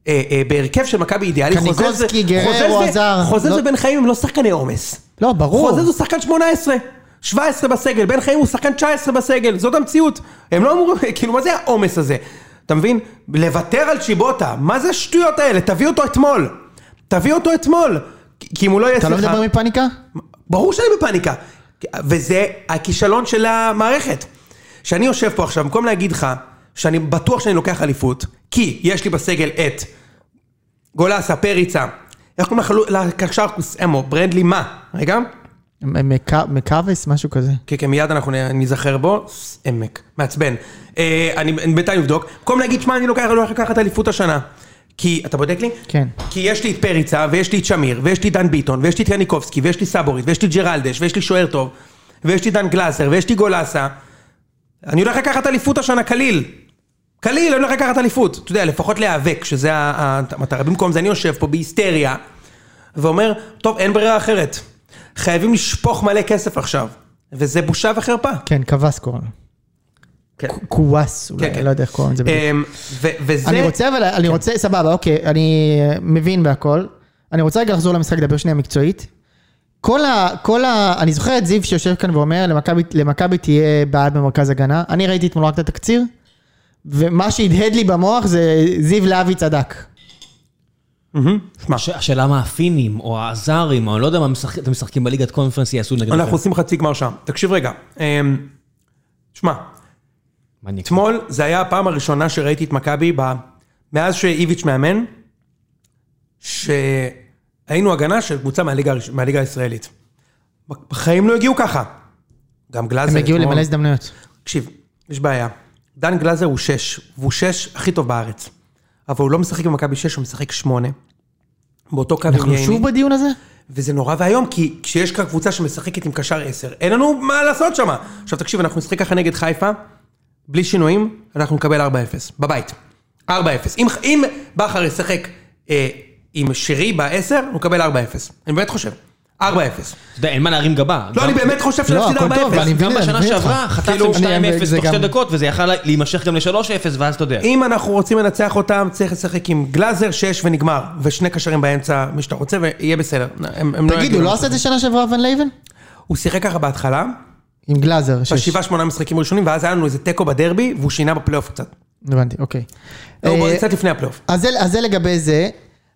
S2: אה, אה, בהרכב של מכבי אידיאלי,
S1: קניקובסקי,
S2: חוזז זה-
S1: גררו,
S2: חוזז זה-
S1: עזר.
S2: חוזז
S1: לא-
S2: ובן חיים הם לא שחקני עומס.
S1: לא, ברור.
S2: חוזז הוא שחקן 18, 17 בסגל, בן חיים הוא שחקן 19 בסגל, זאת המציאות. הם לא אמורים, כאילו, מה זה העומס הזה? אתה מבין? לוותר על צ'יבוטה, מה זה השטויות האלה? תביא אותו אתמול. תביא אותו אתמול. כי- כי אם הוא לא יהיה
S1: אתה
S2: אצלך...
S1: לא מדבר מפאניקה?
S2: ברור שאני בפאניקה. וזה הכישלון של המערכת. שאני יושב פה עכשיו, במקום להגיד לך שאני בטוח שאני לוקח אליפות, כי יש לי בסגל את גולסה, פריצה, איך קוראים לחלו- לקשרקוס אמו, ברנדלי מה? רגע,
S1: מקאבס, משהו כזה.
S2: כן, כן, מיד אנחנו נ- ניזכר בו, ס- עמק, מעצבן. אה, אני אני בינתיים אבדוק. במקום להגיד, שמע, אני לוקח, אני הולך לקחת אליפות השנה. כי, אתה בודק לי?
S1: כן.
S2: כי יש לי את פריצה, ויש לי את שמיר, ויש לי דן ביטון, ויש לי את יניקובסקי, ויש לי סבורית, ויש לי ג'רלדש, ויש לי שוער טוב, ויש לי דן גלאסר, ויש לי גולסה. אני הולך לקחת אליפות השנה, קליל. קליל, אני הולך לקחת אליפות. אתה יודע, לפחות להיאבק, שזה ה- ה- המטרה. במקום זה אני יושב פה בהיסטריה, ואומר, טוב, אין ברירה אחרת. חייבים לשפוך מלא כסף עכשיו. וזה בושה וחרפה.
S1: כן, קבס קוראים לו. קוואס,
S2: כן,
S1: אולי,
S2: כן.
S1: לא יודע איך קוראים לזה. בדיוק.
S2: אמ, ו- וזה...
S1: אני רוצה, אבל אני רוצה, סבבה, אוקיי, אני מבין בהכל. אני רוצה רגע לחזור למשחק, לדבר שנייה מקצועית. כל ה... כל ה... אני זוכר את זיו שיושב כאן ואומר, "למכבי- למכבי תהיה בעיה במרכז הגנה. אני ראיתי אתמול רק את התקציר, ומה שהדהד לי במוח זה זיו להבי צדק.
S2: מהמם. שמע,
S3: הש- השאלה מה הפינים, או האזרים, או אני לא יודע מה משחק- אתם משחקים בליגת קונפרנס יעשו נגד...
S2: אנחנו עושים חצי גמר שם. תקשיב רגע. אמ, שמע,
S3: מניאק.
S2: אתמול זה היה הפעם הראשונה שראיתי את מכבי ב- מאז שאיביץ' מאמן, שהיינו הגנה של קבוצה מהליגה הראש- מהליגה הישראלית. בחיים לא הגיעו ככה. גם גלאזר
S1: הם הגיעו
S2: אתמול-
S1: למלא הזדמנויות.
S2: תקשיב, יש בעיה. דן גלאזר הוא שש, והוא שש הכי טוב בארץ. אבל הוא לא משחק במכבי שש, הוא משחק שמונה. באותו קו עם
S1: אנחנו
S2: ייני.
S1: שוב בדיון הזה?
S2: וזה נורא ואיום, כי כשיש כאן קבוצה שמשחקת עם קשר 10, אין לנו מה לעשות שם. עכשיו תקשיב, אנחנו נשחק ככה נגד חיפה, בלי שינויים, אנחנו נקבל 4-0, בבית. 4-0. אם, אם בכר ישחק אה, עם שרי ב-10, הוא נקבל 4-0. אני באמת חושב. 4-0.
S3: אתה יודע, אין מה להרים גבה.
S2: לא,
S3: גם-
S2: אני באמת חושב
S1: לא,
S2: שנפסיד 4-0.
S1: הכל טוב, ואני
S3: גם
S1: מבין, אני
S3: בשנה
S1: מבין אותך.
S3: שעברה חטפתם
S2: כאילו,
S3: 2-0
S1: אני- זה
S3: תוך שתי
S1: גם-
S3: דקות, וזה יכל להימשך גם ל-3-0, ואז אתה יודע.
S2: אם אנחנו רוצים לנצח אותם, צריך לשחק עם גלאזר 6 ונגמר, ושני קשרים באמצע, מי שאתה רוצה, ויהיה בסדר. הם, הם
S1: תגיד,
S2: יגידו
S1: הוא לא
S2: לנו
S1: עשה את
S2: שזה.
S1: זה שנה שעברה ון לייבן?
S2: הוא שיחק ככה בהתחלה,
S1: עם גלאזר. שש.
S2: בשבעה שמונה משחקים ראשונים, ואז היה לנו איזה תיקו בדרבי, והוא שינה בפלייאוף קצת.
S1: הבנתי, אוקיי.
S2: לא,
S1: אה,
S2: בוא, קצת לפני הפלייאוף.
S1: אז זה, אז זה לגבי זה.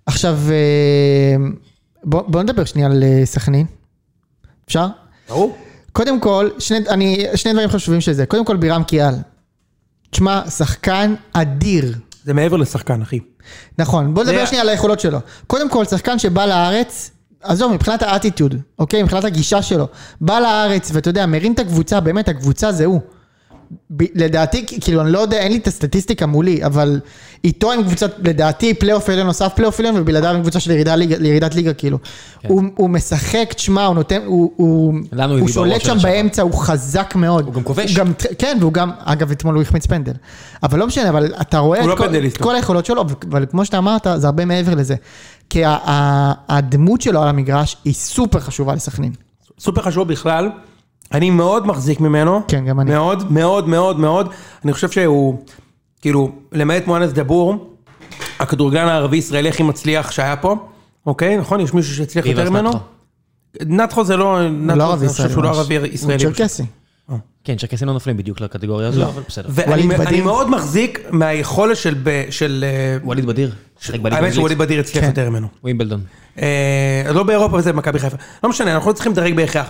S1: עכשיו, אה, בוא, בוא נדבר שנייה על אה, סכנין. אפשר?
S2: ברור.
S1: קודם כל, שני, אני, שני דברים חשובים של זה. קודם כל, בירם קיאל. תשמע, שחקן אדיר.
S2: זה מעבר לשחקן, אחי.
S1: נכון, בוא נדבר
S2: זה-
S1: שנייה על היכולות שלו. קודם כל, שחקן שבא לארץ, עזוב, מבחינת האטיטיוד, אוקיי? מבחינת הגישה שלו. בא לארץ, ואתה יודע, מרים את הקבוצה, באמת, הקבוצה זה הוא. ב- לדעתי, כ- כאילו, אני לא יודע, אין לי את הסטטיסטיקה מולי, אבל איתו עם קבוצת, לדעתי, פלייאוף עליון נוסף פלייאוף עליון, ובלעדיו עם קבוצה של ירידה ליגה- לירידת ליגה, כאילו. הוא הוא משחק, תשמע, הוא נותן, הוא- הוא
S3: כן. לנו הביא
S1: הוא
S3: בראש
S1: שולט שם
S3: שנה שעברה.
S1: באמצע, הוא חזק מאוד. הוא
S3: גם כובש.
S1: גם, כן, והוא גם, אגב, אתמול הוא החמיץ פנדל. אבל לא משנה, אבל אתה רואה
S2: הוא
S1: את
S2: לא
S1: כל-
S2: פנדליסט,
S1: את כל היכולות שלו, אבל כמו שאתה אמרת, זה הרבה מעבר לזה. כי ה- ה- הדמות שלו על המגרש היא סופר חשובה לסכנין.
S2: סופר חשוב בכלל. אני מאוד מחזיק ממנו.
S1: כן, גם אני.
S2: מאוד, מאוד, מאוד, מאוד. אני חושב שהוא, כאילו, למעט מואנס דבור, הכדורגלן הערבי-ישראלי הכי מצליח שהיה פה. אוקיי, נכון? יש מישהו שהצליח יותר ממנו? נתחו זה לא...
S1: הוא
S2: נתחו,
S1: לא ערבי
S2: אני חושב
S1: ישראלי.
S2: שהוא לא
S1: ממש.
S2: ערבי-ישראלי.
S1: הוא צ'רקסי.
S3: כן, צ'רקסים לא נופלים בדיוק לקטגוריה הזו, אבל בסדר.
S1: ווליד
S2: ואני אני
S1: בדיר.
S2: מאוד מחזיק מהיכולת של... ב- של, אה,
S3: ווליד בדיר, שיחק בליגה
S2: האמת שווליד
S3: האנגלית.
S2: בדיר הצליח
S1: כן.
S2: יותר ממנו.
S3: ווימבלדון.
S2: אה, לא באירופה וזה במכבי חיפה. לא משנה, אנחנו לא צריכים לדרג בהכרח.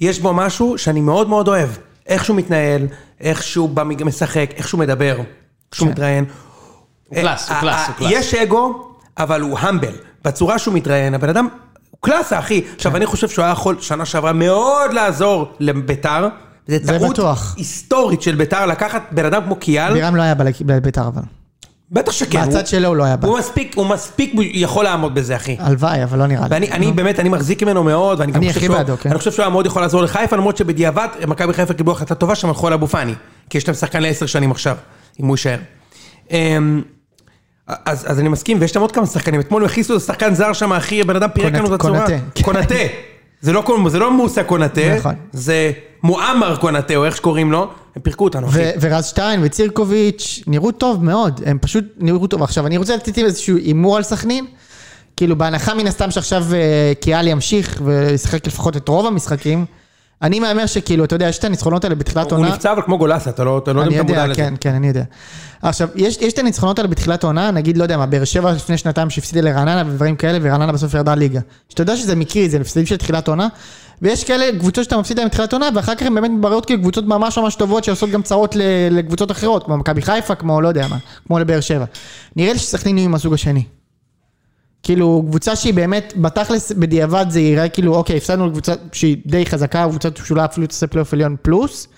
S2: יש בו משהו שאני מאוד מאוד אוהב. איך שהוא מתנהל, איך שהוא במג- משחק, איך שהוא מדבר, איך שהוא מתראיין.
S3: כן. הוא קלאס, הוא
S2: אה,
S3: קלאס,
S2: אה,
S3: הוא קלאס.
S2: יש אגו, אבל הוא המבל. בצורה שהוא מתראיין, הבן אדם, הוא קלאסה, אחי.
S3: כן.
S2: עכשיו, אני חושב שהוא היה יכול שנה שעברה מאוד לעזור לביתר.
S1: זה
S2: זה טעות
S1: בטוח.
S2: היסטורית של ביתר לקחת בן אדם כמו קיאל.
S1: בירם לא היה בלק- בביתר אבל.
S2: בטח שכן.
S1: מהצד
S2: כן, הוא-
S1: שלו הוא לא היה בא.
S2: הוא מספיק, הוא מספיק יכול לעמוד בזה, אחי.
S3: אה,
S1: הלוואי, אבל לא נראה לי.
S2: ואני אני באמת, אני מחזיק ממנו מאוד, ואני גם
S1: אני
S2: חושב
S1: הכי
S2: שהוא-
S1: בעדו, כן.
S2: אני חושב שהוא היה מאוד יכול לעזור לחיפה, למרות שבדיעבד, מכבי חיפה קיבלו החלטה טובה שהם הלכו על אבו פאני, כי יש להם שחקן לעשר שנים עכשיו, אם הוא יישאר. אמ, אז, אז אני מסכים, ויש להם עוד כמה שחקנים, אתמול הם הכניסו איזה שחקן זר שם, אחי, הבן אדם פירק
S1: קונת-
S2: לנו את הצורה.
S1: קונטה.
S2: קונטה. זה לא, קונ- זה לא מוסה קונטה,
S1: כן. נכון.
S2: זה מועמר קונאטה, או איך שקוראים לו, הם פירקו אותנו, אחי.
S1: ו- ורז שטיין וצירקוביץ' נראו טוב מאוד, הם פשוט נראו טוב. עכשיו, אני רוצה לתת איזשהו הימור על סכנין, כאילו בהנחה מן הסתם שעכשיו אה, קיאל ימשיך וישחק לפחות את רוב המשחקים, אני מהמר שכאילו, אתה יודע, יש את הניצחונות האלה בתחילת
S2: הוא
S1: עונה.
S2: נפצע, אבל כמו גולסה, אתה לא אתה לא יודע אם
S1: אני
S2: אתה מודע
S1: יודע,
S2: לזה.
S1: כן, כן, אני יודע. עכשיו, יש, יש את הניצחונות האלה בתחילת העונה, נגיד, לא יודע מה, באר שבע לפני שנתיים שהפסידה לרעננה ודברים כאלה, ורעננה בסוף ירדה ליגה. שאתה יודע שזה מקרי, זה הפסדים של תחילת עונה, ויש כאלה קבוצות שאתה מפסיד להם בתחילת עונה, ואחר כך הן באמת מתבררות כקבוצות ממש ממש טובות, שעושות גם צרות ל- לקבוצות אחרות, כמו מכבי חיפה, כמו לא יודע מה, כמו לבאר שבע. נראה לי שסכנין יהיו מהסוג השני. כאילו, קבוצה שהיא באמת, בתכלס, בדיעבד זה יראה כאילו, אוקיי, הפסדנו לקבוצה שהיא די חזקה, קבוצת שאולי אפילו תעשה פלייאוף עליון פלוס,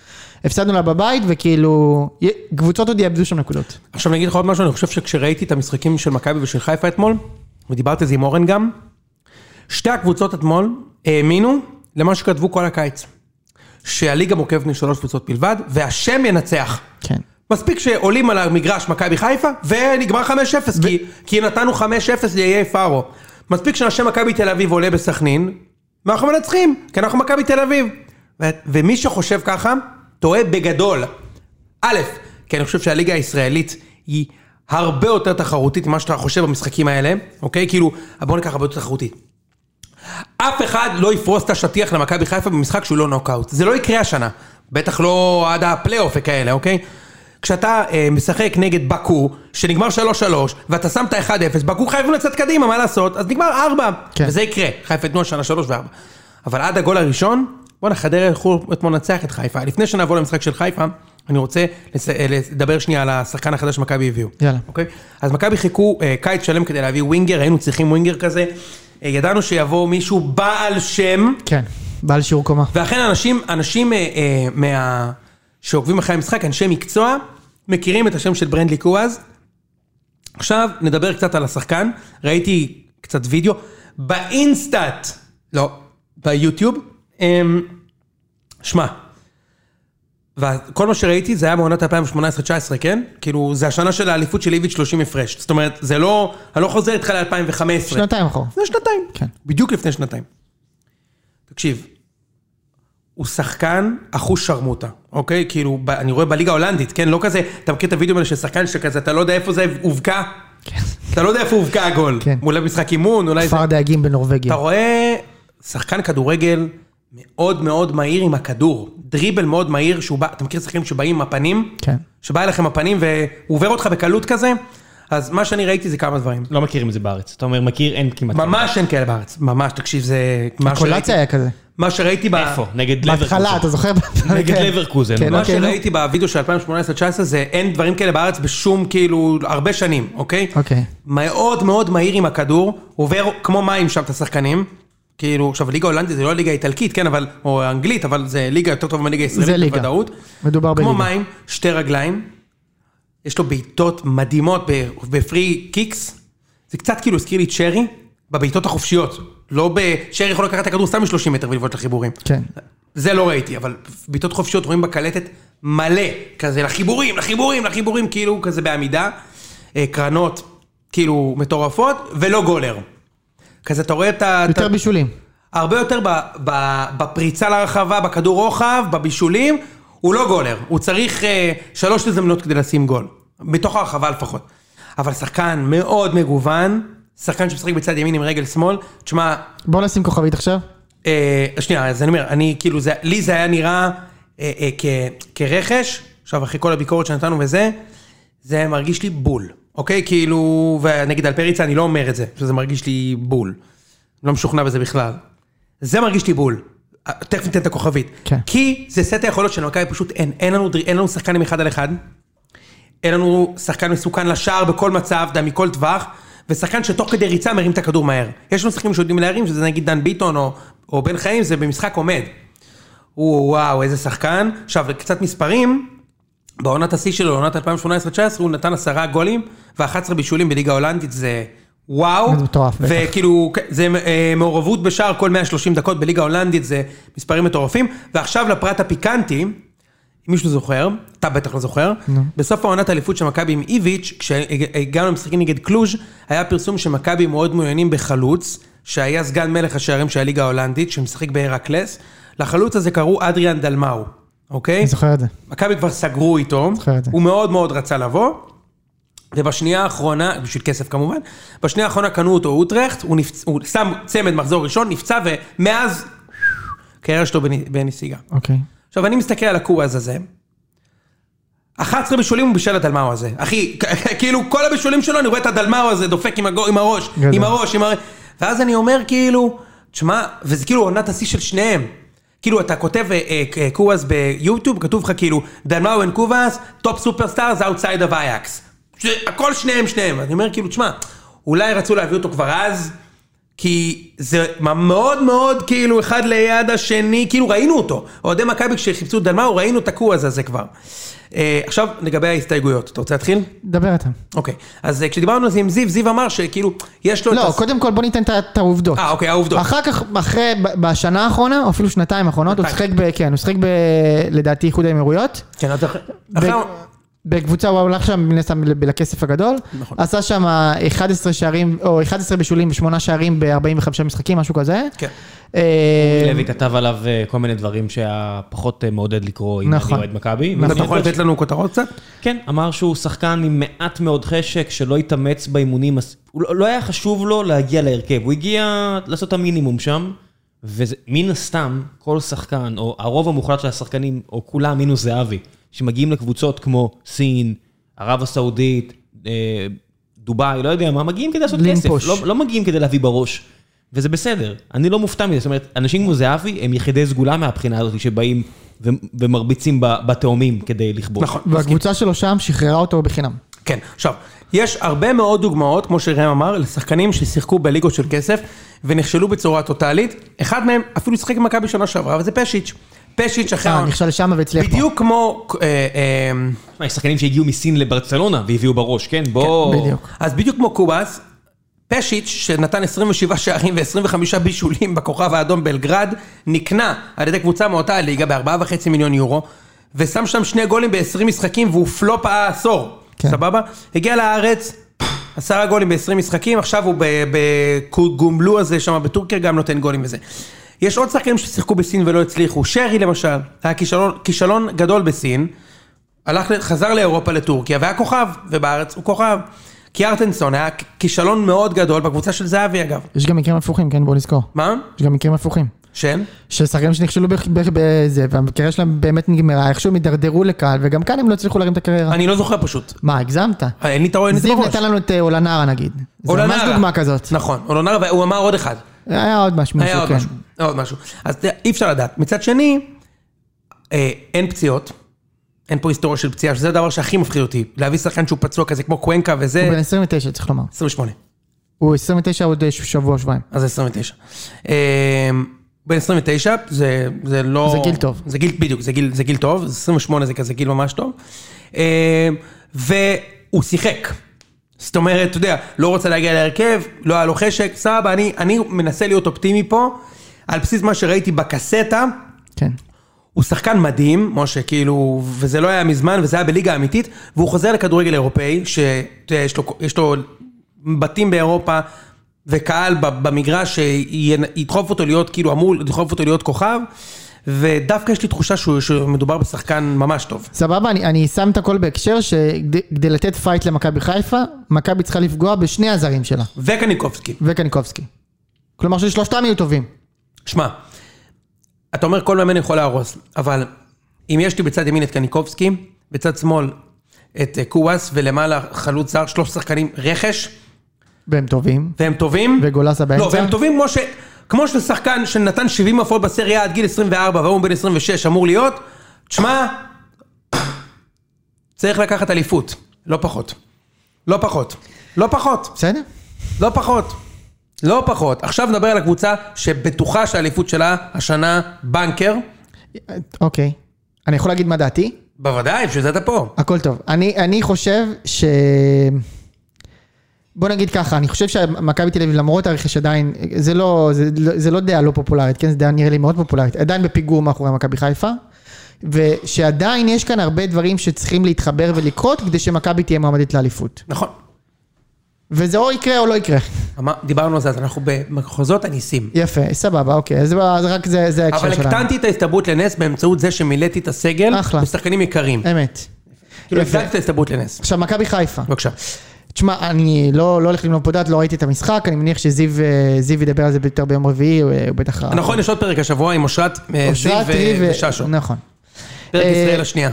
S1: הפסדנו לה בבית, וכאילו, י- קבוצות עוד יאבדו שם נקודות.
S2: עכשיו אני אגיד לך עוד משהו, אני חושב שכשראיתי את המשחקים של מכבי ושל חיפה אתמול, ודיברתי על זה עם אורן גם, שתי הקבוצות אתמול האמינו למה שכתבו כל הקיץ. שהליגה מורכבת משלוש קבוצות בלבד, והשם ינצח.
S1: כן.
S2: מספיק שעולים על המגרש מכבי חיפה, ונגמר 5-0, ו... כי, כי נתנו 5-0 לאיי פארו. מספיק שנשם מכבי תל אביב עולה בסכנין, ואנחנו מנצחים, כי אנחנו מכבי תל אביב. ו... ומי שחושב ככה, טועה בגדול. א', כי אני חושב שהליגה הישראלית היא הרבה יותר תחרותית ממה שאתה חושב במשחקים האלה, אוקיי? כאילו, בואו ניקח הרבה יותר תחרותית. אף אחד לא יפרוס את השטיח למכבי חיפה במשחק שהוא לא נוקאוט. זה לא יקרה השנה. בטח לא עד הפלייאוף וכאלה, אוקיי? כשאתה אה, משחק נגד באקו, שנגמר 3-3, ואתה שם את ה-1-0, באקו חייבים לצאת קדימה, מה לעשות? אז נגמר 4,
S1: כן.
S2: כן. וזה יקרה. חיפה יתנו השנה 3 ו-4. אבל עד הגול הראשון, בואנה, חדרה ילכו אתמול לנצח את חיפה. לפני שנעבור למשחק של חיפה, אני רוצה לס... אה, לדבר שנייה על השחקן החדש שמכבי הביאו.
S1: יאללה.
S2: אוקיי? אז מכבי חיכו אה, קיץ שלם כדי להביא ווינגר, היינו צריכים ווינגר כזה. אה, ידענו שיבוא מישהו בעל שם,
S1: כן. בעל שיעור קומה.
S2: ואכן אנשים, אנשים אה, אה, מה... שעוקבים אחרי המשחק, אנשי מקצוע, מכירים את השם של ברנדלי קואז. עכשיו נדבר קצת על השחקן, ראיתי קצת וידאו, באינסטאט, לא, ביוטיוב, אה, שמע, וכל מה שראיתי זה היה בעונת 2018-2019, כן? כאילו, זה השנה של האליפות של איביץ' 30 הפרש. זאת אומרת, זה לא, אני לא חוזר איתך ל-2015.
S1: שנתיים אחורה.
S2: לפני שנתיים.
S1: כן.
S2: בדיוק לפני שנתיים. תקשיב, הוא שחקן אחוז שרמוטה, אוקיי? כאילו, ב, אני רואה בליגה ההולנדית, כן? לא כזה, אתה מכיר את הוידאו האלה של שחקן שכזה, אתה לא יודע איפה זה הובקע?
S1: כן.
S2: אתה לא יודע איפה הובקע הגול.
S1: כן.
S2: אולי משחק אימון, אולי זה...
S1: כפר דייגים בנורבגיה.
S2: אתה רואה שחקן כדורגל מאוד מאוד מהיר עם הכדור. דריבל מאוד מהיר, שהוא בא, אתה מכיר שחקנים שבאים עם הפנים?
S1: כן.
S2: שבא אליכם הפנים והוא עובר אותך בקלות כזה? אז מה שאני ראיתי זה כמה דברים.
S3: לא מכירים את זה בארץ. אתה אומר, מכיר, אין כמעט.
S2: ממש אין כאלה בארץ, ממש, תקשיב, זה... מה שראיתי-
S1: קולציה היה כזה.
S2: מה שראיתי ב...
S3: איפה? נגד לברקוזן.
S1: בהתחלה, אתה זוכר?
S3: נגד
S1: כן.
S3: לברקוזן,
S1: כן,
S2: מה
S1: אוקיי, נו.
S2: שראיתי בווידאו של 2018-2019 זה אין דברים כאלה בארץ בשום כאילו הרבה שנים, אוקיי?
S1: אוקיי.
S2: מאוד מאוד מהיר עם הכדור, עובר כמו מים שם את השחקנים. כאילו, עכשיו הליגה ההולנדית זה לא הליגה האיטלקית, כן, אבל, או האנגלית, אבל זה ליגה יותר טובה מהליגה הישראלית,
S1: זה ליגה.
S2: בוודאות.
S1: מדובר
S2: כמו
S1: בליגה.
S2: מים, שתי רגליים, יש לו בעיטות מדהימות ב- בפרי קיקס, זה קצת כאילו הזכיר לי צ'רי, בבעיטות החופשיות, לא ב... צ'רי יכול לקחת את הכדור סתם מ-30 מטר ולבעוט לחיבורים.
S1: כן.
S2: זה לא ראיתי, אבל בעיטות חופשיות רואים בקלטת מלא, כזה לחיבורים, לחיבורים, לחיבורים, כאילו כזה בעמידה, אה, קרנות כאילו מטורפות, ולא גולר. כזה אתה רואה את ה...
S1: יותר
S2: את ה-
S1: בישולים.
S2: הרבה יותר ב, ב, בפריצה לרחבה, בכדור רוחב, בבישולים, הוא לא גולר. הוא צריך אה, שלוש הזדמנויות כדי לשים גול. בתוך הרחבה לפחות. אבל שחקן מאוד מגוון, שחקן שמשחק בצד ימין עם רגל שמאל, תשמע,
S1: בוא נשים כוכבית עכשיו.
S2: אה, שנייה, אז אני אומר, אני כאילו, זה, לי זה היה נראה אה, אה, כ, כרכש, עכשיו אחרי כל הביקורת שנתנו וזה, זה מרגיש לי בול, אוקיי? כאילו, ונגיד על פריצה אני לא אומר את זה, שזה מרגיש לי בול. לא משוכנע בזה בכלל. זה מרגיש לי בול. אה, תכף ניתן את הכוכבית.
S1: כן.
S2: כי זה סט היכולות של מכבי פשוט אין, אין לנו, דר- אין לנו שחקן עם אחד על אחד. אין לנו שחקן מסוכן לשער בכל מצב, די מכל טווח, ושחקן שתוך כדי ריצה מרים את הכדור מהר. יש לנו שחקנים שיודעים להרים, שזה נגיד דן ביטון או, או בן חיים, זה במשחק עומד. הוא, וואו, איזה שחקן. עכשיו, קצת מספרים, בעונת השיא שלו, עונת 2018-2019, הוא נתן עשרה גולים ו-11 בישולים בליגה ההולנדית, זה וואו.
S1: זה מטורף, בטח.
S2: וכאילו, זה אה, מעורבות בשער כל 130 דקות בליגה ההולנדית, זה מספרים מטורפים. ועכשיו לפרט הפיקנטי, אם מישהו זוכר, אתה בטח לא זוכר, בסוף העונת האליפות של מכבי עם איביץ', כשהגענו למשחקים נגד קלוז', היה פרסום שמכבי מאוד מעוניינים בחלוץ, שהיה סגן מלך השערים של הליגה ההולנדית, שמשחק בהרקלס, לחלוץ הזה קראו אדריאן דלמאו, אוקיי?
S1: אני זוכר את זה.
S2: מכבי כבר סגרו איתו,
S1: זוכר את זה.
S2: הוא מאוד מאוד רצה לבוא, ובשנייה האחרונה, בשביל כסף כמובן, בשנייה האחרונה קנו אותו אוטרחט, הוא, נפצ... הוא שם צמד מחזור ראשון, נפצע, ומאז קריירה שלו בנ- בנסיגה.
S1: אוקיי.
S2: עכשיו, אני מסתכל על הקוואז הזה, 11 בישולים הוא בישל את הדלמאו הזה. אחי, כ- כ- כאילו, כל הבישולים שלו, אני רואה את הדלמאו הזה דופק עם, הגו, עם הראש,
S1: גדול.
S2: עם הראש, עם הראש. ואז אני אומר, כאילו, תשמע, וזה כאילו עונת השיא של שניהם. כאילו, אתה כותב אה, אה, קוואז ביוטיוב, כתוב לך כאילו, דלמאו אין קוואז, טופ סופרסטארס, אאוטסייד אב אייקס. הכל שניהם, שניהם. אני אומר, כאילו, תשמע, אולי רצו להביא אותו כבר אז, כי זה מאוד מאוד כאילו אחד ליד השני, כאילו ראינו אותו. אוהדי מכבי כשחיפשו את דלמאו, ראינו את הקוואז הזה כבר. אה, עכשיו, לגבי ההסתייגויות, אתה רוצה להתחיל?
S1: דבר איתם.
S2: אוקיי. אז אה, כשדיברנו על זה עם זיו, זיו אמר שכאילו, יש לו את...
S1: לא,
S2: הס-
S1: קודם כל בוא ניתן את ה- את העובדות.
S2: אה, אוקיי, העובדות.
S1: אחר כך, אחרי, ב- בשנה האחרונה, או אפילו שנתיים האחרונות, הוא
S2: שנתיים.
S1: שיחק ב... כן, הוא שיחק ב... לדעתי איחוד האמירויות.
S2: כן, אז אחרי...
S1: ב-
S2: אחרי-
S1: בקבוצה הוא הלך שם מן הסתם ל- לכסף הגדול,
S2: נכון.
S1: עשה שם 11 שערים, או 11 בישולים ושמונה שערים ב-45 משחקים, משהו כזה.
S2: כן.
S1: אה,
S3: לוי כתב עליו אה, כל מיני דברים שהיה פחות אה, מעודד לקרוא אם אני
S1: נכון.
S3: אוהד מכבי.
S1: נכון.
S2: אתה יכול לתת לנו כותרות קצת?
S3: כן, אמר שהוא שחקן עם מעט מאוד חשק, שלא התאמץ באימונים, אז הוא לא- לא היה חשוב לו להגיע להרכב, הוא הגיע לעשות את המינימום שם, ומן הסתם, כל שחקן, או הרוב המוחלט של השחקנים, או כולם מינוס זהבי, שמגיעים לקבוצות כמו סין, ערב הסעודית, אה, דובאי, לא יודע מה, מגיעים כדי לעשות
S1: לנפוש.
S3: כסף, לא, לא מגיעים כדי להביא בראש. וזה בסדר, אני לא מופתע מזה, זאת אומרת, אנשים כמו זהבי הם יחידי סגולה מהבחינה הזאת שבאים ו- ומרביצים ב- בתאומים כדי לכבוש.
S2: נכון.
S1: והקבוצה שלו שם שחררה אותו בחינם.
S2: כן, עכשיו, יש הרבה מאוד דוגמאות, כמו שראם אמר, לשחקנים ששיחקו בליגות של כסף ונכשלו בצורה טוטאלית. אחד מהם אפילו שיחק במכבי שנה שעברה, וזה פשיץ'. פשיץ' אחרי...
S1: אה, נכשל שם והצליח פה.
S2: בדיוק כמו... אה, אה,
S3: תשמע, יש שחקנים שהגיעו מסין לברצלונה והביאו בראש, כן? בוא...
S1: בדיוק.
S2: אז בדיוק כמו קובאס, פשיץ', שנתן 27 שערים ו-25 בישולים בכוכב האדום בלגרד, נקנה על ידי קבוצה מאותה הליגה ב-4.5 מיליון יורו, ושם שם שני גולים ב-20 משחקים, והוא פלופ העשור. כן.
S1: כן.
S2: סבבה? הגיע לארץ, עשרה גולים ב-20 משחקים, עכשיו הוא בגומלו הזה שם בטורקיה, גם נותן גולים וזה. יש עוד שחקנים ששיחקו בסין ולא הצליחו, שרי למשל, היה כישלון, כישלון גדול בסין, הלך, ל- חזר לאירופה לטורקיה והיה כוכב, ובארץ הוא כוכב. קיארטנסון היה כישלון מאוד גדול בקבוצה של זהבי אגב.
S1: יש גם מקרים הפוכים, כן, בואו נזכור.
S2: מה?
S1: יש גם מקרים הפוכים.
S2: שן?
S1: של שחקנים שנכשלו בך- בך- בזה, והקריירה שלהם באמת נגמרה, איכשהו הם הידרדרו לקהל, וגם כאן הם לא הצליחו להרים את הקריירה.
S2: אני לא זוכר פשוט. אה,
S1: מה, הגזמת?
S2: אין לי את הרעיון הזה
S1: זיו
S2: בראש.
S1: נתן לנו את אה, אולנרה נגיד. זה ממש
S2: אולנרה.
S1: דוגמה כזאת.
S2: נכון, אולנרה, והוא אמר עוד אחד.
S1: היה עוד משהו,
S2: היה
S1: משהו,
S2: עוד
S1: כן.
S2: משהו, היה עוד משהו. אז אתה יודע, אי אפשר לדעת. מצד שני, אה, אין פציעות. אין פה היסטוריה של פציעה, שזה הדבר שהכי מפחיד אותי. להביא שחקן שהוא פצוע כזה כמו קוונקה וזה...
S1: הוא בן 29, צריך לומר.
S2: 28.
S1: הוא 29 עוד אה, שבוע, שבועיים.
S2: אז 29. אה, בן 29, זה, זה לא...
S1: זה גיל טוב.
S2: זה גיל, בדיוק, זה גיל, זה גיל טוב, 28 זה כזה גיל ממש טוב. אה, והוא שיחק. זאת אומרת, אתה יודע, לא רוצה להגיע להרכב, לא היה לו חשק, סבבה, אני, אני מנסה להיות אופטימי פה, על בסיס מה שראיתי בקסטה,
S1: כן.
S2: הוא שחקן מדהים, משה, כאילו, וזה לא היה מזמן, וזה היה בליגה אמיתית, והוא חוזר לכדורגל אירופאי, שיש לו, יש לו בתים באירופה, וקהל ב- במגרש שידחוף אותו להיות, כאילו, אמור לדחוף אותו להיות כוכב, ודווקא יש לי תחושה שהוא, שמדובר בשחקן ממש טוב.
S1: סבבה, אני, אני שם את הכל בהקשר שכדי לתת פייט למכבי חיפה, מכבי צריכה לפגוע בשני הזרים שלה,
S2: וקניקובסקי,
S1: וקניקובסקי. כלומר ששלושתם יהיו טובים.
S2: שמע, אתה אומר כל מאמן יכול להרוס, אבל אם יש לי בצד ימין את קניקובסקי, בצד שמאל את אה, קואס, ולמעלה חלוץ זר, שלוש שחקנים רכש,
S1: והם טובים.
S2: והם טובים.
S1: וגולסה באמצע?
S2: לא, והם טובים כמו ש... כמו ששחקן שנתן 70 הפרעות בסריה עד גיל 24 והוא בן 26 אמור להיות, תשמע, צריך לקחת אליפות, לא פחות. לא פחות. לא פחות.
S1: בסדר?
S2: לא פחות. לא פחות. עכשיו נדבר על הקבוצה שבטוחה שהאליפות שלה השנה בנקר.
S1: אוקיי. אני יכול להגיד מה דעתי?
S2: בוודאי, בשביל זה אתה פה.
S1: הכל טוב. אני, אני חושב ש... בוא נגיד ככה, אני חושב שמכבי תל אביב למרות הרכש עדיין, זה לא, זה, לא- זה לא דעה לא פופולרית, כן? זה דעה נראה לי מאוד פופולרית, עדיין בפיגור מאחורי מכבי חיפה, ושעדיין יש כאן הרבה דברים שצריכים להתחבר ולקרות כדי שמכבי תהיה מועמדת לאליפות.
S2: נכון.
S1: וזה או יקרה או לא יקרה.
S2: אמר- דיברנו על זה, אז אנחנו במחוזות הניסים.
S1: יפה, סבבה, אוקיי. אז אז רק זה זה ההקשר
S2: אבל
S1: שלנו.
S2: הקטנתי את ההסתברות לנס באמצעות זה שמילאתי את הסגל
S1: אחלה.
S2: בשחקנים יקרים.
S1: אמת.
S2: כאילו,
S1: יפה.
S2: הקטנתי את ההסתברות לנס.
S1: עכשיו, מכבי חיפה.
S2: בבקשה.
S1: תשמע, אני לא לא הולך ללמוד פה דעת, לא ראיתי את המשחק, אני מניח שזיו אה, זיו ידבר על זה יותר ביום רביעי, הוא, אה, הוא בטח...
S2: נכון, יש עוד פרק השבוע עם אושרת, אה, זיו
S1: אושרת,
S2: ו-
S1: ריב, אה,
S2: וששו.
S1: נכון.
S2: פרק
S1: אה,
S2: ישראל השנייה.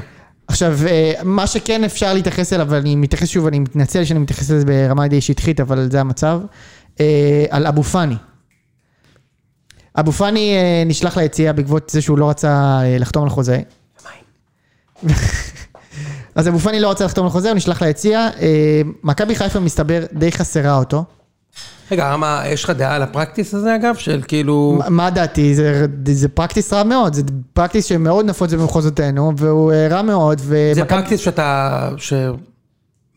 S1: עכשיו, אה, מה שכן אפשר להתייחס אליו, ואני מתייחס שוב, אני מתנצל שאני מתייחס לזה ברמה די שטחית, אבל זה המצב, אה, על אבו פאני. אבו פאני אה, נשלח ליציאה בעקבות זה שהוא לא רצה אה, לחתום על חוזה. אז אבו פאני לא רצה לחתום על חוזה, הוא נשלח ליציאה. אה, מכבי חיפה מסתבר די חסרה אותו.
S2: רגע, רמה, יש לך דעה על הפרקטיס הזה אגב? של כאילו...
S1: מה- מה דעתי? זה, זה פרקטיס רע מאוד, זה פרקטיס שמאוד נפוץ במחוזותינו, והוא אה, רע מאוד.
S2: זה
S1: ומכבי-
S2: פרקטיס שאתה... ש-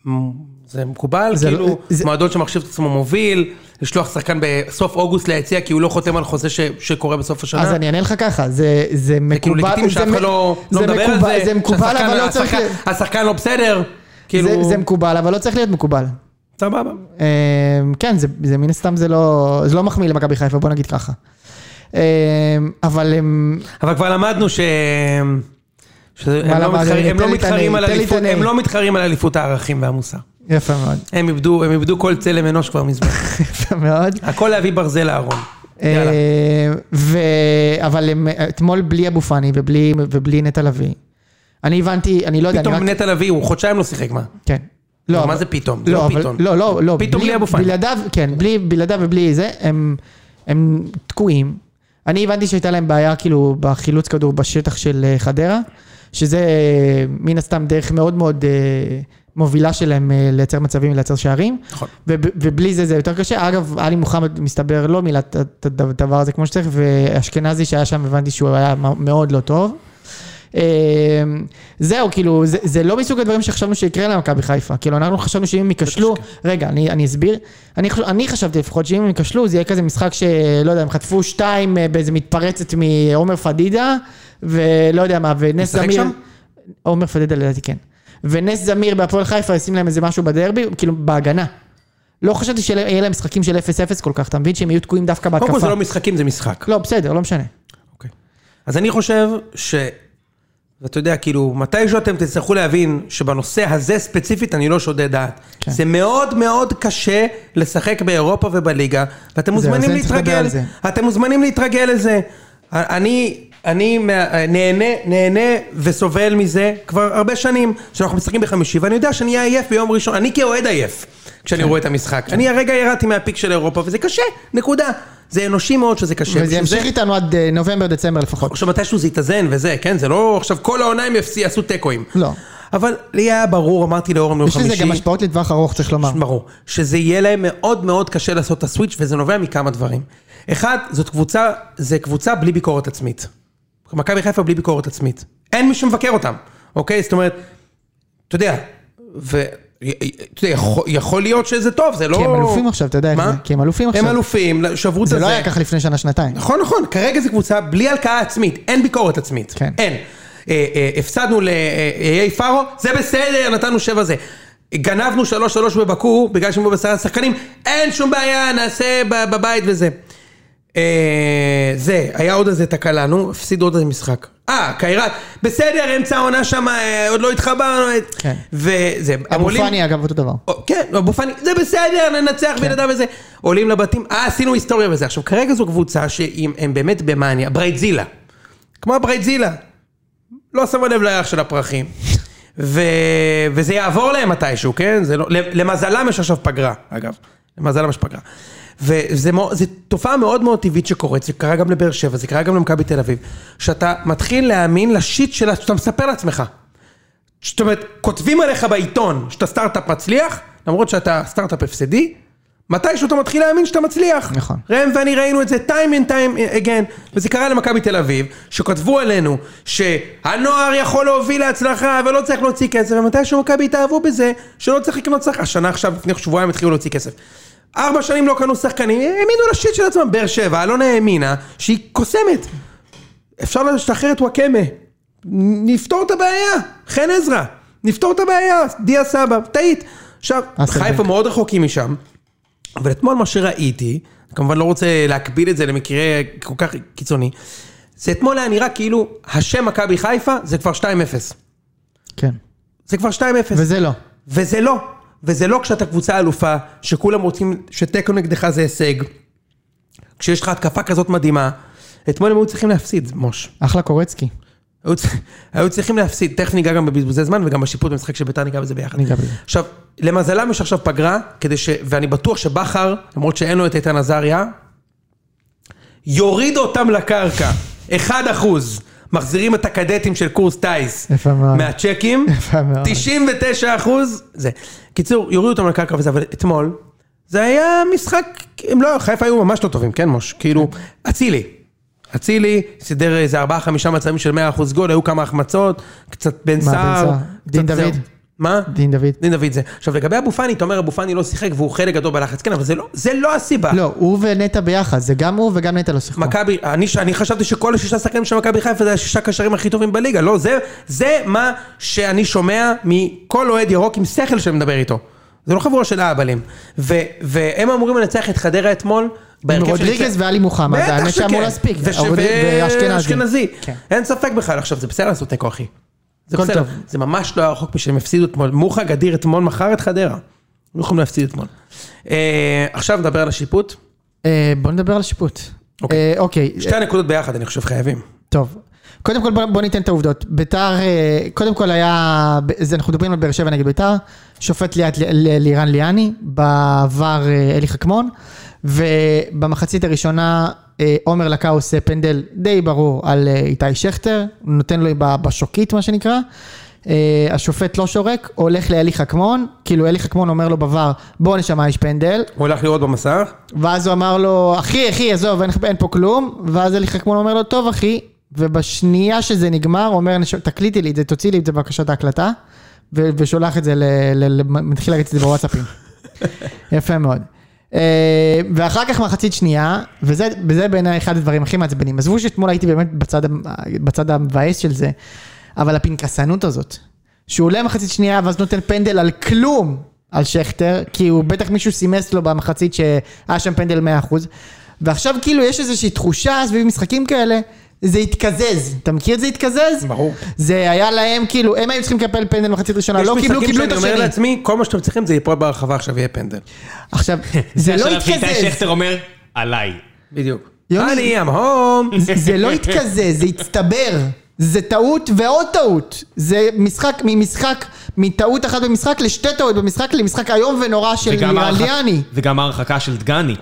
S2: מ- זה מקובל?
S1: זה
S2: כאילו,
S1: לא- זה-
S2: מועדון שמחשיב את עצמו מוביל, לשלוח שחקן בסוף אוגוסט ליציע כי הוא לא חותם על חוזה ש- שקורה בסוף השנה?
S1: אז אני אענה לך ככה, זה, זה
S2: כאילו
S1: מקובל,
S2: לגיטימי שאף אחד לא לא
S1: זה
S2: מדבר על
S1: מקובל-
S2: זה,
S1: זה מקובל,
S2: שהשחקן-
S1: אבל לא צריך,
S2: השחקן-
S1: להיות-
S2: השחקן לא בסדר,
S1: זה-
S2: כאילו,
S1: זה מקובל, אבל לא צריך להיות מקובל.
S2: סבבה.
S1: אמ, כן, זה, זה מן הסתם, זה לא, זה לא מחמיא למכבי חיפה, בוא נגיד ככה. אמ, אבל הם,
S2: אבל כבר למדנו ש... שזה-
S1: מה
S2: הם לא
S1: למדנו?
S2: מתחרים- הם
S1: תן
S2: לא
S1: לי את
S2: מתחרים
S1: הנאי,
S2: על
S1: תן לי את
S2: אליפות-
S1: הנאי.
S2: הם לא מתחרים על אליפות הערכים והמוסר.
S1: יפה מאוד,
S2: הם איבדו הם איבדו כל צלם אנוש כבר מזמן.
S1: יפה מאוד.
S2: הכל להביא ברזל לארון. יאללה.
S1: אה, ו... אבל הם, אתמול בלי אבו פאני ובלי, ובלי נטע לביא. אני הבנתי, אני לא יודע,
S2: פתאום
S1: אני רק...
S2: נטע לביא, הוא חודשיים לא שיחק מה.
S1: כן.
S2: מה
S1: אבל-
S2: זה פתאום? זה
S1: לא,
S2: לא
S1: אבל-
S2: פתאום.
S1: לא, לא, לא.
S2: פתאום בלי אבו פאני.
S1: בלעדיו, כן, בלי, בלעדיו ובלי זה, הם, הם תקועים. אני הבנתי שהייתה להם בעיה כאילו בחילוץ כדור בשטח של אה, חדרה, שזה אה, מן הסתם דרך מאוד מאוד אה, מובילה שלהם אה, לייצר מצבים ולייצר שערים.
S2: נכון.
S1: וב, ובלי זה זה יותר קשה. אגב, עלי מוחמד מסתבר לא מילא את- את הדבר הזה כמו שצריך, ואשכנזי שהיה שם הבנתי שהוא היה מ- מאוד לא טוב. אה, זהו, כאילו, זה, זה לא מסוג הדברים שחשבנו שיקרה למכבי חיפה. כאילו, אנחנו חשבנו שאם הם ייכשלו,
S2: לא
S1: רגע, אני, אני אסביר. אני, חושב, אני חשבתי לפחות שאם הם ייכשלו, זה יהיה כזה משחק שלא יודע, הם חטפו שתיים אה, באיזה מתפרצת מעומר פדידה, ולא יודע מה, ונס
S2: משחק
S1: זמיר...
S2: שם?
S1: עומר פדידה לדעתי כן. ונס זמיר בהפועל חיפה ישים להם איזה משהו בדרבי, כאילו בהגנה. לא חשבתי שיהיה להם משחקים של 0-0 כל כך, אתה מבין? שהם יהיו תקועים דווקא בהתקפה.
S2: קודם כל זה לא משחקים, זה משחק.
S1: לא, בסדר, לא משנה.
S2: אוקיי. אז אני חושב ש... ואתה יודע, כאילו, מתישהו אתם תצטרכו להבין שבנושא הזה ספציפית אני לא שודד דעת.
S1: כן.
S2: זה מאוד מאוד קשה לשחק באירופה ובליגה, ואתם מוזמנים
S1: אז אני צריך לדבר
S2: להתרגל.
S1: על זה.
S2: אתם מוזמנים להתרגל לזה. אני, אני מה- נהנה, נהנה וסובל מזה כבר הרבה שנים, שאנחנו משחקים בחמישי, ואני יודע שאני אהיה עייף ביום ראשון, אני כאוהד עייף,
S1: כן.
S2: כשאני רואה את המשחק. אני הרגע ירדתי מהפיק של אירופה, וזה קשה, נקודה. זה אנושי מאוד שזה קשה.
S1: וזה
S2: בשביל
S1: ימשיך איתנו עד אה, נובמבר-דצמבר לפחות.
S2: עכשיו מתישהו זה יתאזן וזה, כן? זה לא עכשיו כל העונה הם יפסי- יעשו תיקואים.
S1: לא.
S2: אבל לי היה ברור, אמרתי לאורן ביום
S1: יש
S2: חמישי,
S1: לזה גם השפעות לטווח ארוך, צריך לומר.
S2: ברור, שזה יהיה להם מאוד מאוד קשה לעשות את הסוויץ' וזה נובע מכמה דברים. אחד, זאת קבוצה, זה קבוצה בלי ביקורת עצמית. מכבי חיפה בלי ביקורת עצמית. אין מי שמבקר אותם, אוקיי? זאת אומרת, אתה יודע, ו... אתה יודע, יכול, יכול להיות שזה טוב, זה לא...
S1: כי הם אלופים עכשיו, אתה יודע איך
S2: מה?
S1: זה. כי הם אלופים
S2: הם
S1: עכשיו.
S2: אלופים, שברו את
S1: זה
S2: הזה.
S1: לא היה ככה לפני שנה-שנתיים.
S2: נכון, נכון, כרגע זו קבוצה בלי הלקאה עצמית, אין ביקורת עצמית.
S1: כן.
S2: אין. אה, אה, הפסדנו לאיי פארו, זה בסדר, נתנו שבע זה. גנבנו שלוש שלוש בבקו, בגלל שהם היו בעשרה שחקנים, אין שום בעיה, נעשה ב- בבית וזה. אה, זה, היה עוד איזה תקלה, נו, הפסידו עוד איזה משחק. אה, קיירת, בסדר, אמצע העונה שם, אה, עוד לא התחברנו. אה,
S1: כן.
S2: וזה, הם
S1: אבו
S2: עולים-
S1: פאני אגב אותו דבר.
S2: או- כן, אבו פאני, זה בסדר, ננצח בלעדיו וזה. עולים לבתים, אה, עשינו היסטוריה וזה. עכשיו, כרגע זו קבוצה שאם הם באמת במאניה, ברייטזילה. כמו ברייטזילה. לא שמו לב לריח של הפרחים. ו... וזה יעבור להם מתישהו, כן? זה לא... למזלם יש עכשיו פגרה, אגב. למזלם יש פגרה. וזו תופעה מאוד מאוד טבעית שקורית, זה קרה גם לבאר שבע, זה קרה גם למכבי תל אביב, שאתה מתחיל להאמין לשיט שלה, שאתה מספר לעצמך. זאת אומרת, כותבים עליך בעיתון שאתה סטארט-אפ מצליח, למרות שאתה סטארט-אפ הפסדי, מתישהו אתה מתחיל להאמין שאתה מצליח.
S1: נכון.
S2: ראם ואני ראינו את זה time and time again, וזה קרה למכבי תל אביב, שכתבו עלינו שהנוער יכול להוביל להצלחה ולא צריך להוציא כסף, ומתישהו מכבי התאהבו בזה שלא צריך לקנות שחקן, השנה עכשיו, לפני שבועיים התחילו להוציא כסף. ארבע שנים לא קנו שחקנים, האמינו לשיט של עצמם, באר שבע, אלונה האמינה שהיא קוסמת. אפשר לשחרר את וואקמה. נפתור את הבעיה, חן עזרא. נפתור את הבעיה, דיה סבא, טעית. עכשיו,
S1: אסלבנק.
S2: חיפה מאוד רחוקים משם. אבל אתמול מה שראיתי, אני כמובן לא רוצה להקביל את זה למקרה כל כך קיצוני, זה אתמול היה נראה כאילו השם מכבי חיפה זה כבר 2-0.
S1: כן.
S2: זה כבר 2-0.
S1: וזה לא.
S2: וזה לא. וזה לא כשאתה קבוצה אלופה, שכולם רוצים שתיקו נגדך זה הישג. כשיש לך התקפה כזאת מדהימה, אתמול הם היו צריכים להפסיד, מוש.
S1: אחלה קורצקי.
S2: היו, צ... היו צריכים להפסיד, תכף ניגע גם בבזבוזי זמן וגם בשיפוט במשחק של ביתר ניגע בזה ביחד.
S1: ניגע בזה.
S2: עכשיו, למזלם יש עכשיו פגרה, כדי ש... ואני בטוח שבכר, למרות שאין לו את איתן עזריה, יוריד אותם לקרקע. 1%. מחזירים את הקדטים של קורס טיס.
S1: יפה מאוד.
S2: מהצ'קים.
S1: יפה מאוד.
S2: 99 אחוז. זה. קיצור, יורידו אותם לקרקע וזה, אבל אתמול, זה היה משחק, הם לא, חיפה היו ממש לא טובים, כן מוש? כאילו, אצילי. אצילי, סידר איזה ארבעה חמישה מצבים של 100 אחוז גול, היו כמה החמצות, קצת בן
S1: בן
S2: סער.
S1: סער?
S2: קצת
S1: דין
S2: זה.
S1: דוד?
S2: מה?
S1: דין דוד.
S2: דין דוד זה. עכשיו לגבי אבו פאני, אתה אומר אבו פאני לא שיחק והוא חלק גדול בלחץ, כן, אבל זה לא- זה לא הסיבה.
S1: לא, הוא ונטע ביחד, זה גם הוא וגם נטע לא שיחקו.
S2: מכבי, אני, ש- אני חשבתי שכל השישה שחקנים של מכבי חיפה זה השישה קשרים הכי טובים בליגה, לא, זה, זה מה שאני שומע מכל אוהד ירוק עם שכל שמדבר איתו. זה לא חבורה של אהבלים. ו- והם אמורים לנצח את חדרה אתמול. בהרכב של-
S1: רודריגז ואלי מוחמד,
S2: בטח
S1: האמת
S2: שכן.
S1: שאמור להספיק.
S2: וש-
S1: הרודריג-
S2: ו-
S1: ואשכנזי.
S2: אשכנזי.
S1: כן.
S2: אין ספק בכלל, עכשיו זה בסדר לעשות תיקו אחי. זה
S1: הכל
S2: בסדר.
S1: טוב.
S2: זה ממש לא היה רחוק משהם הפסידו אתמול. מוחה גדיר אתמול מכר את חדרה. הם לא יכולים להפסיד אתמול. אה, עכשיו נדבר על השיפוט.
S1: אה, בוא נדבר על שיפוט.
S2: אוקיי.
S1: אה, אוקיי,
S2: שתי הנקודות ביחד, אני חושב, חייבים.
S1: טוב. קודם כל בוא, בוא ניתן את העובדות. ביתר, אה, קודם כל היה, זה, אנחנו מדברים על באר שבע נגד ביתר, שופט ליאת ל- ל- לירן ליאני, בעבר אה, אלי חכמון, ובמחצית הראשונה אה, עומר לקה עושה פנדל די ברור על אה, איתי שכטר, נותן לו ב- בשוקית מה שנקרא. אה, השופט לא שורק, הולך לאלי חכמון, כאילו אלי חכמון אומר לו בבר, בוא נשמע יש פנדל,
S2: הוא הולך לראות במסך.
S1: ואז הוא אמר לו, אחי, אחי, עזוב, אין, אין פה כלום, ואז אלי חכמון אומר לו, טוב, אחי, ובשנייה שזה נגמר, הוא אומר, "נש- תקליטי לי את זה, תוציאי לי את זה בבקשה את ההקלטה, ו- ושולח את זה, ל- ל- ל- מתחיל להריץ את זה בוואטסאפים. יפה מאוד. אה, ואחר כך מחצית שנייה, וזה וזה בעיניי אחד הדברים הכי מעצבנים. עזבו שאתמול הייתי באמת בצד, ה- בצד המבאס של זה, אבל הפנקסנות הזאת, שהוא עולה מחצית שנייה ואז נותן פנדל על כלום על שכטר, כי הוא בטח מישהו סימס לו במחצית שהיה שם פנדל 100%, ועכשיו כאילו יש איזושהי תחושה סביב משחקים כאלה, זה התקזז. אתה מכיר את זה התקזז?
S2: ברור.
S1: זה היה להם כאילו, הם היו צריכים לקבל פנדל במחצית ראשונה,
S2: יש
S1: לא קיבלו,
S2: משחקים
S1: קיבלו את
S2: שאני
S1: השני.
S2: אומר לעצמי, כל מה שאתם צריכים זה ליפול ברחבה, עכשיו יהיה פנדל.
S1: עכשיו, זה לא
S3: השלב שאיתי
S1: התקזז.
S3: שכטר אומר, עליי.
S2: בדיוק.
S1: יוני-
S2: אני אמ am home.
S1: זה לא התקזז, זה הצטבר. זה טעות ועוד טעות. זה משחק ממשחק, מטעות אחת במשחק לשתי טעות במשחק למשחק איום ונורא של
S3: וגם ההרחק-
S1: ליאני.
S3: וגם ההרחקה של דגני.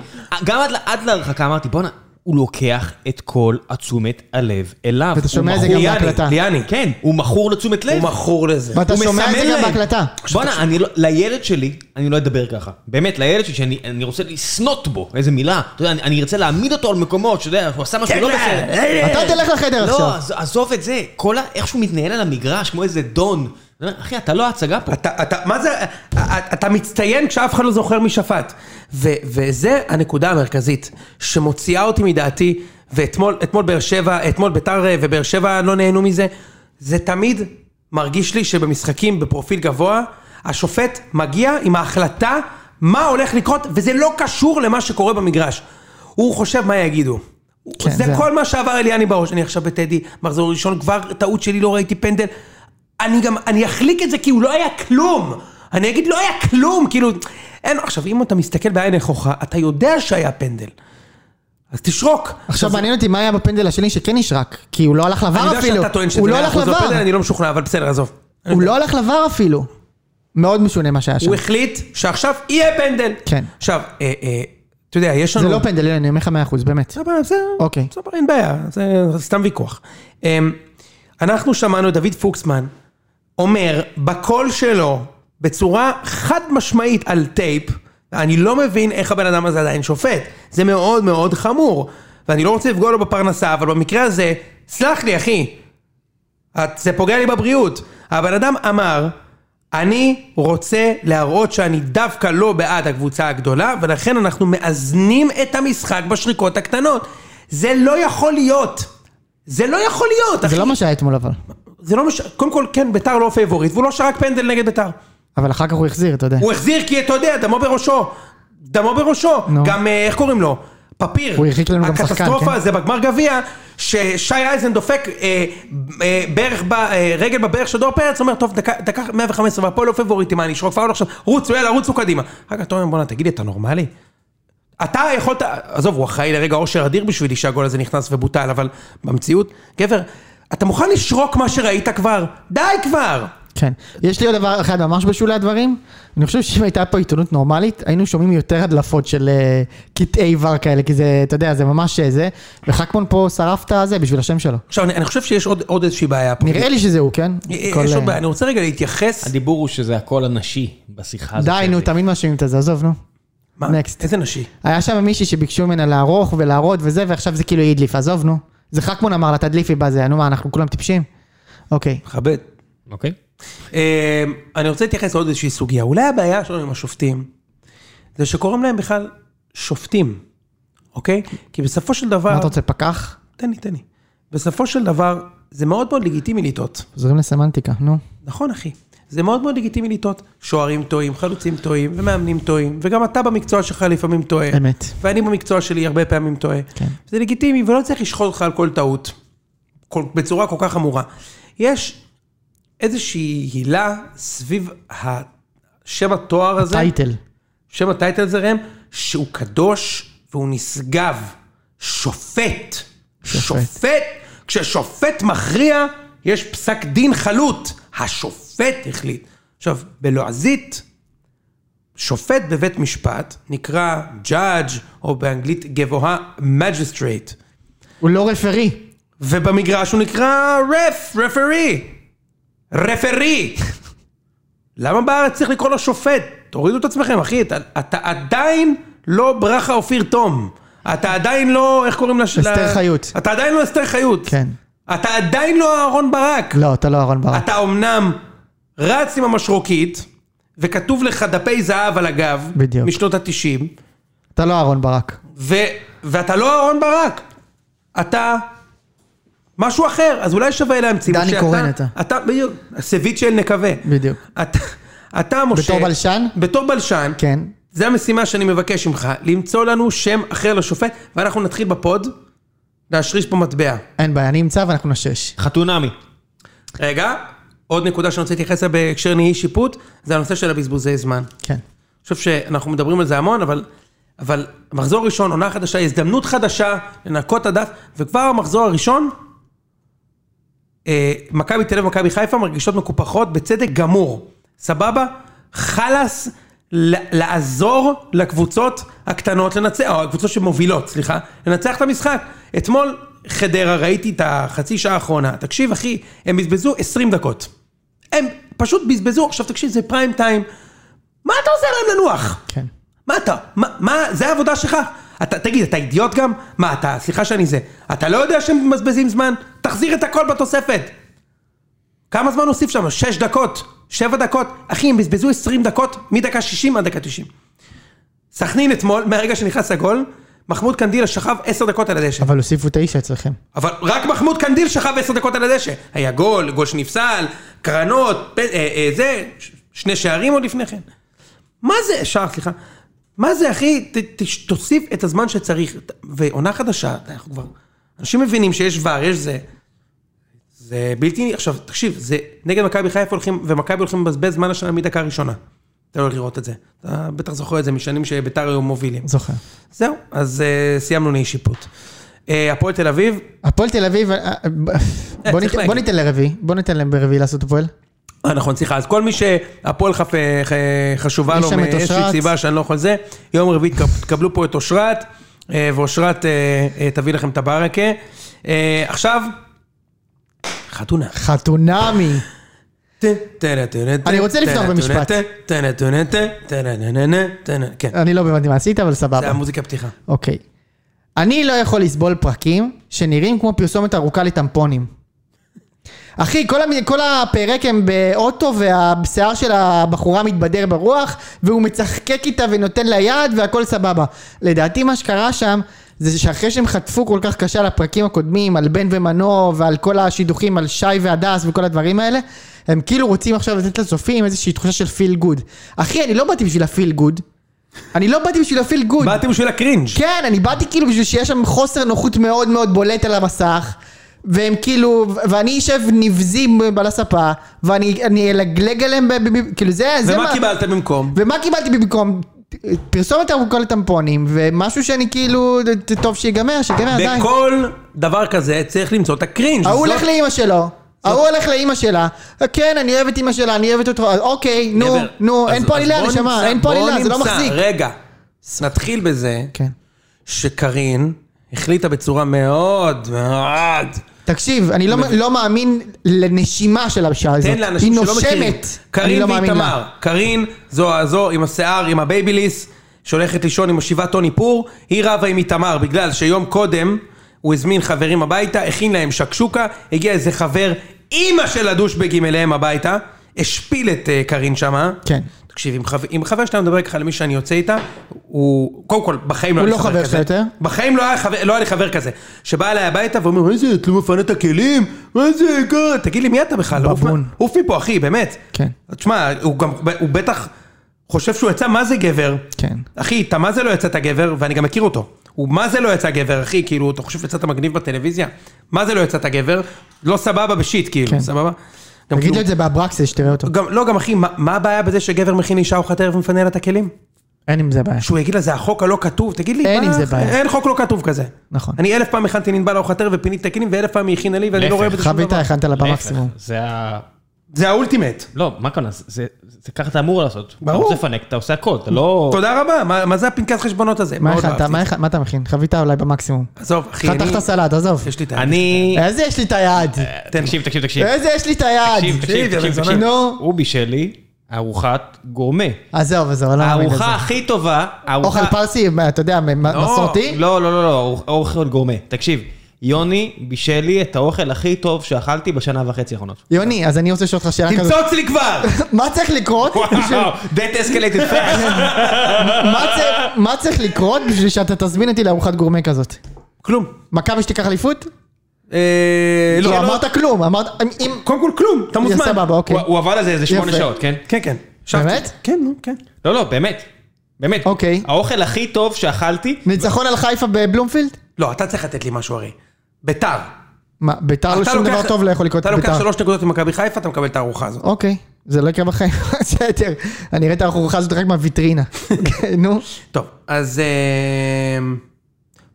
S3: גם עד, ל- עד להרחקה אמרתי, בואנה, הוא לוקח את כל התשומת הלב אליו.
S1: ואתה שומע
S3: הוא
S1: את זה גם
S3: מכור-
S2: ליאני,
S1: בהקלטה.
S2: ליאני.
S3: כן, הוא מכור לתשומת לב.
S2: הוא מכור לזה.
S1: ואתה
S3: הוא
S1: שומע את זה
S3: מסמן
S1: גם
S3: להם.
S1: בהקלטה.
S3: בואנה, אני לא- לילד שלי, אני לא אדבר ככה. באמת, לילד שלי, שאני אני רוצה לסנוט בו, איזה מילה. אתה יודע, אני- אני ארצה להעמיד אותו על מקומות, שאתה יודע, הוא עשה משהו לא בסדר.
S1: כן, אתה תלך לחדר
S3: לא,
S1: עכשיו.
S3: עז- עזוב את זה, כל ה... איך שהוא מתנהל על המגרש, כמו איזה דון. אני אומר, אחי, אתה לא ההצגה פה.
S2: אתה, אתה, מה זה, אה, אתה מצטיין כשאף אחד לא זוכר מי שפט. ו, וזה הנקודה המרכזית שמוציאה אותי מדעתי, ואתמול אתמול באר שבע, אתמול ביתר אה, ובאר שבע לא נהנו מזה. זה תמיד מרגיש לי שבמשחקים בפרופיל גבוה, השופט מגיע עם ההחלטה מה הולך לקרות, וזה לא קשור למה שקורה במגרש. הוא חושב מה יגידו.
S1: כן,
S2: כן, זה,
S1: זה-
S2: זה כל מה שעבר אליאני בראש, אני עכשיו בטדי, מחזור ראשון, כבר טעות שלי, לא ראיתי פנדל. אני גם, אני אחליק את זה כי הוא לא היה כלום. אני אגיד, לא היה כלום, כאילו... אין, עכשיו, אם אתה מסתכל בעין נכוחה, אתה יודע שהיה פנדל. אז תשרוק.
S1: עכשיו מעניין אותי מה היה בפנדל השני שכן נשרק, כי הוא לא הלך
S2: אני
S1: לבר
S2: יודע
S1: אפילו.
S2: שאתה טוען שזה
S1: הוא לא
S2: מאה
S1: הלך
S2: אחוז לא
S1: לבר.
S2: פנדל, אני לא משוכנע, אבל בסדר, עזוב.
S1: הוא לא הלך לבר אפילו. מאוד משונה מה שהיה שם.
S2: הוא החליט שעכשיו יהיה פנדל.
S1: כן.
S2: עכשיו, אה, אה, אתה יודע, יש לנו...
S1: זה לא פנדל, אני אומר לך 100%, באמת.
S2: סבבה, בסדר.
S1: אוקיי.
S2: סבבה, אין בעיה, זה סתם ויכוח. אמ, אנחנו שמענו את דוד פוקסמן אומר בקול שלו, בצורה חד משמעית על טייפ, אני לא מבין איך הבן אדם הזה עדיין שופט. זה מאוד מאוד חמור. ואני לא רוצה לפגוע לו בפרנסה, אבל במקרה הזה, סלח לי אחי, את- זה פוגע לי בבריאות. הבן אדם אמר, אני רוצה להראות שאני דווקא לא בעד הקבוצה הגדולה, ולכן אנחנו מאזנים את המשחק בשריקות הקטנות. זה לא יכול להיות. זה לא יכול להיות, אחי.
S1: זה לא מה שהיה אתמול אבל.
S2: זה לא מש... קודם כל, כן, ביתר לא פייבוריט, והוא לא שרק פנדל נגד ביתר.
S1: אבל אחר כך הוא החזיר, אתה יודע.
S2: הוא החזיר כי אתה יודע, דמו בראשו. דמו בראשו.
S1: נו.
S2: גם, אה, איך קוראים לו? פפיר.
S1: הוא הרחיק לנו גם שחקן,
S2: הקטסטרופה
S1: כן.
S2: הזה בגמר גביע, ששי אייזן דופק אה, אה, ברך ב... אה, רגל בברך של דור פרץ, אומר, טוב, דקה, דקה 115, והפועל לא פבוריטי, מה, אני אשרוק פאול עכשיו? רוצו, יאללה, רוצו קדימה. אחר כך אתה אומר, בואנה, תגיד לי, אתה נורמלי? אתה יכולת, עזוב, הוא אחראי לרגע אושר אדיר בשבילי שהגול הזה נכנס ובוטל, אבל במציאות, גבר, אתה מוכן לשרוק מה שראית כבר? די כבר!
S1: כן. יש לי עוד דבר אחד ממש בשולי הדברים. אני חושב שאם הייתה פה עיתונות נורמלית, היינו שומעים יותר הדלפות של אה, קטעי ור כאלה, כי זה, אתה יודע, זה ממש אה, זה. וחכמון פה שרף את הזה בשביל השם שלו.
S2: עכשיו, אני, אני חושב שיש עוד, עוד איזושהי בעיה פה.
S1: נראה לי שזה הוא, כן? כל,
S2: יש
S1: אה,
S2: עוד בעיה, אני רוצה רגע להתייחס...
S3: הדיבור הוא שזה הקול הנשי בשיחה הזאת.
S1: די, נו, תמיד מאשימים את זה, עזוב, נו.
S2: מה?
S1: next.
S2: איזה נשי?
S1: היה שם מישהי שביקשו ממנה לערוך ולהראות וזה, ועכשיו זה כאילו היא הדליפה, עזוב, נו. זה חכמון אמר לה, תדליפי בזה, נו מה, אנחנו כולם טיפשים? אוקיי.
S2: מכבד.
S3: אוקיי.
S2: אה, אני רוצה להתייחס לעוד איזושהי סוגיה. אולי הבעיה שלנו עם השופטים, זה שקוראים להם בכלל שופטים, אוקיי? כי בסופו של דבר...
S1: מה אתה רוצה, פקח?
S2: תן לי, תן לי. בסופו של דבר, זה מאוד מאוד לגיטימי לטעות.
S1: חוזרים לסמנטיקה, נו.
S2: נכון, אחי. זה מאוד מאוד לגיטימי לטעות. שוערים טועים, חלוצים טועים, ומאמנים טועים, וגם אתה במקצוע שלך לפעמים טועה.
S1: אמת.
S2: ואני במקצוע שלי הרבה פעמים טועה.
S1: כן.
S2: זה לגיטימי, ולא צריך לשחוט אותך על כל טעות. כל, בצורה כל כך חמורה. יש איזושהי הילה סביב ה... שם התואר הזה.
S1: טייטל.
S2: שם הטייטל הזה, ראם, שהוא קדוש והוא נשגב. שופט. שופט. כששופט מכריע, יש פסק דין חלוט. השופט החליט. עכשיו, בלועזית, שופט בבית משפט נקרא judge, או באנגלית גבוהה magistrate.
S1: הוא לא רפרי.
S2: ובמגרש הוא נקרא רף, רפרי. רפרי. למה בארץ צריך לקרוא לו שופט? תורידו את עצמכם, אחי, אתה, אתה עדיין לא ברכה אופיר תום. אתה עדיין לא, איך קוראים לה?
S1: אסתר חיות.
S2: אתה עדיין לא אסתר חיות.
S1: כן.
S2: אתה עדיין לא אהרון ברק.
S1: לא, אתה לא אהרן ברק.
S2: אתה אמנם רץ עם המשרוקית, וכתוב לך דפי זהב על הגב.
S1: בדיוק.
S2: משנות התשעים.
S1: אתה לא אהרן ברק.
S2: ו, ואתה לא אהרון ברק, אתה משהו אחר, אז אולי שווה להמציא.
S1: דני
S2: משה,
S1: קורן אתה.
S2: אתה, בדיוק, הסביץ' של נקווה.
S1: בדיוק.
S2: אתה, אתה משה...
S1: בתור בלשן?
S2: בתור בלשן.
S1: כן.
S2: זה המשימה שאני מבקש ממך, למצוא לנו שם אחר לשופט, ואנחנו נתחיל בפוד להשריש פה מטבע.
S1: אין בעיה, אני אמצא ואנחנו נשש.
S3: חתונמי.
S2: רגע, עוד נקודה שאני רוצה להתייחס אליה בהקשר נהי שיפוט, זה הנושא של הבזבוזי זמן.
S1: כן.
S2: אני חושב שאנחנו מדברים על זה המון, אבל, אבל מחזור ראשון, עונה חדשה, הזדמנות חדשה לנקות את הדף, וכבר המחזור הראשון, אה, מכבי תל אביב ומכבי חיפה מרגישות מקופחות, בצדק גמור. סבבה? חלאס ל- לעזור לקבוצות הקטנות לנצח, או הקבוצות שמובילות, סליחה, לנצח את המשחק. אתמול חדרה, ראיתי את החצי שעה האחרונה. תקשיב, אחי, הם בזבזו 20 דקות. הם פשוט בזבזו, עכשיו תקשיב, זה פריים טיים. מה אתה עוזר להם לנוח?
S1: כן.
S2: מה אתה? מה, מה, זה העבודה שלך? אתה, תגיד, אתה אידיוט גם? מה אתה, סליחה שאני זה. אתה לא יודע שהם מבזבזים זמן? תחזיר את הכל בתוספת. כמה זמן הוסיף שם? שש דקות? שבע דקות? אחי, הם בזבזו עשרים דקות מדקה שישים עד דקה תשעים. סכנין אתמול, מהרגע שנכנס הגול, מחמוד קנדילה שכב עשר דקות על הדשא.
S1: אבל הוסיפו תשע אצלכם.
S2: אבל רק מחמוד קנדיל שכב עשר דקות על הדשא. היה גול, גול שנפסל, קרנות, פ... אה, אה, זה, ש- שני שערים עוד לפני כן. מה זה, שער, סליחה. מה זה, אחי, ת, ת, תוסיף את הזמן שצריך. ת- ועונה חדשה, אנחנו כבר... אנשים מבינים שיש ור, יש זה. זה בלתי... עכשיו, תקשיב, זה נגד מכבי חיפה הולכים, ומכבי הולכים לבזבז זמן השנה מדקה ראשונה. אתה לא הולך לראות את זה. אתה בטח זוכר את זה משנים שביתר היו מובילים.
S1: זוכר.
S2: זהו, אז uh, סיימנו נהי שיפוט. אה, הפועל תל אביב,
S1: הפועל תל אביב, אה, אה, ב- בוא
S2: צריך
S1: ניתן-
S2: להגיד.
S1: בוא ניתן לרביעי. בוא ניתן להם ברביעי לעשות הפועל.
S2: אה, נכון, סליחה. אז כל מי שהפועל חפ... ח- חשובה
S1: יש
S2: לו
S1: שם את
S2: מאיזושהי
S1: אושרת.
S2: סיבה שאני לא יכול זה, יום רביעי תקב- תקבלו פה את אושרת, אה, ואושרת אה, אה, תביא לכם את הברקה. אה, עכשיו, חתונה.
S1: חתונמי. אני רוצה לפתוח במשפט.
S2: כן,
S1: אני לא הבנתי מה עשית, אבל
S2: זה
S1: סבבה.
S2: המוזיקה פתיחה.
S1: אוקיי. אני לא יכול לסבול פרקים שנראים כמו פרסומת ארוכה לטמפונים. אחי, כל, המ... כל הפרק הם באוטו והשיער של הבחורה מתבדר ברוח והוא מצחקק איתה ונותן לה יד והכל סבבה. לדעתי מה שקרה שם זה שאחרי שהם חטפו כל כך קשה על הפרקים הקודמים, על בן ומנור ועל כל השידוכים, על שי והדס וכל הדברים האלה, הם כאילו רוצים עכשיו לתת לצופים איזושהי תחושה של פיל גוד. אחי, אני לא באתי בשביל הפיל גוד. אני לא באתי בשביל להפעיל גוד.
S2: באתם בשביל הקרינג'.
S1: כן, אני באתי כאילו בשביל שיהיה שם חוסר נוחות מאוד מאוד בולט על המסך. והם כאילו, ו- ואני אשב נבזים על הספה, ואני אני אלגלג עליהם, ב- ב- ב- כאילו זה, זה
S2: ומה קיבלת במקום?
S1: ומה קיבלתי במקום? פרסומת ארוכה לטמפונים, ומשהו שאני כאילו, ט- טוב שיגמר, שיגמר, די.
S2: בכל דבר כזה צריך למצוא את הקרינג'.
S1: ההוא
S2: זאת-
S1: הולך לאימא שלו. ההוא הולך לאימא שלה, כן, אני אוהב את אימא שלה, אני אוהבת אותו, אז אוקיי, נו,
S2: גבר,
S1: נו,
S2: אז-
S1: אין פה
S2: אז
S1: עלילה,
S2: בוא
S1: נשמה,
S2: נמצא-
S1: אין פה
S2: בוא
S1: עלילה, זה לא
S2: נמצא.
S1: מחזיק.
S2: רגע, נתחיל בזה
S1: כן.
S2: שקרין החליטה בצורה מאוד מאוד...
S1: תקשיב, אני לא- לא מאמין לנשימה של הבשעה הזאת.
S2: תן לאנשים שלא מכירים.
S1: היא נושמת, אני
S2: קרין
S1: לא מאמין
S2: ואיתמר.
S1: לה.
S2: קרין זו הזו עם השיער, עם הבייביליס, שהולכת לישון עם השבעה טון איפור, היא רבה עם איתמר בגלל שיום קודם הוא הזמין חברים הביתה, הכין להם שקשוקה, הגיע איזה חבר, אימא של הדושבגים אליהם הביתה, השפיל את אה, קרין שמה.
S1: כן.
S2: תקשיב, אם חבר, אם חבר שאתה מדבר ככה למי שאני יוצא איתה, הוא, קודם כל, בחיים לא
S1: הוא
S2: היה לי
S1: לא חבר
S2: חבר
S1: שלך
S2: כזה.
S1: יותר?
S2: בחיים לא היה, חבר, לא היה לי חבר כזה, שבא אליי הביתה ואומר, איזה, את לא מפנה את הכלים? מה זה, גוד? תגיד לי, מי אתה בכלל? עוף מה-
S1: בבון.
S2: עוף מפה, אחי, באמת.
S1: כן.
S2: תשמע, הוא גם, הוא בטח חושב שהוא יצא מה זה גבר.
S1: כן.
S2: אחי, אתה מה זה לא יצאת גבר, ואני גם מכיר אותו. הוא מה זה לא יצא גבר, אחי, כאילו, אתה חושב יצאת מגניב בטלוויזיה? מה זה לא יצאת גבר? לא סבבה בשיט, כאילו,
S1: כן.
S2: סבבה? גם
S1: תגיד
S2: כאילו-
S1: לו את זה באברקסה, שתראה אותו.
S2: גם, לא, גם אחי, מה, מה הבעיה בזה שגבר מכין אישה ארוחת ערב ומפנה לה את הכלים?
S1: אין עם זה בעיה.
S2: שהוא יגיד לה, זה החוק הלא כתוב, תגיד לי,
S1: אין
S2: מה-
S1: עם זה בעיה.
S2: אין חוק לא כתוב כזה.
S1: נכון.
S2: אני אלף פעם הכנתי ענבל ארוחת ערב ופיניתי את הכלים, ואלף פעם היא הכינה לי, ואני לא
S3: להפך,
S2: רואה בזה שום
S1: חביתה,
S2: דבר.
S1: הכנת לה במקסימום.
S3: זה ה...
S2: זה האולטימט.
S3: לא, מה הכוונה? זה- זה זה ככה אתה אמור לעשות.
S2: ברור.
S3: אתה רוצה לפנק, אתה עושה הכל, אתה לא...
S2: תודה רבה, מה- מה זה הפנקס חשבונות הזה?
S1: מה
S2: מאוד
S1: הכנת?
S2: אהבתי.
S1: מה הכ- מה אתה מכין? חביתה אולי במקסימום.
S2: עזוב, אחי, אני...
S1: חתכת סלט, עזוב.
S2: יש לי את ה...
S3: אני...
S1: איזה יש לי את היד?
S2: תן לו.
S3: תקשיב, תקשיב, תקשיב.
S1: איזה יש לי את היד?
S3: תקשיב, תקשיב,
S2: תקשיב,
S3: תקשיב,
S2: יא
S3: תקשיב.
S1: נו.
S3: הוא בישל לי ארוחת גורמה.
S1: עזוב, עזוב, אני לא מאמין לזה.
S3: הארוחה הכי טובה, הארוחה...
S1: אה, אוכל פרסי, מה, אתה יודע, מ-
S2: לא,
S1: מסורתי?
S3: לא, לא, לא, לא, אור- אוכל גורמה. תקשיב, יוני בישל לי את האוכל הכי טוב שאכלתי בשנה וחצי האחרונות.
S1: יוני, אז אני רוצה לשאול אותך שאלה כזאת.
S2: תמצוץ לי כבר!
S1: מה צריך לקרות? בשביל-
S2: that escalated fast.
S1: מה צריך- מה צריך לקרות בשביל שאתה תזמין אותי לארוחת גורמה כזאת?
S2: כלום.
S1: מכבי שתיקח אליפות?
S2: אה,
S1: לא
S2: לא, לא.
S1: אמרת כלום, אמרת... אם- אם...
S2: קודם כל כלום, אתה מוזמן.
S1: סבבה, אוקיי.
S3: הוא- הוא עבד על זה איזה שמונה
S1: יפה.
S3: שעות, כן?
S2: כן, כן.
S1: באמת?
S2: כן, נו, כן.
S3: לא, לא, באמת. באמת.
S1: אוקיי.
S3: האוכל הכי טוב שאכלתי,
S1: ניצחון על חיפה בבלומפילד?
S2: לא, אתה צריך לתת לי משהו הרי. ביתר.
S1: מה, ביתר לא
S2: אתה
S1: שום
S2: לוקח-
S1: דבר טוב לא יכול לקרות
S2: אתה לוקח
S1: בביתר.
S2: שלוש נקודות ממכבי חיפה, אתה מקבל את הארוחה הזאת.
S1: אוקיי, זה לא יקרה בחיים, בסדר. אני אראה את הארוחה הזאת רק מהוויטרינה. אוקיי, נו.
S2: טוב, אז... אמ,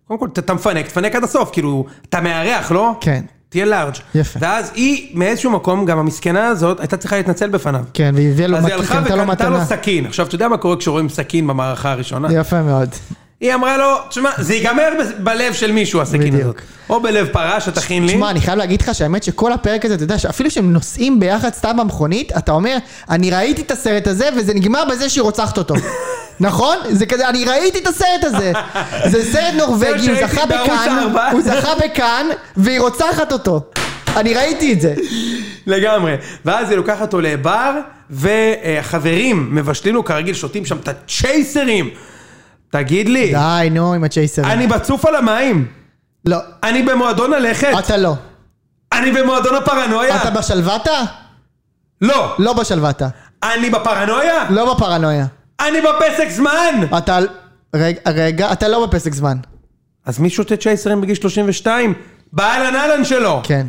S2: קודם כל, ת- אתה מפנק, תפנק עד הסוף, כאילו, אתה מארח, לא?
S1: כן.
S2: תהיה לארג'.
S1: יפה.
S2: ואז היא, מאיזשהו מקום, גם המסכנה הזאת, הייתה צריכה להתנצל בפניו.
S1: כן, והיא הביאה לו
S2: אז היא
S1: מת-
S2: הלכה
S1: קנתה לו
S2: וקנתה לו
S1: לא מתנה.
S2: סכין. עכשיו, אתה יודע מה קורה כשרואים סכין במערכה הראשונה?
S1: יפה מאוד.
S2: היא אמרה לו, תשמע, זה ייגמר ב- בלב של מישהו, הסכין
S1: בדיוק.
S2: הזאת. או בלב פרה שתכין לי.
S1: תשמע, אני חייב להגיד לך שהאמת שכל הפרק הזה, אתה יודע, שאפילו שהם נוסעים ביחד סתם במכונית, אתה אומר, אני ראיתי את הסרט הזה, וזה נגמר בזה שהיא רוצחת אותו. נכון? זה כזה, אני ראיתי את הסרט הזה. זה סרט נורבגי, הוא
S2: שראיתי
S1: זכה
S2: בערוץ
S1: בכאן,
S2: הארבע.
S1: הוא זכה בכאן, והיא רוצחת אותו. אני ראיתי את זה.
S2: לגמרי. ואז היא לוקחת אותו לבר, והחברים מבשלים לו כרגיל, שותים שם את הצ'ייסרים. תגיד לי,
S1: די, נו, עם הצ'ייסרים.
S2: אני בצוף על המים.
S1: לא,
S2: אני במועדון הלכת.
S1: אתה לא.
S2: אני במועדון הפרנויה.
S1: אתה בשלוותה?
S2: לא.
S1: לא בשלוותה.
S2: אני בפרנויה?
S1: לא בפרנויה.
S2: אני בפסק זמן!
S1: אתה... רגע, רגע, אתה לא בפסק זמן.
S2: אז מי שותה צ'ייסרים בגיל 32? באהלן אהלן שלו.
S1: כן.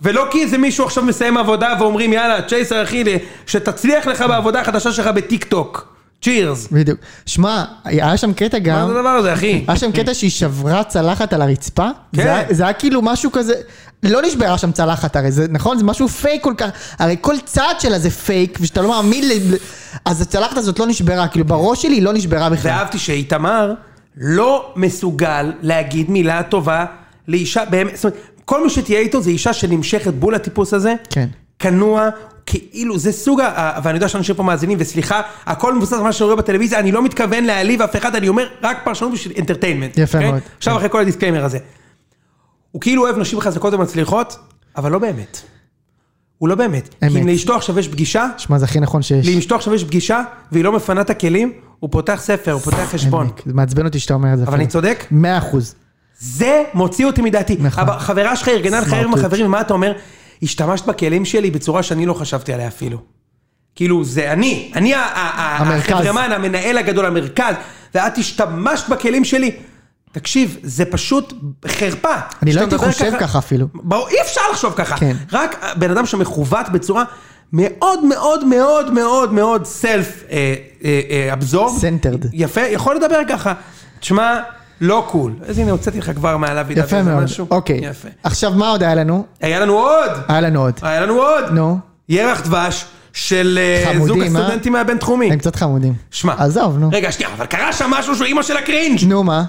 S2: ולא כי איזה מישהו עכשיו מסיים עבודה ואומרים יאללה, צ'ייסר אחי, שתצליח לך בעבודה החדשה שלך בטיק טוק. צ'ירס.
S1: בדיוק. שמע, היה שם קטע
S2: מה
S1: גם...
S2: זה הדבר הזה אחי?
S1: היה שם קטע שהיא שברה צלחת על הרצפה?
S2: כן.
S1: זה היה- זה היה כאילו משהו כזה, לא נשברה שם צלחת הרי, זה נכון? זה משהו פייק כל כך, הרי כל צעד שלה זה פייק, ושאתה לא מאמין ל... ל- אז הצלחת הזאת לא נשברה, כאילו בראש שלי היא לא נשברה בכלל.
S2: ואהבתי שאיתמר לא מסוגל להגיד מילה טובה לאישה, באמת, זאת אומרת, כל מי שתהיה איתו זה אישה שנמשכת בול הטיפוס הזה.
S1: כן.
S2: כנוע, כאילו, זה סוג ה... ה- ואני יודע שאנשים פה מאזינים, וסליחה, הכל מבוסס על מה שאני רואה בטלוויזיה, אני לא מתכוון להעליב אף אחד, אני אומר רק פרשנות בשביל אינטרטיינמנט.
S1: יפה
S2: אוקיי?
S1: מאוד.
S2: עכשיו, אחרי כל הדיסקליימר הזה. הוא כאילו אוהב נשים חזקות ומצליחות, אבל לא באמת. הוא לא באמת. כי
S1: אמת.
S2: אם לאשתו עכשיו יש פגישה,
S1: שמע, זה הכי נכון שיש.
S2: אם אשתו עכשיו יש פגישה, והיא לא מפנה את הכלים, הוא פותח ספר, הוא פותח חשבון.
S1: עמק. זה מעצבן אותי שאתה אומר את זה.
S2: אבל אני צודק?
S1: מאה אחוז.
S2: זה מוציא אותי מדעתי.
S1: נכון.
S2: אבל חברה שלך ארגנה לך ערב עם
S1: סמרטוט.
S2: החברים, ומה אתה אומר? השתמשת בכלים שלי בצורה שאני לא חשבתי עליה אפילו. כאילו, זה אני, אני ה- ה- ה-
S1: המרכז.
S2: החברמן, המנהל הגדול, המרכז, ואת השתמשת בכלים שלי. תקשיב, זה פשוט חרפה.
S1: אני לא
S2: שאתה
S1: הייתי
S2: מדבר
S1: חושב ככה אפילו.
S2: ברור, אי אפשר לחשוב ככה.
S1: כן.
S2: רק בן אדם שמכוות בצורה מאוד מאוד מאוד מאוד מאוד אה, סלף אבזורב.
S1: Centered.
S2: יפה, יכול לדבר ככה. תשמע, לא קול. אז הנה, הוצאתי לך כבר מעליו עידה
S1: יפה
S2: ואיזה
S1: מאוד.
S2: משהו.
S1: אוקיי.
S2: יפה.
S1: עכשיו, מה עוד היה לנו?
S2: היה לנו עוד!
S1: היה לנו עוד.
S2: היה לנו עוד!
S1: נו.
S2: ירח דבש של אה,
S1: חמודים,
S2: זוג
S1: אה?
S2: הסטודנטים מהבינתחומי.
S1: הם קצת חמודים.
S2: שמע.
S1: עזוב, נו.
S2: רגע, שנייה, אבל קרה שם משהו שהוא אימא של הקרינג'.
S1: נו, מה?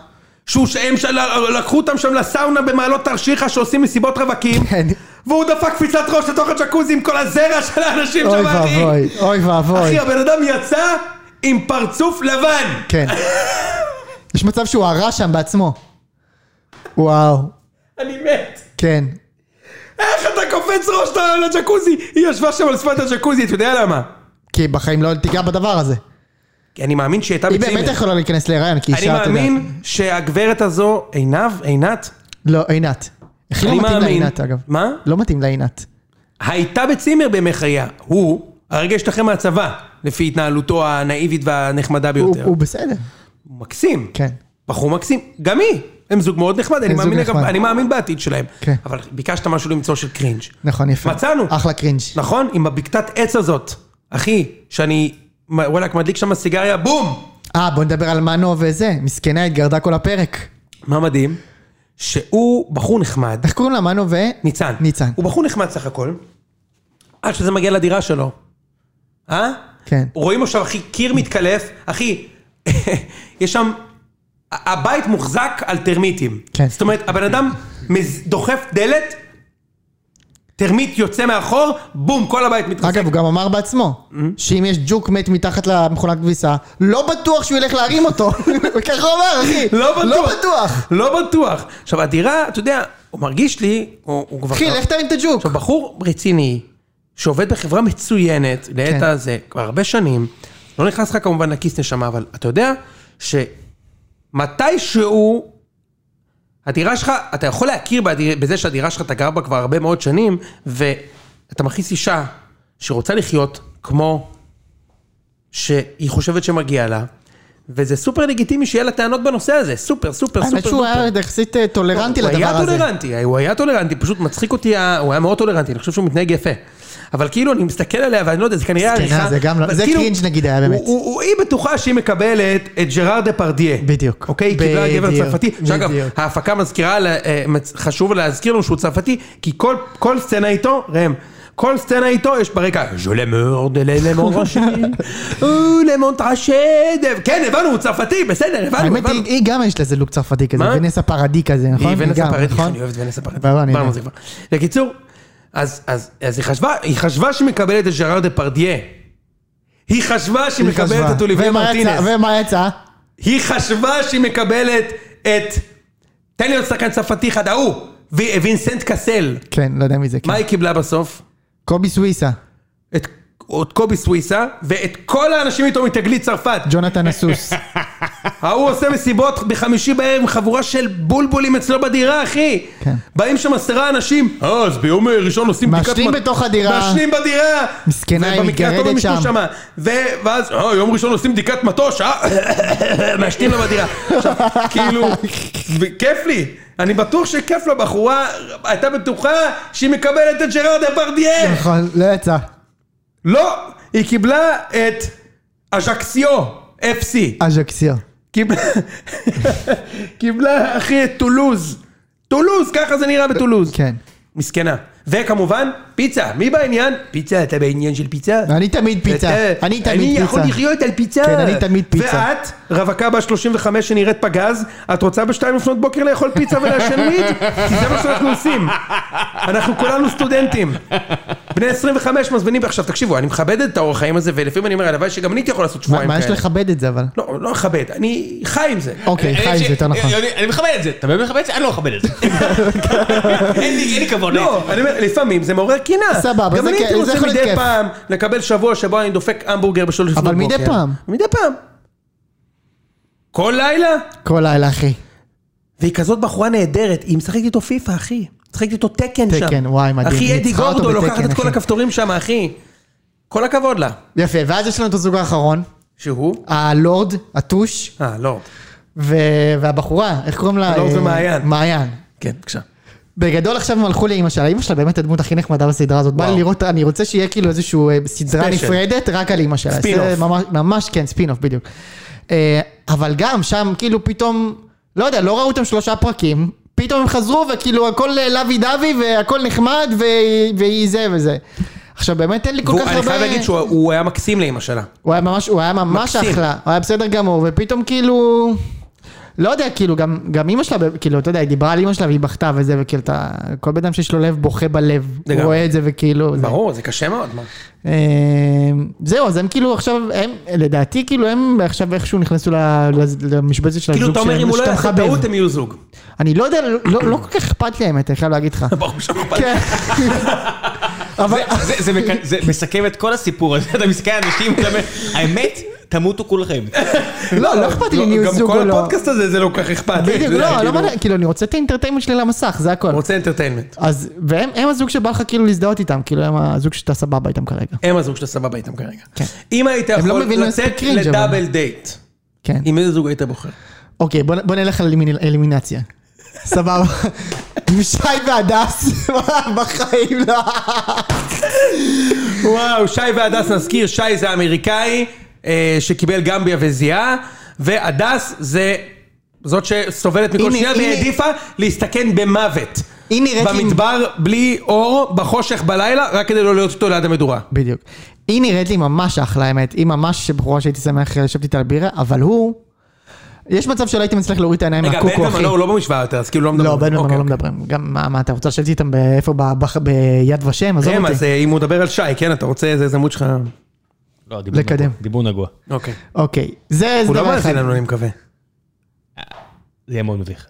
S2: שהוא, שהם של- לקחו אותם שם לסאונה במעלות תרשיחא שעושים מסיבות רווקים.
S1: כן.
S2: והוא דפק קפיצת ראש לתוך הג'קוזי עם כל הזרע של האנשים
S1: אוי
S2: שם, אחי.
S1: ואבוי, אוי ואבוי.
S2: אחי, הבן אדם יצא עם פרצוף לבן.
S1: כן. יש מצב שהוא הרע שם בעצמו. וואו.
S2: אני מת.
S1: כן.
S2: איך אתה קופץ ראש לג'קוזי? היא ישבה שם על שפת הג'קוזי, אתה יודע למה?
S1: כי בחיים לא תיגע בדבר הזה.
S2: כי אני מאמין שהיא הייתה
S1: היא
S2: בצימר.
S1: באמת יכולה להיכנס להיריון, כי
S2: אני
S1: אישה, אתה יודע.
S2: מאמין שהגברת הזו, עינב, עינת,
S1: לא, עינת. הכי לא
S2: אני
S1: מתאים
S2: מאמין.
S1: לעינת, אגב.
S2: מה?
S1: לא מתאים לעינת.
S2: הייתה בצימר בימי חייה. הוא הרגע השתחרר מהצבא, לפי התנהלותו הנאיבית והנחמדה
S1: הוא
S2: ביותר.
S1: הוא בסדר.
S2: הוא מקסים.
S1: כן.
S2: בחור מקסים. גם היא. הם זוג מאוד נחמד, אני
S1: זוג
S2: מאמין, אגב,
S1: נחמד.
S2: אני מאמין בעתיד שלהם.
S1: כן.
S2: אבל ביקשת משהו למצוא של קרינג'.
S1: נכון, יפה.
S2: מצאנו.
S1: אחלה קרינג'.
S2: נכון? עם הבקתת עץ הזאת. אחי, שאני וואלכ מדליק שם סיגריה, בום!
S1: אה, בוא נדבר על מנו וזה. מסכנה, התגרדה כל הפרק.
S2: מה מדהים? שהוא בחור נחמד.
S1: איך קוראים לה? מנו ו...
S2: ניצן.
S1: ניצן.
S2: הוא בחור נחמד סך הכל, עד שזה מגיע לדירה שלו. אה?
S1: כן.
S2: רואים עכשיו, אחי, קיר מתקלף, אחי, יש שם... הבית מוחזק על טרמיטים.
S1: כן.
S2: זאת אומרת, הבן אדם מז- דוחף דלת, טרמיט יוצא מאחור, בום, כל הבית מתרסק.
S1: אגב, הוא גם אמר בעצמו, שאם יש ג'וק מת מתחת למכונת כביסה, לא בטוח שהוא ילך להרים אותו. ככה הוא אמר, אחי.
S2: לא בטוח.
S1: לא בטוח.
S2: לא בטוח. עכשיו, הדירה, אתה יודע, הוא מרגיש לי, הוא, הוא כבר...
S1: אחי, לך תרים את הג'וק.
S2: עכשיו, בחור רציני, שעובד בחברה מצוינת, לעת
S1: כן.
S2: הזה, כבר הרבה שנים, לא נכנס לך כמובן לכיס נשמה, אבל אתה יודע שמתישהו, הדירה שלך, אתה יכול להכיר בדיר, בזה שהדירה שלך, אתה גר בה כבר הרבה מאוד שנים, ואתה מכניס אישה שרוצה לחיות כמו שהיא חושבת שמגיע לה. וזה סופר לגיטימי שיהיה לה טענות בנושא הזה, סופר, סופר, סופר.
S1: האמת שהוא
S2: סופר.
S1: היה יחסית אה, טולרנטי
S2: הוא
S1: לדבר
S2: היה
S1: הזה.
S2: טולרנטי, הוא היה טולרנטי, פשוט מצחיק אותי, ה- הוא היה מאוד טולרנטי, אני חושב שהוא מתנהג יפה. אבל כאילו, אני מסתכל עליה ואני לא יודע, זה כנראה
S1: זקנה, זה גם לא-
S2: אבל
S1: זה
S2: כאילו,
S1: קרינג' נגיד היה באמת.
S2: הוא- הוא- הוא- היא בטוחה שהיא מקבלת את ג'ראר דה פרדיה.
S1: בדיוק.
S2: אוקיי, היא קיבלה גבר
S1: בדיוק,
S2: צרפתי. שאגב,
S1: בדיוק.
S2: ההפקה מזכירה, לה- אה, מצ- חשוב להזכיר לנו שהוא צרפתי, כי כל- כל סצנה איתו, ראם. כל סצנה איתו יש ברקע, ז'ולה מורד, אלה מורד ראשי, אלה מורד ראשי, כן הבנו, הוא צרפתי, בסדר, הבנו,
S1: האמת
S2: הבנו.
S1: היא, היא גם יש לזה לוק צרפתי כזה,
S2: מה?
S1: ונסה פרדי כזה, נכון?
S2: היא ונסה
S1: גם,
S2: פרדיך,
S1: נכון?
S2: אני אוהב את ונסה פרדיך.
S1: ברור, אני
S2: דיברנו
S1: יודע.
S2: על זה כבר. בקיצור, אז, אז, אז היא חשבה, היא חשבה שהיא מקבלת את ג'ראר דה פרדיה. היא חשבה שהיא
S1: היא
S2: מקבלת
S1: חשבה.
S2: את אוליביה
S1: ומה יצא-
S2: מרטינס.
S1: ומה יצא?
S2: היא חשבה שהיא מקבלת את... תן לי עוד שחקן צרפתי אחד, ההוא! ו- וינסנט קסל.
S1: כן, לא יודע מי זה. כן.
S2: מה היא קיבלה בסוף?
S1: קובי סוויסה,
S2: את, את קובי סוויסה, ואת כל האנשים איתו מתגלית צרפת.
S1: ג'ונתן הסוס.
S2: ההוא עושה מסיבות בחמישי בערב עם חבורה של בולבולים אצלו בדירה, אחי.
S1: כן.
S2: באים שם עשרה אנשים, אה, אז ביום ראשון עושים בדיקת...
S1: מעשנים
S2: מת-
S1: בתוך הדירה.
S2: מעשנים בדירה.
S1: מסכנה, היא
S2: ובמקרה הטוב הם
S1: מתגרדת
S2: ישנו שמה.
S1: שם.
S2: ו- ואז, אה, יום ראשון עושים בדיקת מטוש, אה, מעשנים לה בדירה. עכשיו, כאילו, ו- כיף לי. אני בטוח שכיף לה, בחורה הייתה בטוחה שהיא מקבלת את ג'רארד דפרדיה.
S1: נכון, לא יצא.
S2: לא, היא קיבלה את אז'קסיו, FC.
S1: אג'קסיר.
S2: קיבלה, קיבלה אחי את טולוז. טולוז, ככה זה נראה בטולוז.
S1: כן.
S2: מסכנה. וכמובן, פיצה. מי בעניין? פיצה, אתה בעניין של פיצה?
S1: אני תמיד פיצה.
S2: אתה-
S1: אני
S2: כן. אני
S1: תמיד
S2: יכול
S1: פיצה.
S2: לחיות על פיצה.
S1: כן, אני תמיד פיצה.
S2: ואת, רווקה בת 35 שנראית פגז, את רוצה בשתיים לפנות בוקר לאכול פיצה ולעשן וויד? כי זה מה שאנחנו עושים. אנחנו כולנו סטודנטים. בני 25 מזמינים, עכשיו תקשיבו, אני מכבד את האורח חיים הזה, ולפעמים אני אומר, הלוואי שגם אני הייתי יכול לעשות
S1: מה
S2: שבועיים
S1: מה יש
S2: כאלה.
S1: לכבד את זה אבל?
S2: לא, לא מכבד, אני חי עם זה.
S1: אוקיי,
S3: אני-
S1: חי
S3: אני-
S1: זה
S2: אה,
S1: יותר נכון.
S3: אה, אני- אני מכבד את זה. אתה באמת מכבד את זה? אני לא מכבד את זה. אין לי- אין לי כבוד. אה.
S2: לא, אני אומר, לפעמים זה מעורר קינה.
S1: סבבה,
S2: גם אני
S1: זה
S2: הייתי
S1: כן, זה
S2: רוצה
S1: יכול להיות
S2: מדי
S1: כיף.
S2: פעם לקבל שבוע שבו אני דופק המבורגר בשלוש לפנות
S1: אבל
S2: בוקר.
S1: מדי פעם.
S2: מדי פעם. כל לילה?
S1: כל לילה אחי.
S2: והיא כזאת בחורה נהדרת, היא משחקת איתו פיפא, אחי. משחקת איתו תקן שם.
S1: תקן, וואי, מדהים.
S2: אחי, אדי
S1: ניצחה אותו
S2: גורדו לוקחת
S1: בתקן,
S2: את כל
S1: אחי.
S2: הכפתורים שם, אחי. כל הכבוד לה.
S1: יפה, ואז יש לנו את הזוג האחרון,
S2: שהוא?
S1: הלורד, הטוש,
S2: אה, לא.
S1: ו- והבחורה, איך קוראים לה?
S2: הלורד
S1: אה,
S2: ומעיין.
S1: מעיין.
S2: כן, בבקשה.
S1: בגדול עכשיו הם הלכו לאימא שלה, אימא שלה באמת הדמות הכי נחמדה בסדרה הזאת, בא לי
S2: וואו.
S1: לראות, אני רוצה שיהיה כאילו איזשהו אה, סדרה
S2: ספיישל.
S1: נפרדת רק על אימא שלה.
S2: ספין-אוף.
S1: זה ממש- ממש כן, ספינוף בדיוק. אה, אבל גם שם כאילו פתאום, לא יודע, לא ראו אותם שלושה פרקים, פתאום הם חזרו וכאילו הכל לוי דווי והכל נחמד והיא- והיא זה וזה. עכשיו באמת אין לי כל
S2: והוא-
S1: כך הרבה... כן.
S2: אני חייב להגיד שהוא הוא היה מקסים לאימא שלה.
S1: הוא היה ממש, הוא היה ממש
S2: מקסים.
S1: אחלה, הוא היה בסדר גמור, ופתאום כאילו... לא יודע, כאילו, גם, גם אימא שלה, כאילו, אתה יודע, היא דיברה על אימא שלה והיא בכתה וזה, וכאילו, אתה, כל בן אדם שיש לו לב בוכה בלב, הוא
S2: לגמרי.
S1: רואה את זה וכאילו... זה.
S2: ברור, זה קשה מאוד. מה?
S1: אה, זהו, אז הם כאילו עכשיו, הם, לדעתי, כאילו, הם עכשיו איכשהו נכנסו ל- ל- למשבצת של
S2: כאילו,
S1: הזוג
S2: אתה אומר, אם הוא לא
S1: שאתה
S2: יעשה
S1: מחבב.
S2: טעות, הם יהיו זוג.
S1: אני לא יודע, לא, לא כל כך אכפת לי האמת, אני חייב להגיד לך.
S2: ברור שאכפת.
S1: כן. אבל...
S3: זה- זה מק- זה מסכם את כל הסיפור הזה, אתה מסתכל על אנשים, אתה אומר, האמת, תמותו כולכם.
S1: לא, לא אכפת לי אם יהיו זוג או
S2: גם
S1: לא.
S2: כל הפודקאסט הזה זה לא כל כך אכפת.
S1: בדיוק,
S2: זה
S1: לא,
S2: כאילו-
S1: לא מעניין, כאילו, אני רוצה את האינטרטיימנט שלי למסך, זה הכל.
S2: הוא רוצה אינטרטיינמנט.
S1: אז, והם הם הזוג שבא לך כאילו להזדהות איתם, כאילו הם הזוג שאתה סבבה איתם כרגע.
S2: הם הזוג שאתה סבבה איתם כרגע.
S1: כן.
S2: אם היית
S1: הם לא
S2: יכול
S1: מבינים
S2: לצאת
S1: מספיק קרינג', אבל-
S2: לדאבל דייט,
S1: כן.
S2: עם איזה זוג היית בוחר?
S1: אוקיי, בוא, נ- בוא נלך על אלימינ- אלימינציה. סבבה. עם שי והדס, בחיים לא.
S2: וואו, שי והדס נזכיר, שי זה האמריקאי אה, שקיבל גמביה וזיהה, והדס זה זאת שסובלת מכל
S1: הנה,
S2: שנייה
S1: הנה. כן,
S2: והעדיפה להסתכן במוות.
S1: היא נראית לי-
S2: במדבר, בלי אור, בחושך בלילה, רק כדי לא להיות איתו ליד המדורה.
S1: בדיוק. היא נראית לי ממש אחלה, האמת. היא ממש בחורה שהייתי שמח לשבת איתה על בירה, אבל הוא... יש מצב שלא הייתי מצליח להוריד את העיניים
S2: רגע,
S1: מהקוקו,
S2: בן
S1: אחי.
S2: ומנור הוא לא במשוואה יותר, אז כאילו לא מדברים.
S1: לא, בין
S2: אוקיי,
S1: ומנור לא
S2: אוקיי.
S1: מדברים. גם מה, מה, אתה רוצה לשבת איתם באיפה? ב- ב- ביד ושם? עזוב
S2: ראם,
S1: אותי.
S2: אז אה, אם הוא מדבר על שי, כן, אתה רוצה איזה הזדמנות שלך...
S3: לא, דיבור נגוע.
S1: לקדם.
S3: דיבור נגוע.
S2: אוקיי.
S1: אוקיי. זה
S2: הוא לא
S1: הסדר
S2: מאזין
S1: אחד.
S2: לנו, אני מקווה.
S3: זה יהיה מאוד מביך.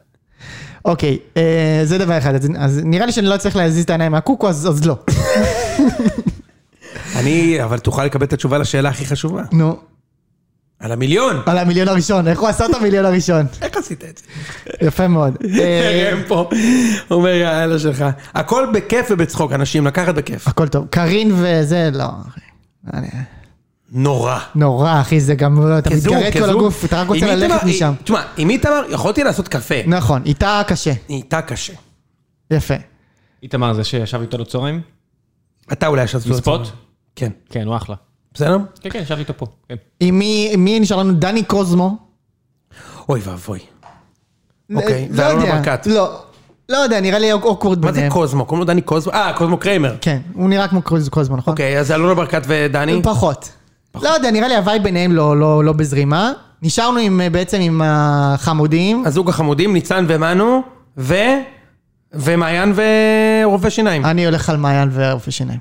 S1: אוקיי, אה, זה דבר אחד, אז- אז נראה לי שאני לא צריך להזיז את העיניים מהקוקו, אז אז לא.
S2: אני, אבל תוכל לקבל את התשובה לשאלה הכי חשובה.
S1: נו,
S2: על המיליון!
S1: על המיליון הראשון, איך הוא עשה את המיליון הראשון?
S2: איך עשית את זה?
S1: יפה מאוד. אה,
S2: ראם פה, אומר יאללה שלך. הכל בכיף ובצחוק, אנשים, לקחת בכיף.
S1: הכל טוב. קארין וזה, לא. אחי. אני-
S2: נורא.
S1: נורא, אחי, זה גם, לא- אתה
S2: כזוג,
S1: מתגרד כל
S2: כזוג.
S1: הגוף, אתה רק רוצה
S2: עם איתמר-
S1: ללכת משם.
S2: אי- תשמע, עם איתמר יכולתי לעשות קפה.
S1: נכון, איתה קשה,
S2: איתה קשה.
S1: יפה.
S3: איתמר זה שישב איתו לצהריים?
S2: אתה אולי ישבת
S3: לצפות?
S2: כן.
S3: כן, הוא אחלה.
S2: בסדר?
S3: כן, כן, ישב איתו פה. כן.
S1: עם מי- מי נשאר לנו? דני קוזמו.
S2: אוי ואבוי.
S1: לא-
S2: אוקיי,
S1: לא
S2: ואלונה
S1: יודע.
S2: ברקת.
S1: לא, לא יודע, נראה לי אוקוורד
S2: מה זה
S1: ביניהם.
S2: קוזמו? קוראים לו דני קוזמו? אה, קוזמו קריימר.
S1: כן, הוא נראה כמו קוז- קוזמו, נכון?
S2: אוקיי, אז אלונה ברקת ודני?
S1: פחות. לא יודע, נראה לי הוואי ביניהם לא, לא, לא בזרימה. נשארנו עם, אה, בעצם עם החמודים.
S2: הזוג החמודים, ניצן ומנו, ו... ומעיין ורופא שיניים.
S1: אני הולך על מעיין ורופא שיניים.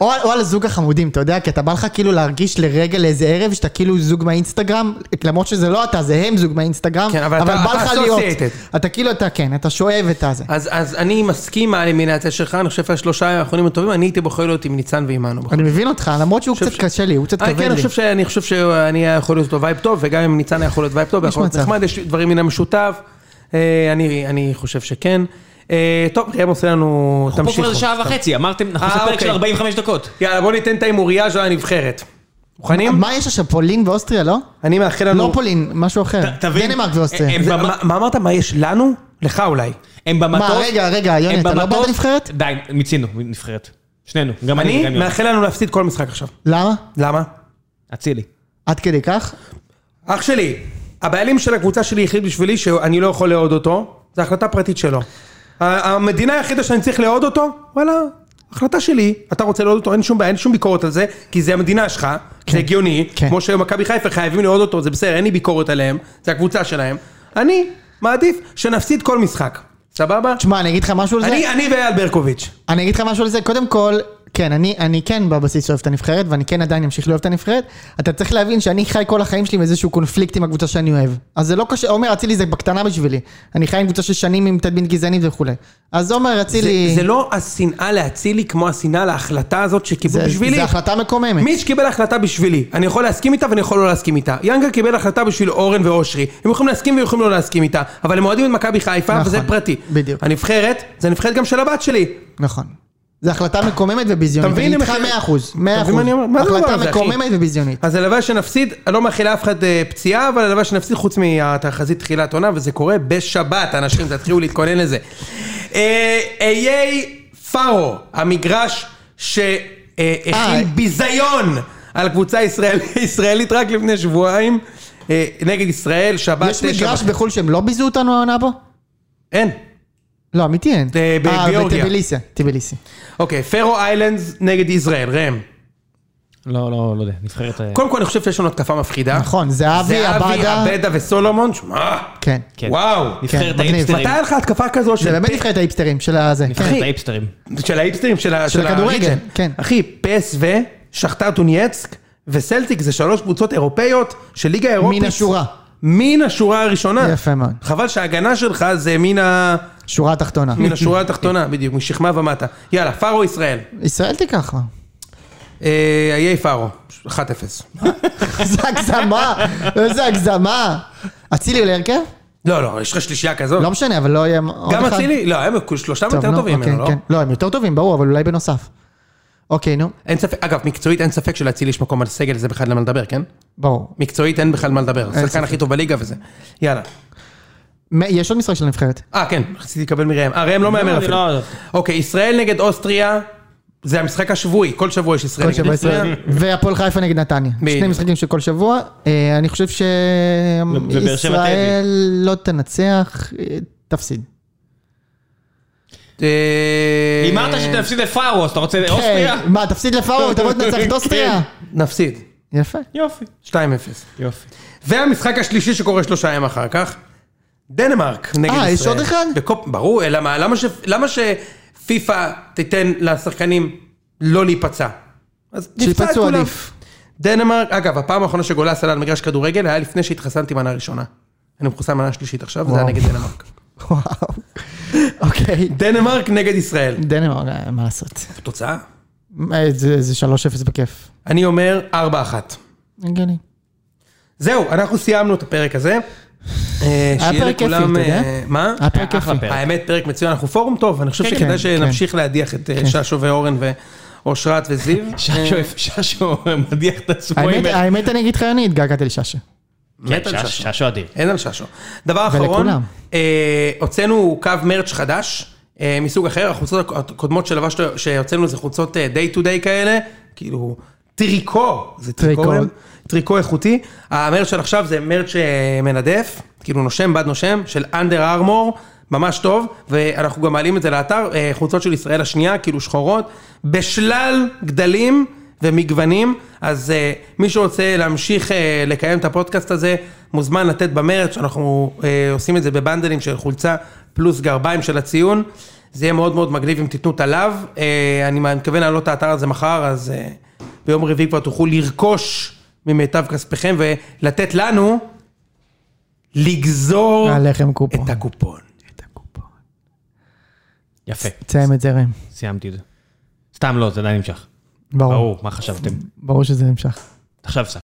S1: או, על- או על הזוג החמודים, אתה יודע, כי אתה בא לך כאילו להרגיש לרגע לאיזה ערב שאתה כאילו זוג מהאינסטגרם, למרות שזה לא אתה, זה הם זוג מהאינסטגרם,
S2: כן, אבל אתה-
S1: בא
S2: אתה
S1: לך להיות.
S2: associated.
S1: אתה כאילו, אתה כן, אתה שואב את הזה.
S2: אז, אז אני מסכים מהאלימינציה שלך, אני חושב שהשלושה האחרונים הטובים, אני הייתי בוחר להיות עם ניצן ועם אנו.
S1: אני מבין אותך, למרות שהוא
S2: חושב
S1: קצת
S2: ש-
S1: קשה לי, הוא קצת
S2: אה,
S1: כבד
S2: כן, אני
S1: לי.
S2: חושב, ש... אני חושב שאני היה יכול להיות לו וייב טוב, וגם אם ניצן היה יכול להיות וייב טוב,
S1: יש
S2: יכול להיות
S1: מצב.
S2: נחמד, יש דברים מן המשותף, אה, אני, אני חושב שכן. אה, טוב, ראם עושה לנו,
S3: פה כבר זה
S2: תמשיכו.
S3: שעה וחצי, אמרתם, אנחנו
S2: אה,
S3: עושים פרק
S2: אוקיי.
S3: של 45 דקות.
S2: יאללה, בוא ניתן את ההימוריה של הנבחרת. מוכנים?
S1: מה יש עכשיו, פולין ואוסטריה, לא?
S2: אני מאחל לנו... אה,
S1: לא פולין, משהו אחר. דנמרק ואוסטריה.
S3: הם
S2: זה-
S3: במ-
S2: מה מה אמרת? מה יש לנו? לך אולי.
S3: הם במטוס.
S1: מה, רגע, רגע, יוני,
S3: הם
S1: אתה לא
S3: במטוס-
S1: בעד הנבחרת?
S3: די, מיצינו, נבחרת. שנינו, גם אני וגם
S2: אני
S3: יוני.
S2: מאחל לנו להפסיד כל משחק עכשיו.
S1: למה?
S2: למה?
S3: אצילי.
S1: עד כדי כך?
S2: אח שלי, הבעלים של הקבוצה שלי החליט בשבילי שאני לא יכול לאהוד אותו, זו החלטה פרטית שלו. ה- המדינה היחידה שאני צריך לאהוד אותו, וואלה, החלטה שלי, אתה רוצה לאהוד אותו, אין שום בעיה, אין שום ביקורת על זה, כי זה המדינה שלך, זה הגיוני,
S1: כן.
S2: כמו שמכבי חיפה חייבים לאהוד אותו, זה בסדר, אין לי ביקורת עליהם, זה הקבוצה שלהם. אני מעדיף שנפסיד כל משחק, סבבה?
S1: תשמע, אני אגיד לך משהו על זה.
S2: אני, אני ואייל ברקוביץ'.
S1: אני אגיד לך משהו על זה, קודם כל, כן, אני, אני כן בבסיס אוהב את הנבחרת, ואני כן עדיין אמשיך לאהוב את הנבחרת. אתה צריך להבין שאני חי כל החיים שלי עם איזשהו קונפליקט עם הקבוצה שאני אוהב. אז זה לא קשה, עומר אצילי זה בקטנה בשבילי. אני חי עם קבוצה של שנים עם תדמית גזענית וכולי. אז עומר אצילי...
S2: זה, זה לא השנאה לאצילי כמו השנאה להחלטה הזאת שקיבלו
S1: זה-
S2: בשבילי.
S1: זה החלטה מקוממת.
S2: מי שקיבל החלטה בשבילי, אני יכול להסכים איתה ואני יכול לא להסכים איתה. ינגה קיבל החלטה בשביל אורן ואושרי. הם יכולים להסכים ויכולים לא להסכים איתה, אבל הם אוהדים את מכבי חיפה
S1: נכון,
S2: וזה פרטי.
S1: בדיוק.
S2: הנבחרת, זה הנבחרת גם של הבת שלי.
S1: נכון. זו החלטה מקוממת וביזיונית.
S2: אתה מבין?
S1: אני איתך
S2: הם-
S1: 100 אחוז, 100
S2: מבין
S1: אחוז.
S2: מה אני אומר? מה זה הדבר הזה,
S1: החלטה
S2: אחי?
S1: מקוממת וביזיונית.
S2: אז הלוואי שנפסיד, אני לא מאחל לאף אחד אה, פציעה, אבל הלוואי שנפסיד חוץ מהתחזית תחילת עונה, וזה קורה בשבת, אנשים, תתחילו להתכונן לזה. אה, איי פארו, המגרש שהכיל
S1: אה.
S2: ביזיון על קבוצה ישראל- ישראלית רק לפני שבועיים, אה, נגד ישראל, שבת,
S1: יש
S2: תשע
S1: מגרש
S2: וחצי.
S1: בחו"ל שהם לא ביזו אותנו העונה בו?
S2: אין.
S1: לא, אמיתי אין.
S2: אה, בגיאורגיה.
S1: אה, וטביליסי, טביליסי.
S2: אוקיי, פארו איילנדס נגד ישראל, ראם.
S3: לא, לא, לא יודע, נבחרת... ה-
S2: קודם כל, אני חושב שיש לנו התקפה מפחידה.
S1: נכון, זהבי, עבדה.
S2: זהבי, עבדה וסולומון, שמע.
S1: כן.
S3: כן.
S2: וואו.
S1: כן,
S3: נבחרת
S1: מגניב.
S3: האיפסטרים.
S2: מתי היה לך התקפה כזו
S1: זה
S2: של
S1: באמת
S2: פ-
S1: נבחרת האיפסטרים של הזה. כן.
S3: נבחרת
S2: אחי.
S3: האיפסטרים.
S2: של האיפסטרים, של ה-
S1: של
S2: ה-
S1: הכדורגל,
S2: ריג'ן.
S1: כן.
S2: אחי, פס ו, שחטר טונייצק וסלטיק זה שלוש קבוצות אירופאיות של ליגה אירופית.
S1: מן השורה.
S2: מן השורה הראשונה.
S1: יפה מאוד.
S2: חבל שההגנה שלך זה מן ה-
S1: שורה תחתונה.
S2: מן השורה התחתונה, בדיוק, משכמה ומטה. יאללה, פארו ישראל.
S1: ישראל תיקח. מה?
S2: אה, איי פארו, 1-0.
S1: איזה הגזמה, איזה הגזמה. אצילי עולה הרכב?
S2: לא, לא, יש לך שלישייה כזאת.
S1: לא משנה, אבל לא יהיה עוד
S2: גם
S1: אחד.
S2: אצילי? לא, הם שלושתם
S1: טוב,
S2: יותר
S1: נו,
S2: טובים
S1: אוקיי,
S2: ממנו, לא?
S1: כן. לא, הם יותר טובים, ברור, אבל אולי בנוסף. אוקיי, נו,
S2: אין ספק, אגב, מקצועית אין ספק שלאצילי יש מקום על סגל, זה בכלל למה לדבר, כן?
S1: ברור.
S2: מקצועית אין בכלל מה לדבר, השחקן
S1: ספק.
S2: הכי טוב בליגה וזה. יאללה.
S1: מ- יש עוד משחק של הנבחרת.
S2: אה, כן, רציתי לקבל מראם. אה, ראם לא
S3: לא,
S2: מהמר
S3: אני
S2: אפילו.
S3: לא-
S2: אוקיי, ישראל נגד אוסטריה, זה המשחק השבועי, כל שבוע יש ישראל
S1: כל
S2: נגד
S1: שבוע
S2: אוסטריה.
S1: ישראל. והפועל חיפה נגד נתניה.
S2: בדיוק.
S1: שני משחקים של כל שבוע. אה, אני חושב
S3: ובאר שבע
S1: שישראל לא תנצח, אה, תפסיד.
S2: אה,
S3: הימרת שתפסיד לפארו, אז אתה רוצה
S1: אה,
S3: אוסטריה?
S1: מה, תפסיד לפארו ותבוא תנצח
S2: כן.
S1: את אוסטריה?
S2: נפסיד,
S1: יפה.
S3: יופי.
S2: 2-0.
S3: יופי.
S2: והמשחק השלישי שקורה שלושה ימים אחר כך, דנמרק נגד ישראל.
S1: אה, יש עוד אחד?
S2: בקופ- ברור, אלא מה, למה ש- למה שפיפ"א תיתן לשחקנים לא להיפצע? אז נפצע את
S1: שיפצו
S2: כולם.
S1: עדיף.
S2: דנמרק, אגב, הפעם האחרונה שגולס עלה על מגרש כדורגל היה לפני שהתחסנתי מנה ראשונה. אני מחוסן מנה שלישית עכשיו, וזה היה
S1: וואו.
S2: נגד דנמרק.
S1: וואו. אוקיי.
S2: דנמרק נגד ישראל.
S1: דנמרק, אה, מה לעשות?
S2: תוצאה?
S1: אה, זה זה 3-0 בכיף.
S2: אני אומר 4-1.
S1: הגיוני.
S2: זהו, אנחנו סיימנו את הפרק הזה. אה,
S1: היה
S2: שיהיה
S1: פרק כיפי,
S2: לכולם,
S1: אתה יודע?
S2: אה, מה?
S1: היה פרק
S3: אחלה
S1: יפה.
S3: פרק.
S2: האמת, פרק מצוין, אנחנו פורום טוב, אני חושב
S1: כן,
S2: שכדאי
S1: כן, כן,
S2: שנמשיך להדיח את אה, ששו ואורן ואושרת וזיו.
S3: ששו, ששו מדיח את עצמו עם...
S1: האמת- האמת, אני אגיד לך, אני התגעגעתי לשאשא.
S2: מת על
S3: שש-
S2: ששו.
S3: ששו אדיר.
S2: אין על ששו. דבר אחרון,
S1: ולכולם.
S2: אה, הוצאנו קו מרץ' חדש, אה, מסוג אחר, החולצות הקודמות שלבשת, שהוצאנו זה אה, חולצות דיי טו דיי כאלה, כאילו טריקו, זה טריקו,
S1: טריקו.
S2: טריקו איכותי. המרץ' של עכשיו זה מרץ' אה, מנדף, כאילו נושם בד נושם, של אנדר ארמור. ממש טוב, ואנחנו גם מעלים את זה לאתר, אה, חולצות של ישראל השנייה, כאילו שחורות, בשלל גדלים ומגוונים, אז אה, מי שרוצה להמשיך אה, לקיים את הפודקאסט הזה, מוזמן לתת במרץ, אנחנו אה, עושים את זה בבנדלים של חולצה פלוס גרביים של הציון, זה יהיה מאוד מאוד מגניב אם תיתנו את הלאו, אה, אני מתכוון להעלות את האתר הזה מחר, אז אה, ביום רביעי כבר תוכלו לרכוש ממיטב כספיכם ולתת לנו לגזור
S1: הלחם קופון.
S2: את הקופון.
S3: יפה,
S1: תסיים את זה, ראם.
S3: סיימתי את זה. סתם לא, זה עדיין נמשך.
S1: ברור.
S3: ברור, מה חשבתם?
S1: ברור שזה נמשך.
S3: עכשיו הפסקתי.